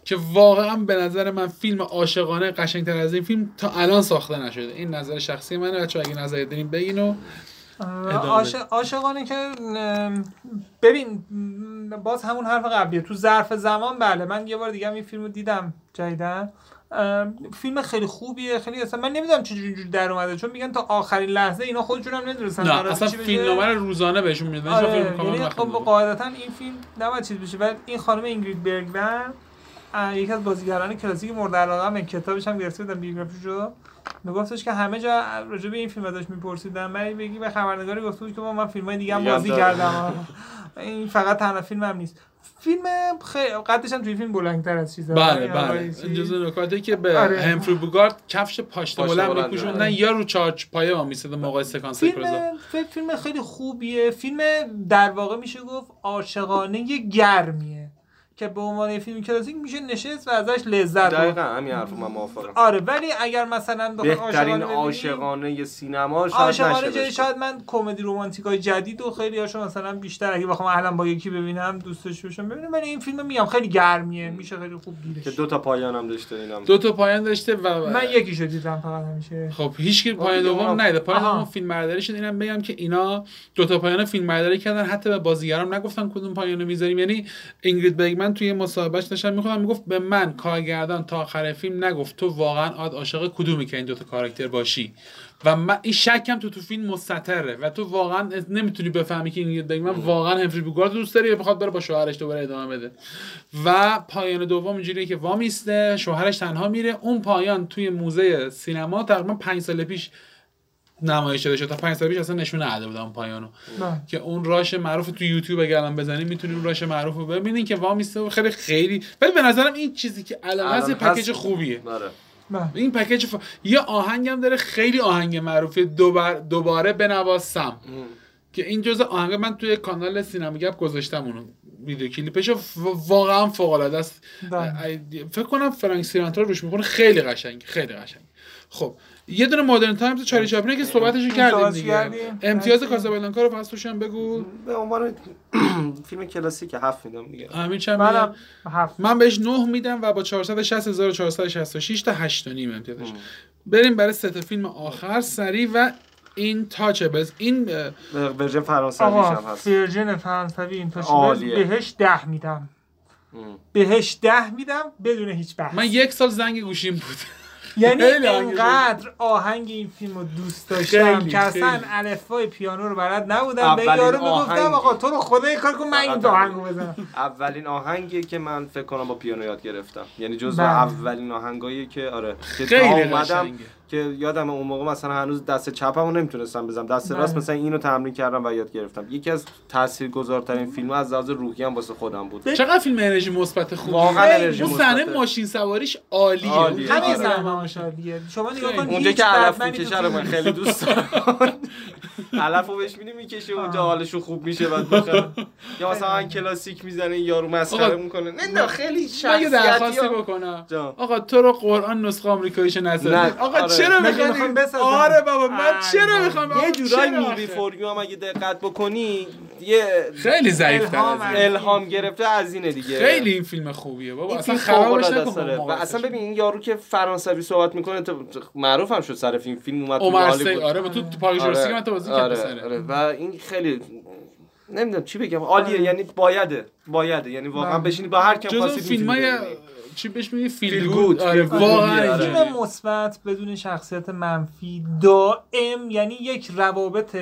[SPEAKER 1] که واقعا به نظر من فیلم عاشقانه قشنگتر از این فیلم تا الان ساخته نشده این نظر شخصی منه بچه اگه نظری دارین بگین و
[SPEAKER 3] آه،
[SPEAKER 1] ادامه.
[SPEAKER 3] عاشق- عاشقانه که ام، ببین م، باز همون حرف قبلیه تو ظرف زمان بله من یه بار دیگه هم این فیلم رو دیدم جدیدن فیلم خیلی خوبیه خیلی اصلا من نمیدونم چجوری اینجوری در اومده چون میگن تا آخرین لحظه اینا خودشون هم نمیدونستن
[SPEAKER 1] نه اصلا فیلم نامه رو روزانه بهشون میدن
[SPEAKER 3] آره یعنی خب قاعدتا این فیلم نباید چیز بشه ولی این خانم اینگرید برگمن اه، یکی از بازیگران کلاسیک مورد علاقه من کتابش هم گرفته بودم بیوگرافیش رو میگفتش که همه جا راجع به این فیلم ازش میپرسیدن من بگی به خبرنگاری گفته بود که با من فیلم های دیگه هم
[SPEAKER 2] دیگه هم
[SPEAKER 3] بازی
[SPEAKER 2] داره.
[SPEAKER 3] کردم این فقط تنها فیلم هم نیست فیلم خیلی قدش هم توی فیلم بلندتر از چیزا
[SPEAKER 1] بله
[SPEAKER 3] یعنی
[SPEAKER 1] بله
[SPEAKER 3] اولین چیز.
[SPEAKER 1] جزو نکاته که به
[SPEAKER 3] آره.
[SPEAKER 1] همفری بوگارد کفش پاشت
[SPEAKER 2] پاشنه
[SPEAKER 1] بلند
[SPEAKER 2] بلند
[SPEAKER 1] میپوشوندن
[SPEAKER 2] داره.
[SPEAKER 1] یا رو چارچ پایه ما میسید موقع سکانس سپرزا.
[SPEAKER 3] فیلم فیلم- فیلم خیلی خوبیه فیلم در واقع میشه گفت عاشقانه گرمیه که به عنوان یه فیلم کلاسیک میشه نشست و ازش لذت
[SPEAKER 2] دقیقا
[SPEAKER 3] برد
[SPEAKER 2] همین حرف من موافقم
[SPEAKER 3] آره ولی اگر مثلا بخوای
[SPEAKER 2] بهترین
[SPEAKER 3] عاشقانه ببینیم،
[SPEAKER 2] عاشقانه سینما شاید
[SPEAKER 3] عاشقانه
[SPEAKER 2] نشه
[SPEAKER 3] جایی
[SPEAKER 2] بشه.
[SPEAKER 3] شاید من کمدی رومانتیکای جدید و خیلی هاشو مثلا بیشتر اگه بخوام الان با یکی ببینم دوستش بشم ببینم ولی این فیلم میگم خیلی گرمیه میشه خیلی خوب
[SPEAKER 2] که
[SPEAKER 3] گیرش
[SPEAKER 2] دو تا پایان هم داشته اینم
[SPEAKER 1] دو تا پایان داشته و
[SPEAKER 3] من یکیشو دیدم فقط همیشه
[SPEAKER 1] خب هیچ کی پایان
[SPEAKER 2] دیگه
[SPEAKER 1] دوم
[SPEAKER 2] اونم-
[SPEAKER 1] نیده پایان
[SPEAKER 3] آها.
[SPEAKER 1] دوم فیلم برداری شد اینم بگم که اینا دو تا پایان فیلم برداری کردن حتی به بازیگرام نگفتن کدوم پایان رو میذاریم یعنی اینگرید بگمن توی مصاحبهش داشتن میخوام میگفت به من کارگردان تا آخر فیلم نگفت تو واقعا آد عاشق کدومی که این دو تا کاراکتر باشی و من این شکم تو تو فیلم مستتره و تو واقعا نمیتونی بفهمی که اینگرید بگمن واقعا همفری بوگارد دوست داره یا بخواد بره با شوهرش دوباره ادامه بده و پایان دوم اینجوریه که وامیسته شوهرش تنها میره اون پایان توی موزه سینما تقریبا پنج سال پیش نمایش داده شد تا پنج سال پیش اصلا نشون نده بودم پایانو
[SPEAKER 3] نه.
[SPEAKER 1] که اون راش معروف تو یوتیوب اگر الان بزنی میتونی اون راش معروف رو ببینین که وامیسته و خیلی خیلی ولی به نظرم این چیزی که الان
[SPEAKER 2] الان
[SPEAKER 1] هست یه
[SPEAKER 2] هست.
[SPEAKER 1] پکیج خوبیه
[SPEAKER 2] آره
[SPEAKER 3] نه.
[SPEAKER 1] این پکیج ف... یه آهنگم داره خیلی آهنگ معروفه دوبار... دوباره بنواسم که این جزء آهنگ من توی کانال سینما گپ گذاشتم اونو ویدیو کلیپش واقعا فوق العاده است
[SPEAKER 3] بله.
[SPEAKER 1] ای- فکر کنم فرانک سیناترا روش میکنه خیلی قشنگ خیلی قشنگ خب یه دونه مدرن تایمز چارلی چاپلین که صحبتش کردیم
[SPEAKER 3] صحبتش
[SPEAKER 1] دیگه
[SPEAKER 3] کردیم.
[SPEAKER 1] امتیاز
[SPEAKER 3] مرسی.
[SPEAKER 1] کازابلانکا رو پس توشم بگو
[SPEAKER 2] به عنوان فیلم کلاسیک هفت میدم دیگه
[SPEAKER 1] همین چند
[SPEAKER 3] منم
[SPEAKER 1] می‌دم؟
[SPEAKER 3] هفت
[SPEAKER 1] من بهش 9 میدم و با 460466 تا 8 و نیم امتیازش بریم برای سه تا فیلم آخر سری و این تاچبلز این اه،
[SPEAKER 2] ورژن فرانسویش هم
[SPEAKER 3] آقا
[SPEAKER 2] هست
[SPEAKER 3] فرژن فرانسوی این تا
[SPEAKER 2] عالیه.
[SPEAKER 3] بهش ده میدم
[SPEAKER 2] ام.
[SPEAKER 3] بهش ده میدم بدون هیچ بحث
[SPEAKER 1] من یک سال زنگ گوشیم بود
[SPEAKER 3] یعنی
[SPEAKER 1] خیلی آهنگ
[SPEAKER 3] انقدر آهنگ این فیلم رو دوست داشتم
[SPEAKER 1] خیلی،
[SPEAKER 3] که اصلا
[SPEAKER 1] خیلی.
[SPEAKER 3] الفای پیانو رو بلد نبودم به
[SPEAKER 2] اولین
[SPEAKER 3] یارو میگفتم
[SPEAKER 2] آهنگ.
[SPEAKER 3] آقا تو رو خدا یه کار کن من این
[SPEAKER 2] فقط
[SPEAKER 3] دو آهنگ رو
[SPEAKER 2] اولین.
[SPEAKER 3] بزنم
[SPEAKER 2] اولین آهنگیه که من فکر کنم با پیانو یاد گرفتم یعنی جزو
[SPEAKER 3] بله.
[SPEAKER 2] اولین آهنگایی که آره که
[SPEAKER 1] خیلی
[SPEAKER 2] تا اومدم
[SPEAKER 1] قشنگه.
[SPEAKER 2] که یادم اون موقع مثلا هنوز دست چپمو نمیتونستم بزنم دست
[SPEAKER 3] بله.
[SPEAKER 2] راست مثلا اینو تمرین کردم و یاد گرفتم یکی از تاثیرگذارترین فیلم از لحاظ روحی هم واسه خودم بود
[SPEAKER 1] چقدر فیلم انرژی مثبت خوبه
[SPEAKER 2] واقعا
[SPEAKER 3] خیلی.
[SPEAKER 2] انرژی
[SPEAKER 1] اون صحنه
[SPEAKER 2] مثبته.
[SPEAKER 1] ماشین سواریش عالیه
[SPEAKER 2] عالیه.
[SPEAKER 3] همین
[SPEAKER 2] آره.
[SPEAKER 3] صحنه هاش عالیه. شما نگاه کن
[SPEAKER 2] اونجا
[SPEAKER 3] هیچ
[SPEAKER 2] که علف
[SPEAKER 3] بدمنی تو
[SPEAKER 2] میکشه رو
[SPEAKER 3] فیلم
[SPEAKER 2] من خیلی دوست دارم علفو بهش میدی میکشه اونجا
[SPEAKER 3] آه.
[SPEAKER 2] حالشو خوب میشه بعد بخره یا مثلا آهنگ کلاسیک میزنه یارو مسخره
[SPEAKER 1] آقا،
[SPEAKER 2] میکنه نه خیلی
[SPEAKER 1] من یه درخواستی
[SPEAKER 2] شخصیتی هم-
[SPEAKER 1] بکنم
[SPEAKER 2] جا.
[SPEAKER 1] آقا تو رو قرآن نسخه آمریکاییش نزدی
[SPEAKER 2] نه،
[SPEAKER 1] آقا
[SPEAKER 2] آره.
[SPEAKER 1] چرا
[SPEAKER 3] مگه
[SPEAKER 1] میخوام
[SPEAKER 3] میخوام بسازم؟ آره.
[SPEAKER 1] آره بابا من
[SPEAKER 3] ای
[SPEAKER 1] چرا
[SPEAKER 3] بابا.
[SPEAKER 1] میخوام
[SPEAKER 2] یه جورایی مووی فور یو هم اگه دقت بکنی یه
[SPEAKER 1] خیلی ضعیف
[SPEAKER 3] الهام
[SPEAKER 1] از این.
[SPEAKER 3] از-
[SPEAKER 2] الهام گرفته از اینه دیگه
[SPEAKER 1] خیلی این فیلم خوبیه بابا
[SPEAKER 2] این
[SPEAKER 1] اصلا
[SPEAKER 2] فیلم فوق
[SPEAKER 1] خرابش
[SPEAKER 2] العاده
[SPEAKER 1] نکن
[SPEAKER 2] است
[SPEAKER 1] با
[SPEAKER 2] آره. و
[SPEAKER 1] مقایسهش.
[SPEAKER 2] اصلا ببین این یارو که فرانسوی صحبت میکنه تو معروف هم شد سر فیلم فیلم اومد تو
[SPEAKER 1] عمر
[SPEAKER 2] هالیوود
[SPEAKER 1] سی آره با تو تو پارک
[SPEAKER 2] آره،
[SPEAKER 1] جورسیک من تو بازی کرد
[SPEAKER 2] آره،
[SPEAKER 1] پسره.
[SPEAKER 2] آره. و این خیلی نمیدونم چی بگم عالیه یعنی بایده بایده یعنی واقعا
[SPEAKER 3] بله.
[SPEAKER 2] بشینی با هر کم
[SPEAKER 1] جزو
[SPEAKER 2] خواستید
[SPEAKER 1] فیلم های
[SPEAKER 2] می‌تونی ببینی.
[SPEAKER 1] چی بهش میگی فیل
[SPEAKER 2] فیل
[SPEAKER 1] گود
[SPEAKER 2] گود،
[SPEAKER 1] آره
[SPEAKER 2] فیل گود.
[SPEAKER 1] واقعا
[SPEAKER 2] آره.
[SPEAKER 1] اینجوریه.
[SPEAKER 3] فیلم مثبت بدون شخصیت منفی دائم یعنی یک روابط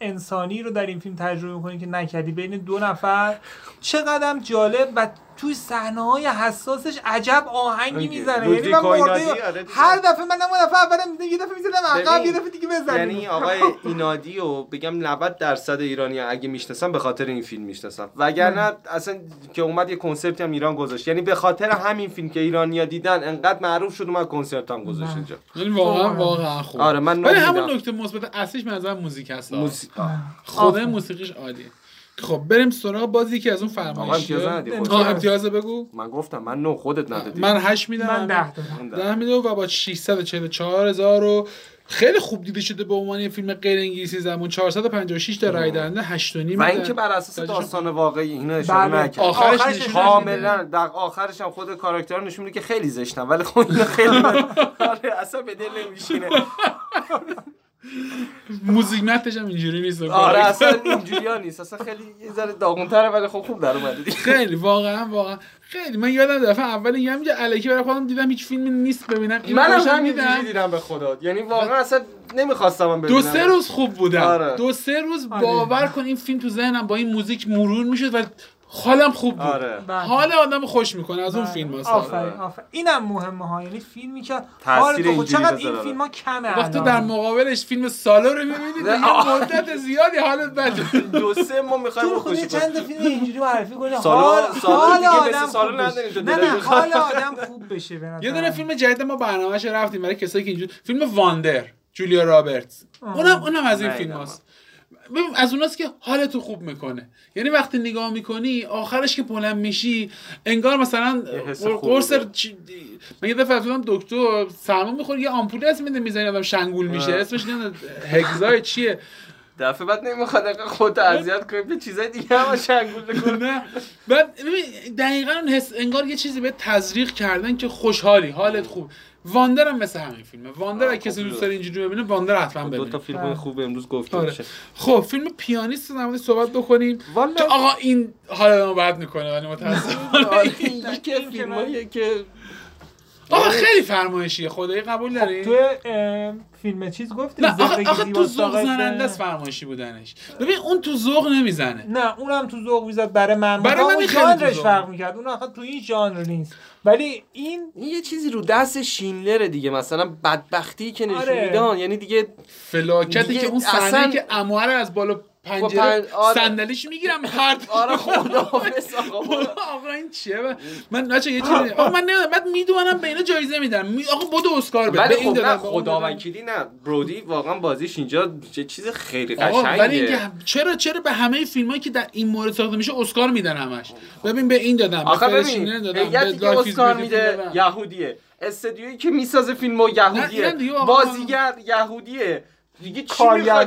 [SPEAKER 3] انسانی رو در این فیلم تجربه میکنی که نکردی بین دو نفر چقدر جالب و توی صحنه های حساسش عجب آهنگی
[SPEAKER 2] آره.
[SPEAKER 3] میزنه
[SPEAKER 2] لودویک
[SPEAKER 3] یعنی من
[SPEAKER 2] آینادی،
[SPEAKER 3] مرده
[SPEAKER 2] آره دیگه.
[SPEAKER 3] هر دفعه من هم دفعه اول میزنم یه دفعه میزنم عقب
[SPEAKER 2] ببین،
[SPEAKER 3] یه دفعه دیگه بزنم
[SPEAKER 2] یعنی آقای اینادی و بگم 90 درصد ایرانی اگه میشناسن به خاطر این فیلم میشناسن وگرنه اصلا که اومد یه کنسرتی هم ایران گذاشت یعنی به خاطر همین فیلم که ایرانیا دیدن انقدر معروف شد اومد کنسرت هم گذاشت
[SPEAKER 3] نه.
[SPEAKER 2] اینجا
[SPEAKER 1] یعنی واقعا
[SPEAKER 3] آره.
[SPEAKER 1] واقعا خوب
[SPEAKER 2] آره، من
[SPEAKER 1] ولی
[SPEAKER 2] نمی‌دونم.
[SPEAKER 1] همون نکته مثبت اصلیش به نظر موزیک هست آه.
[SPEAKER 2] موسیقی
[SPEAKER 1] خود
[SPEAKER 3] آفرین.
[SPEAKER 1] موسیقیش عالیه خب بریم سراغ بازی که از اون
[SPEAKER 2] آقا امتیاز
[SPEAKER 1] فرمایشیه
[SPEAKER 2] ندی خودت.
[SPEAKER 1] آه امتیازه بگو
[SPEAKER 2] من گفتم من نه خودت ندادی
[SPEAKER 1] من 8 میدم
[SPEAKER 3] من ده دادم
[SPEAKER 2] من
[SPEAKER 1] ده میلیون و با 644 هزار و خیلی خوب دیده شده به عنوان یه فیلم غیر انگلیسی زمان 456 تا رای دهنده 8 و نیم
[SPEAKER 2] و
[SPEAKER 1] میدن.
[SPEAKER 2] اینکه بر اساس
[SPEAKER 1] داداشم-
[SPEAKER 2] داستان واقعی اینا اشاره
[SPEAKER 3] بله.
[SPEAKER 2] نکرد
[SPEAKER 1] آخرش
[SPEAKER 3] آخرش
[SPEAKER 1] نشون
[SPEAKER 3] کامل.
[SPEAKER 1] نمیده.
[SPEAKER 2] کاملا در آخرش هم خود کاراکتر نشون میده که خیلی زشتن ولی خب اینا خیلی آره اصلا به دل نمیشینه
[SPEAKER 1] موزیک متش هم اینجوری نیست
[SPEAKER 2] آره اصلا اینجوری ها نیست اصلا خیلی یه ذره داغونتره ولی خب خوب در اومده دیگه
[SPEAKER 1] خیلی واقعا واقعا خیلی من یادم دفعه اول این همینجا الکی برای خودم دیدم هیچ فیلمی نیست ببینم اینو
[SPEAKER 2] منم
[SPEAKER 1] پاشم
[SPEAKER 2] همینجوری
[SPEAKER 1] دیدم.
[SPEAKER 2] دیدم به خدا یعنی واقعا اصلا نمیخواستم من ببینم
[SPEAKER 1] دو سه روز خوب بودم
[SPEAKER 2] آره.
[SPEAKER 1] دو سه روز
[SPEAKER 3] آره.
[SPEAKER 1] باور کن این فیلم تو ذهنم با این موزیک مرور میشد و حالم خوب بود
[SPEAKER 2] آره
[SPEAKER 3] بله.
[SPEAKER 1] حال آدم خوش میکنه از اون
[SPEAKER 3] بله.
[SPEAKER 1] فیلم آره. هست
[SPEAKER 3] آفرین آفرین اینم مهمه ها یعنی فیلمی که
[SPEAKER 2] تأثیر
[SPEAKER 3] حال تو خود
[SPEAKER 2] اینجوری
[SPEAKER 3] چقدر
[SPEAKER 2] بذاره.
[SPEAKER 3] این فیلم ها کمه
[SPEAKER 1] وقتی
[SPEAKER 3] الان.
[SPEAKER 1] در مقابلش فیلم سالو رو میبینید یه
[SPEAKER 2] آه.
[SPEAKER 1] مدت زیادی حالت بد
[SPEAKER 2] دو سه ما میخوایم
[SPEAKER 3] تو خود چند تا فیلم اینجوری معرفی کنه
[SPEAKER 2] سالن-
[SPEAKER 3] حال
[SPEAKER 2] سالن
[SPEAKER 3] حال
[SPEAKER 2] دیگه مثل
[SPEAKER 3] آدم
[SPEAKER 2] سالن
[SPEAKER 3] خوب بشه.
[SPEAKER 2] نداریم تو
[SPEAKER 3] نه
[SPEAKER 2] دلایل.
[SPEAKER 3] نه حال آدم خوب بشه به
[SPEAKER 1] یه
[SPEAKER 3] نظرم.
[SPEAKER 1] دونه فیلم جدید ما برنامهش رفتیم برای کسایی که اینجور فیلم واندر جولیا رابرتس
[SPEAKER 3] آه.
[SPEAKER 1] اونم اونم از این
[SPEAKER 2] نه،
[SPEAKER 1] فیلم
[SPEAKER 2] نه،
[SPEAKER 1] هاست ببین از اوناست که حالتو خوب میکنه یعنی وقتی نگاه میکنی آخرش که بلند میشی انگار مثلا
[SPEAKER 2] یه حس
[SPEAKER 1] قر-
[SPEAKER 2] خوبی
[SPEAKER 1] قرص
[SPEAKER 2] داره.
[SPEAKER 1] چی- من یه دفعه رفتم دکتر سرما میخوره یه آمپول دست میده میزنه آدم شنگول میشه
[SPEAKER 2] آه.
[SPEAKER 1] اسمش نه هگزای چیه
[SPEAKER 2] دفعه بعد نمیخواد انقدر خودت اذیت کنی به چیزای دیگه هم شنگول نکنی
[SPEAKER 1] نه بعد ببین دقیقا اون حس انگار یه چیزی به تزریق کردن که خوشحالی حالت خوب واندر هم مثل همین فیلمه واندر
[SPEAKER 2] آه،
[SPEAKER 1] اگه کسی
[SPEAKER 2] خوب
[SPEAKER 1] دوست
[SPEAKER 2] بود.
[SPEAKER 1] داره اینجوری ببینه واندر حتما
[SPEAKER 2] دو تا
[SPEAKER 1] ببینه
[SPEAKER 2] فیلم خوب امروز گفتیم
[SPEAKER 1] آره.
[SPEAKER 2] میشه.
[SPEAKER 1] خب فیلم پیانیست رو در موردش صحبت بکنیم
[SPEAKER 2] والا-
[SPEAKER 1] که آقا این حال ما بد میکنه ولی متاسفانه
[SPEAKER 2] آره یکی
[SPEAKER 3] این که
[SPEAKER 2] از
[SPEAKER 3] من-
[SPEAKER 2] فیلماییه که
[SPEAKER 1] آقا خیلی فرمایشیه خدایی قبول داری
[SPEAKER 3] تو اه، خب، فیلم چیز گفتی
[SPEAKER 1] نه آخه,
[SPEAKER 3] زندگی
[SPEAKER 1] آخه تو
[SPEAKER 3] زیباست
[SPEAKER 1] ذوق
[SPEAKER 3] آقای که-
[SPEAKER 1] زننده است فرمایشی بودنش ببین اون تو ذوق نمیزنه
[SPEAKER 3] نه اونم تو ذوق میزد برای من
[SPEAKER 1] برای
[SPEAKER 3] اون
[SPEAKER 1] من این خیلی تو
[SPEAKER 3] ژانرش
[SPEAKER 1] ذوق.
[SPEAKER 3] فرق میکرد اون آخه تو این ژانر نیست ولی این
[SPEAKER 2] این یه چیزی رو دست شینلره دیگه مثلا بدبختی که نشون
[SPEAKER 3] آره.
[SPEAKER 2] میدن یعنی دیگه
[SPEAKER 1] فلاکتی
[SPEAKER 2] دیگه
[SPEAKER 1] که اون صحنه
[SPEAKER 2] اصلا-
[SPEAKER 1] که اموهر از بالا پنجره
[SPEAKER 2] پن- آره.
[SPEAKER 1] صندلیش میگیرم پرت
[SPEAKER 2] آره خداحافظ آقا برو.
[SPEAKER 1] آقا این چیه من- من نچه یه چیزی آقا من نمیدونم بعد میدونم به اینا جایزه میدم می... آقا بدو اسکار بده
[SPEAKER 2] ولی
[SPEAKER 1] به این
[SPEAKER 2] خب
[SPEAKER 1] دادم،
[SPEAKER 2] نه
[SPEAKER 1] به اون
[SPEAKER 2] خدا
[SPEAKER 1] دادم.
[SPEAKER 2] وکیلی نه برودی واقعا بازیش اینجا یه چیز خیلی
[SPEAKER 1] آقا ولی اینکه
[SPEAKER 2] قشنگه
[SPEAKER 1] هم- چرا چرا به همه فیلمایی که در این مورد ساخته میشه اسکار میدن همش ببین به این دادم به
[SPEAKER 2] آخه
[SPEAKER 1] فرشینه
[SPEAKER 2] ببین
[SPEAKER 1] دادم به
[SPEAKER 2] هیئتی که
[SPEAKER 1] لایف ایز
[SPEAKER 2] اسکار
[SPEAKER 1] بیوتیفول
[SPEAKER 2] میده
[SPEAKER 1] دادم.
[SPEAKER 2] یهودیه استدیویی که میسازه فیلمو
[SPEAKER 1] نه،
[SPEAKER 2] یهودیه
[SPEAKER 1] اینم دیگه آقا-
[SPEAKER 2] بازیگر یهودیه دیگه چی
[SPEAKER 3] کارگردان-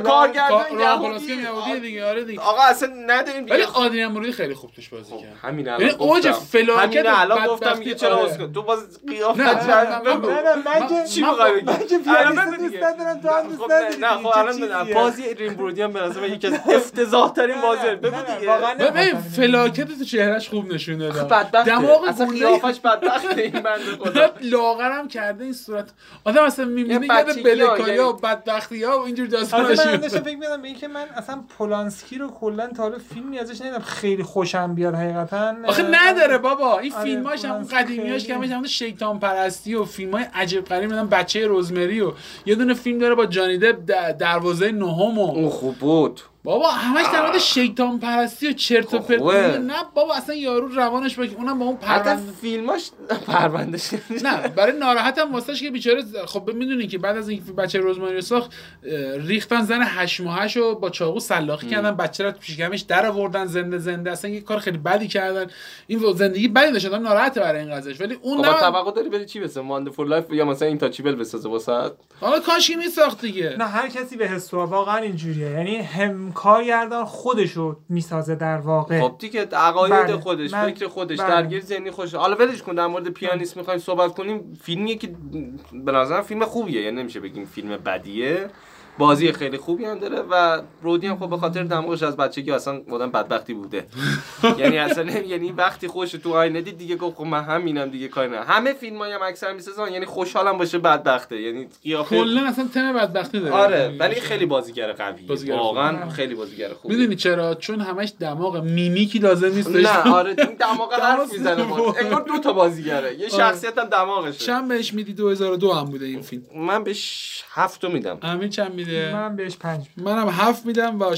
[SPEAKER 2] می‌خوای؟
[SPEAKER 1] کا-
[SPEAKER 2] کارگردان
[SPEAKER 1] راهپلاسکن یهودیه
[SPEAKER 2] یهودیه
[SPEAKER 1] دیگه آره دیگه
[SPEAKER 2] آقا اصلا نداریم دیگه
[SPEAKER 1] ولی آدریان مرودی خیلی خوب توش بازی
[SPEAKER 2] خب،
[SPEAKER 1] کرد
[SPEAKER 2] همین
[SPEAKER 1] یعنی
[SPEAKER 2] الان
[SPEAKER 1] اوج
[SPEAKER 2] گفتم
[SPEAKER 1] فلاکت
[SPEAKER 2] همین الان
[SPEAKER 1] بدبختی،
[SPEAKER 2] گفتم که چرا
[SPEAKER 1] آره.
[SPEAKER 2] اسکار تو باز
[SPEAKER 1] نه،
[SPEAKER 2] قیافت
[SPEAKER 1] نه،
[SPEAKER 2] چرا
[SPEAKER 1] نه،
[SPEAKER 2] بگو
[SPEAKER 3] آره، نه نه من که
[SPEAKER 2] چی
[SPEAKER 3] من-
[SPEAKER 2] می‌خوای بگی؟
[SPEAKER 3] من که
[SPEAKER 2] الان
[SPEAKER 3] پیانیست
[SPEAKER 2] بگو
[SPEAKER 3] دوست
[SPEAKER 2] دیگه.
[SPEAKER 3] ندارم تو هم دوست
[SPEAKER 2] خب
[SPEAKER 3] نداری
[SPEAKER 2] نه نه،
[SPEAKER 3] دیگه.
[SPEAKER 2] خب
[SPEAKER 3] چه
[SPEAKER 2] الان
[SPEAKER 3] چیزیه؟
[SPEAKER 2] بازی ریم برودی هم به نظر من یکی از افتضاح ترین بازی بگو
[SPEAKER 3] نه،
[SPEAKER 2] دیگه خب،
[SPEAKER 3] واقعا نه.
[SPEAKER 1] ببین
[SPEAKER 3] نمی‌خوام.
[SPEAKER 1] فلاکت تو چهرهش خوب نشون دادم
[SPEAKER 2] بدبخته
[SPEAKER 1] دماغ
[SPEAKER 2] اصلا
[SPEAKER 1] گنده-
[SPEAKER 2] قیافش بدبخته این بنده خدا
[SPEAKER 1] بعد لاغرم کرده این صورت آدم اصلا میبینه
[SPEAKER 2] یه
[SPEAKER 1] یاد
[SPEAKER 2] بچگی‌ها،
[SPEAKER 1] بلکایی ها
[SPEAKER 2] یعنی-
[SPEAKER 1] بدبختی ها و اینجور
[SPEAKER 3] آخه آره، من
[SPEAKER 1] داستانش
[SPEAKER 3] داشتم فکر می‌کردم به اینکه من اصلا پولانسکی رو کلا تا حالا فیلمی ازش ندیدم خیلی خوشم بیاد حقیقتا
[SPEAKER 1] آخه نداره بابا این
[SPEAKER 3] آره،
[SPEAKER 1] فیلماش هم اون
[SPEAKER 3] خلاص
[SPEAKER 1] قدیمیاش که
[SPEAKER 3] خیلی.
[SPEAKER 1] همش همون شیطان پرستی و فیلمای عجیب غریب مثلا بچه رزمری و یه دونه فیلم داره با جانی دپ در- دروازه نهم و
[SPEAKER 2] اون خوب بود
[SPEAKER 1] بابا همش در مورد شیطان پرستی و چرت و
[SPEAKER 2] خب،
[SPEAKER 1] پرت
[SPEAKER 2] خوبه.
[SPEAKER 1] میگه. نه بابا اصلا یارو روانش باشه اونم با اون
[SPEAKER 2] حتی
[SPEAKER 1] پرونده
[SPEAKER 2] فیلماش نه، پروندهش
[SPEAKER 1] نه برای ناراحتم واسش که بیچاره ز- خب میدونی که بعد از اینکه بچه رزماری رو ساخت اه، ریختن زن هش ماهش رو با چاقو سلاخی کردن بچه رو تو شکمش در آوردن زنده زنده اصلا یه کار خیلی بدی کردن این زندگی بدی داشت آدم ناراحته برای این قضیهش ولی اون
[SPEAKER 2] خب
[SPEAKER 1] نه
[SPEAKER 2] توقع داری بری چی بسه مانده فور لایف یا مثلا این تاچیبل بسازه واسه
[SPEAKER 1] حالا کاش می ساخت دیگه
[SPEAKER 3] نه هر کسی به حسوا واقعا اینجوریه یعنی هم کارگردان خودش رو میسازه در واقع
[SPEAKER 2] خب دیگه عقاید
[SPEAKER 3] بله.
[SPEAKER 2] خودش
[SPEAKER 3] من-
[SPEAKER 2] فکر خودش
[SPEAKER 3] بله.
[SPEAKER 2] درگیر ذهنی خودش حالا ولش کن در مورد پیانیست میخوایم صحبت کنیم فیلمیه که به نظرم فیلم خوبیه یعنی نمیشه بگیم فیلم بدیه بازی خیلی خوبی هم داره و رودی هم خب به خاطر دماغش از بچگی اصلا آدم بدبختی بوده یعنی اصلا نمی- یعنی وقتی خوش تو آینه دید دیگه گفت خب من همینم دیگه کاری نه همه فیلمای هم اکثر میسازن یعنی خوشحالم باشه بدبخته یعنی قیافه
[SPEAKER 1] کلا اصلا تن بدبختی داره
[SPEAKER 2] آره ولی خیلی بازیگر قویه
[SPEAKER 1] بازیگر
[SPEAKER 2] واقعا
[SPEAKER 3] خوبه.
[SPEAKER 2] خیلی بازیگر خوبی
[SPEAKER 1] میدونی چرا چون همش دماغ میمیکی لازم نیست
[SPEAKER 2] نه آره این دماغ
[SPEAKER 1] درست
[SPEAKER 2] حرف میزنه
[SPEAKER 1] نبود.
[SPEAKER 2] باز انگار دو تا بازیگره
[SPEAKER 3] آره.
[SPEAKER 2] یه شخصیت هم دماغشه
[SPEAKER 1] چند بهش میدی 2002 هم بوده این فیلم
[SPEAKER 2] من بهش هفتو میدم
[SPEAKER 1] امیر چند میده
[SPEAKER 3] من بهش پنج می‌دم.
[SPEAKER 1] منم هفت میدم و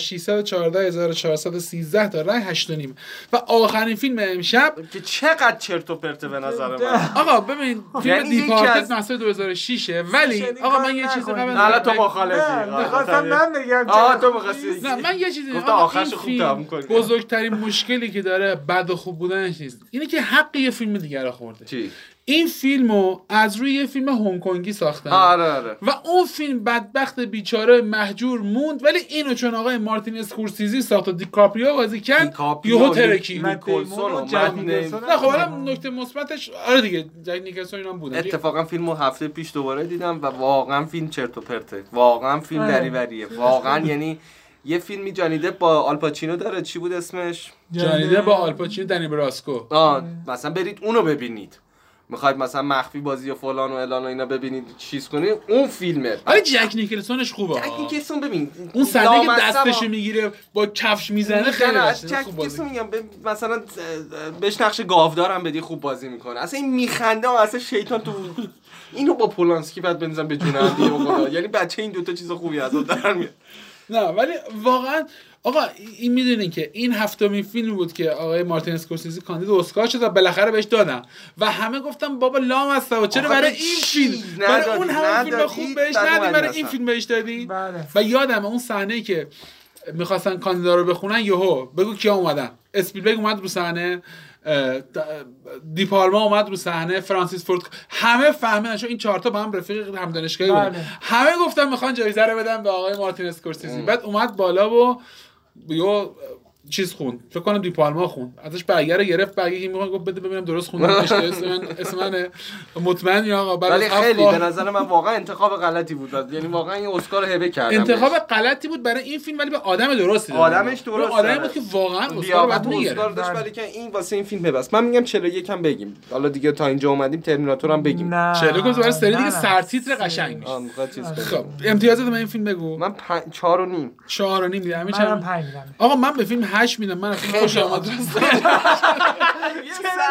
[SPEAKER 1] 614413 تا رای 8 و نیم و آخرین فیلم امشب
[SPEAKER 2] که چقدر چرت و پرته به نظر من
[SPEAKER 1] آقا ببین فیلم
[SPEAKER 2] یعنی یکی
[SPEAKER 1] دیپارتد
[SPEAKER 2] از-
[SPEAKER 1] نسل 2006 ولی
[SPEAKER 3] شنیدن
[SPEAKER 1] آقا من یه چیز
[SPEAKER 3] نکن.
[SPEAKER 1] قبل
[SPEAKER 3] نه،
[SPEAKER 1] از-
[SPEAKER 2] نه الان تو
[SPEAKER 3] نه
[SPEAKER 2] مخالفی آره. بله.
[SPEAKER 3] میخواستم من بگم
[SPEAKER 2] آه،
[SPEAKER 3] چرا
[SPEAKER 2] تو می‌خواستی.
[SPEAKER 1] نه من یه چیزی
[SPEAKER 2] گفتم
[SPEAKER 1] آقا، این
[SPEAKER 2] آخرشو خوب
[SPEAKER 1] فیلم
[SPEAKER 2] تموم کنیم.
[SPEAKER 1] بزرگترین مشکلی که داره بد و خوب بودنش نیست اینه که حق یه فیلم دیگر رو خورده
[SPEAKER 2] چی
[SPEAKER 1] این فیلمو از روی یه فیلم هنگ کنگی ساختن
[SPEAKER 3] بله.
[SPEAKER 2] آره آره
[SPEAKER 1] و اون فیلم بدبخت بیچاره محجور موند ولی اینو چون آقای مارتین اسکورسیزی ساخت و دیکاپریو بازی کرد یهو ترکی
[SPEAKER 3] نه،
[SPEAKER 2] نیکلسون و
[SPEAKER 3] دیمون و
[SPEAKER 2] مد
[SPEAKER 3] جک
[SPEAKER 2] نیمسون.
[SPEAKER 3] نیکلسون.
[SPEAKER 1] نه خب الان نکته مثبتش آره دیگه جک نیکلسون اینا هم بودن
[SPEAKER 2] اتفاقا فیلم رو هفته پیش دوباره دیدم و واقعا فیلم چرت و پرته واقعا فیلم
[SPEAKER 3] آره.
[SPEAKER 2] دریوریه واقعا یعنی یه فیلمی جانیده با آلپاچینو داره چی بود اسمش
[SPEAKER 1] جانیده با آلپاچینو دنی براسکو
[SPEAKER 2] آه مثلا برید اونو ببینید میخواید مثلا مخفی بازی و فلان و الان و اینا ببینید چیز کنید اون فیلمه
[SPEAKER 1] ولی آره، جک نیکلسونش خوبه
[SPEAKER 2] جک
[SPEAKER 1] آه.
[SPEAKER 2] نیکلسون ببین
[SPEAKER 1] اون صحنه که
[SPEAKER 2] لامصب
[SPEAKER 1] دستشو
[SPEAKER 2] آ-
[SPEAKER 1] میگیره با کفش میزنه خیلی
[SPEAKER 2] نه، نه، از
[SPEAKER 1] قشنگه.
[SPEAKER 2] جک
[SPEAKER 1] خوب بازی
[SPEAKER 2] نیکلسون میگم به- مثلا اه، بهش نقش گاودارم بدی خوب بازی میکنه اصلا این میخنده و اصلا شیطان تو اینو با پولانسکی بعد بنزن به جون هم دیگه به خدا. یعنی بچه این دوتا چیز خوبی از آن در میاد
[SPEAKER 1] نه ولی واقعا آقا این میدونین که این هفتمین فیلم بود که آقای مارتین اسکورسیزی کاندید اسکار شد و بالاخره بهش دادن و همه گفتن بابا لام هستا و چرا
[SPEAKER 2] آقا
[SPEAKER 1] برای
[SPEAKER 2] به
[SPEAKER 1] این
[SPEAKER 2] چی
[SPEAKER 1] فیلم برای
[SPEAKER 2] ندادی؟
[SPEAKER 1] اون همه فیلم
[SPEAKER 2] ندادی؟
[SPEAKER 1] خوب بهش
[SPEAKER 2] بعد
[SPEAKER 1] ندی
[SPEAKER 2] اومدی
[SPEAKER 1] برای این
[SPEAKER 2] اصلا.
[SPEAKER 1] فیلم بهش دادی
[SPEAKER 3] بله.
[SPEAKER 1] و یادم اون صحنه که میخواستن کاندیدا رو بخونن یهو بگو کیا اومدن اسپیلبرگ اومد رو صحنه اه، د- دیپالما اومد رو صحنه فرانسیس فورد همه فهمیدن چون این چهارتا با هم رفیق هم دانشگاهی بودن
[SPEAKER 3] بله.
[SPEAKER 1] همه گفتن میخوان جایزه رو بدن به آقای مارتین اسکورسیزی بعد اومد بالا و یه چیز خوند فکر کنم دیپالما خوند ازش برگه رو گرفت برگه که میخوان گفت بده ببینم درست خوندم نوشته. اسم من اسم منه. مطمئن یا آقا بعد
[SPEAKER 2] ولی
[SPEAKER 1] از هفت
[SPEAKER 2] خیلی
[SPEAKER 1] بار-
[SPEAKER 2] به نظر من واقعا انتخاب غلطی بود یعنی واقعا این اسکار رو هبه کردم
[SPEAKER 1] انتخاب
[SPEAKER 2] بهش.
[SPEAKER 1] غلطی بود برای این فیلم ولی به آدم درستی دادن.
[SPEAKER 2] آدمش درست
[SPEAKER 1] به آدمی
[SPEAKER 2] داره.
[SPEAKER 1] بود که واقعا اسکار
[SPEAKER 2] لیاقت
[SPEAKER 1] بعد
[SPEAKER 2] اسکار
[SPEAKER 1] میگیره
[SPEAKER 2] داشت
[SPEAKER 3] بله.
[SPEAKER 2] ولی که این واسه این فیلم ببست من میگم 41 هم بگیم حالا دیگه تا اینجا اومدیم ترمیناتور هم بگیم
[SPEAKER 3] نه
[SPEAKER 1] چهلو گفت برای سری
[SPEAKER 3] نه،
[SPEAKER 1] دیگه
[SPEAKER 3] نه.
[SPEAKER 1] سرتیتر قشنگ میشه
[SPEAKER 2] آه، می‌خواد چیز کنیم.
[SPEAKER 1] خب امتیازات من این فیلم بگو
[SPEAKER 2] من پن... چهار و نیم
[SPEAKER 1] چهار و نیم میدم همین
[SPEAKER 3] منم
[SPEAKER 1] چند-
[SPEAKER 3] پنج میدم
[SPEAKER 1] آقا من به فیلم هشت میدم من اصلا خوش آمد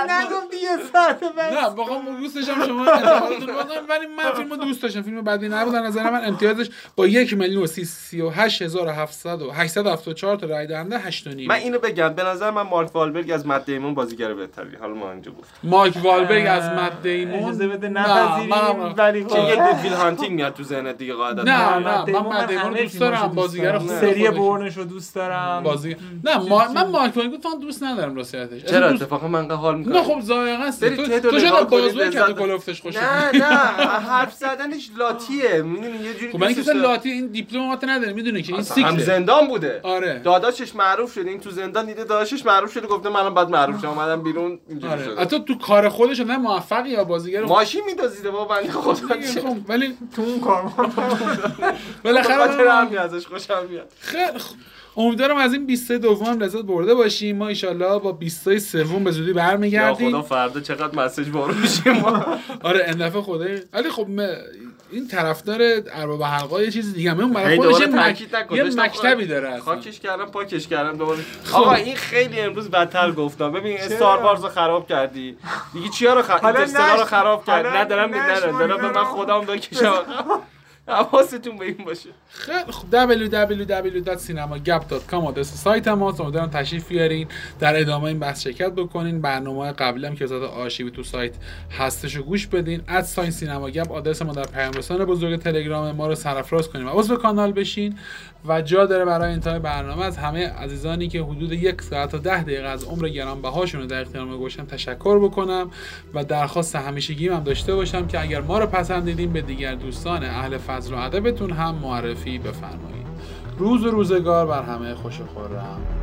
[SPEAKER 3] نگفتی یه ساعت بعد
[SPEAKER 1] نه واقعا دوست داشتم شما انتقادتون رو بکنم، ولی من فیلمو دوست داشتم فیلم بعدی نبود از نظر من امتیازش با یک میلیون و سی سی و هشت هزار و هفتصد و هشتصد و هفتاد و چهار تا رای دهنده هشت و نیم
[SPEAKER 2] من اینو بگم به نظر من مارک والبرگ از مد دیمون بازیگر بهتری حالا ما اینجا گفت
[SPEAKER 1] مارک والبرگ از مد دیمون
[SPEAKER 3] اجازه بده
[SPEAKER 1] نه،
[SPEAKER 3] نپذیریم
[SPEAKER 1] منم-
[SPEAKER 3] ولی
[SPEAKER 2] که یه
[SPEAKER 3] خب
[SPEAKER 2] گوگل هانتینگ میاد تو ذهنت دیگه قاعدتا
[SPEAKER 1] نه
[SPEAKER 3] مد
[SPEAKER 1] نه من
[SPEAKER 3] دیمون
[SPEAKER 1] مد دیمون رو
[SPEAKER 3] همه
[SPEAKER 1] دوست
[SPEAKER 3] فیلماشو
[SPEAKER 1] دارم بازیگر
[SPEAKER 3] دارم.
[SPEAKER 1] خوب
[SPEAKER 3] سری
[SPEAKER 1] خودش.
[SPEAKER 3] بورنش رو دوست دارم
[SPEAKER 1] بازی نه ما... من مارک وانگو تو دوست ندارم راستیتش
[SPEAKER 2] چرا
[SPEAKER 1] دوست...
[SPEAKER 2] اتفاقا من انقدر حال میکنم
[SPEAKER 1] نه خب زایقه است
[SPEAKER 2] برید
[SPEAKER 1] تو
[SPEAKER 2] تعداد
[SPEAKER 1] تو شاید
[SPEAKER 2] نگاه
[SPEAKER 1] از بازوی
[SPEAKER 2] کنید،
[SPEAKER 1] کت و
[SPEAKER 2] لذت-
[SPEAKER 1] کلفتش خوشم
[SPEAKER 2] نه نه حرف زدنش لاتیه میدونی یه جوری
[SPEAKER 1] خب من
[SPEAKER 2] دوستش
[SPEAKER 1] که
[SPEAKER 2] دارم. آره.
[SPEAKER 1] لاتی این دیپلمات نداره میدونه که این
[SPEAKER 2] اصلا هم
[SPEAKER 1] سیکله
[SPEAKER 2] زندان بوده
[SPEAKER 1] آره
[SPEAKER 2] داداشش معروف شده این تو زندان دیده داداشش معروف شده گفته منم بعد معروف شم اومدم بیرون اینجوری
[SPEAKER 1] آره
[SPEAKER 2] شده
[SPEAKER 1] حتی تو کار خودش نه موفقی یا بازیگر خوب.
[SPEAKER 2] ماشین میدازیده بابا بنده خدا چه-
[SPEAKER 1] خب، ولی
[SPEAKER 3] تو اون کار
[SPEAKER 2] به خاطر
[SPEAKER 1] بالاخره من-
[SPEAKER 2] همین ازش خوشم میاد
[SPEAKER 1] خیلی خوب. امیدوارم از این 20 دوم هم لذت برده باشیم ما ایشالله با 20 سوم به زودی
[SPEAKER 2] یا
[SPEAKER 1] برمیگردیم
[SPEAKER 2] خدا فردا چقدر مسج بارو میشه ما
[SPEAKER 1] آره این دفعه خدای ولی خب م- این طرفدار ارباب حلقا یه چیز دیگه هم برای
[SPEAKER 2] هی
[SPEAKER 1] خودش یه,
[SPEAKER 2] دوباره
[SPEAKER 1] مک...
[SPEAKER 2] تأکید نکن.
[SPEAKER 1] یه
[SPEAKER 2] داشتم
[SPEAKER 1] مکتبی
[SPEAKER 2] خود-
[SPEAKER 1] داره اصلا
[SPEAKER 2] خاکش کردم پاکش کردم دوباره آقا این خیلی امروز بدتر گفتم ببین
[SPEAKER 3] چرا؟
[SPEAKER 2] استار وارز رو خراب کردی دیگه چیا رو خراب
[SPEAKER 3] حالا
[SPEAKER 2] اینترستلار رو
[SPEAKER 3] نش-
[SPEAKER 2] خراب کرد
[SPEAKER 3] حالا
[SPEAKER 2] ندارم دیگه
[SPEAKER 3] نشمار
[SPEAKER 2] ندارم دارم به من
[SPEAKER 3] اینا رو.
[SPEAKER 2] خودم بکشم حواستون به این باشه
[SPEAKER 1] خیلی خوب www.cinemagap.com آدرس سایت ما امیدوارم تشریف بیارین در ادامه این بحث شرکت بکنین برنامه قبلی هم که قسمت آرشیوی تو سایت هستش رو گوش بدین اد ساین سینما گپ آدرس ما در پیام رسان بزرگ تلگرام ما رو سرفراز کنین و عضو کانال بشین و جا داره برای انتهای برنامه از همه عزیزانی که حدود یک ساعت تا ده دقیقه از عمر گرانبهاشون رو در اختیار ما گذاشتن تشکر بکنم و درخواست همیشگیم هم داشته باشم که اگر ما رو پسندیدیم به دیگر دوستان اهل فضل و ادبتون هم معرفی بفرمایید روز و روزگار بر همه خوش و خورم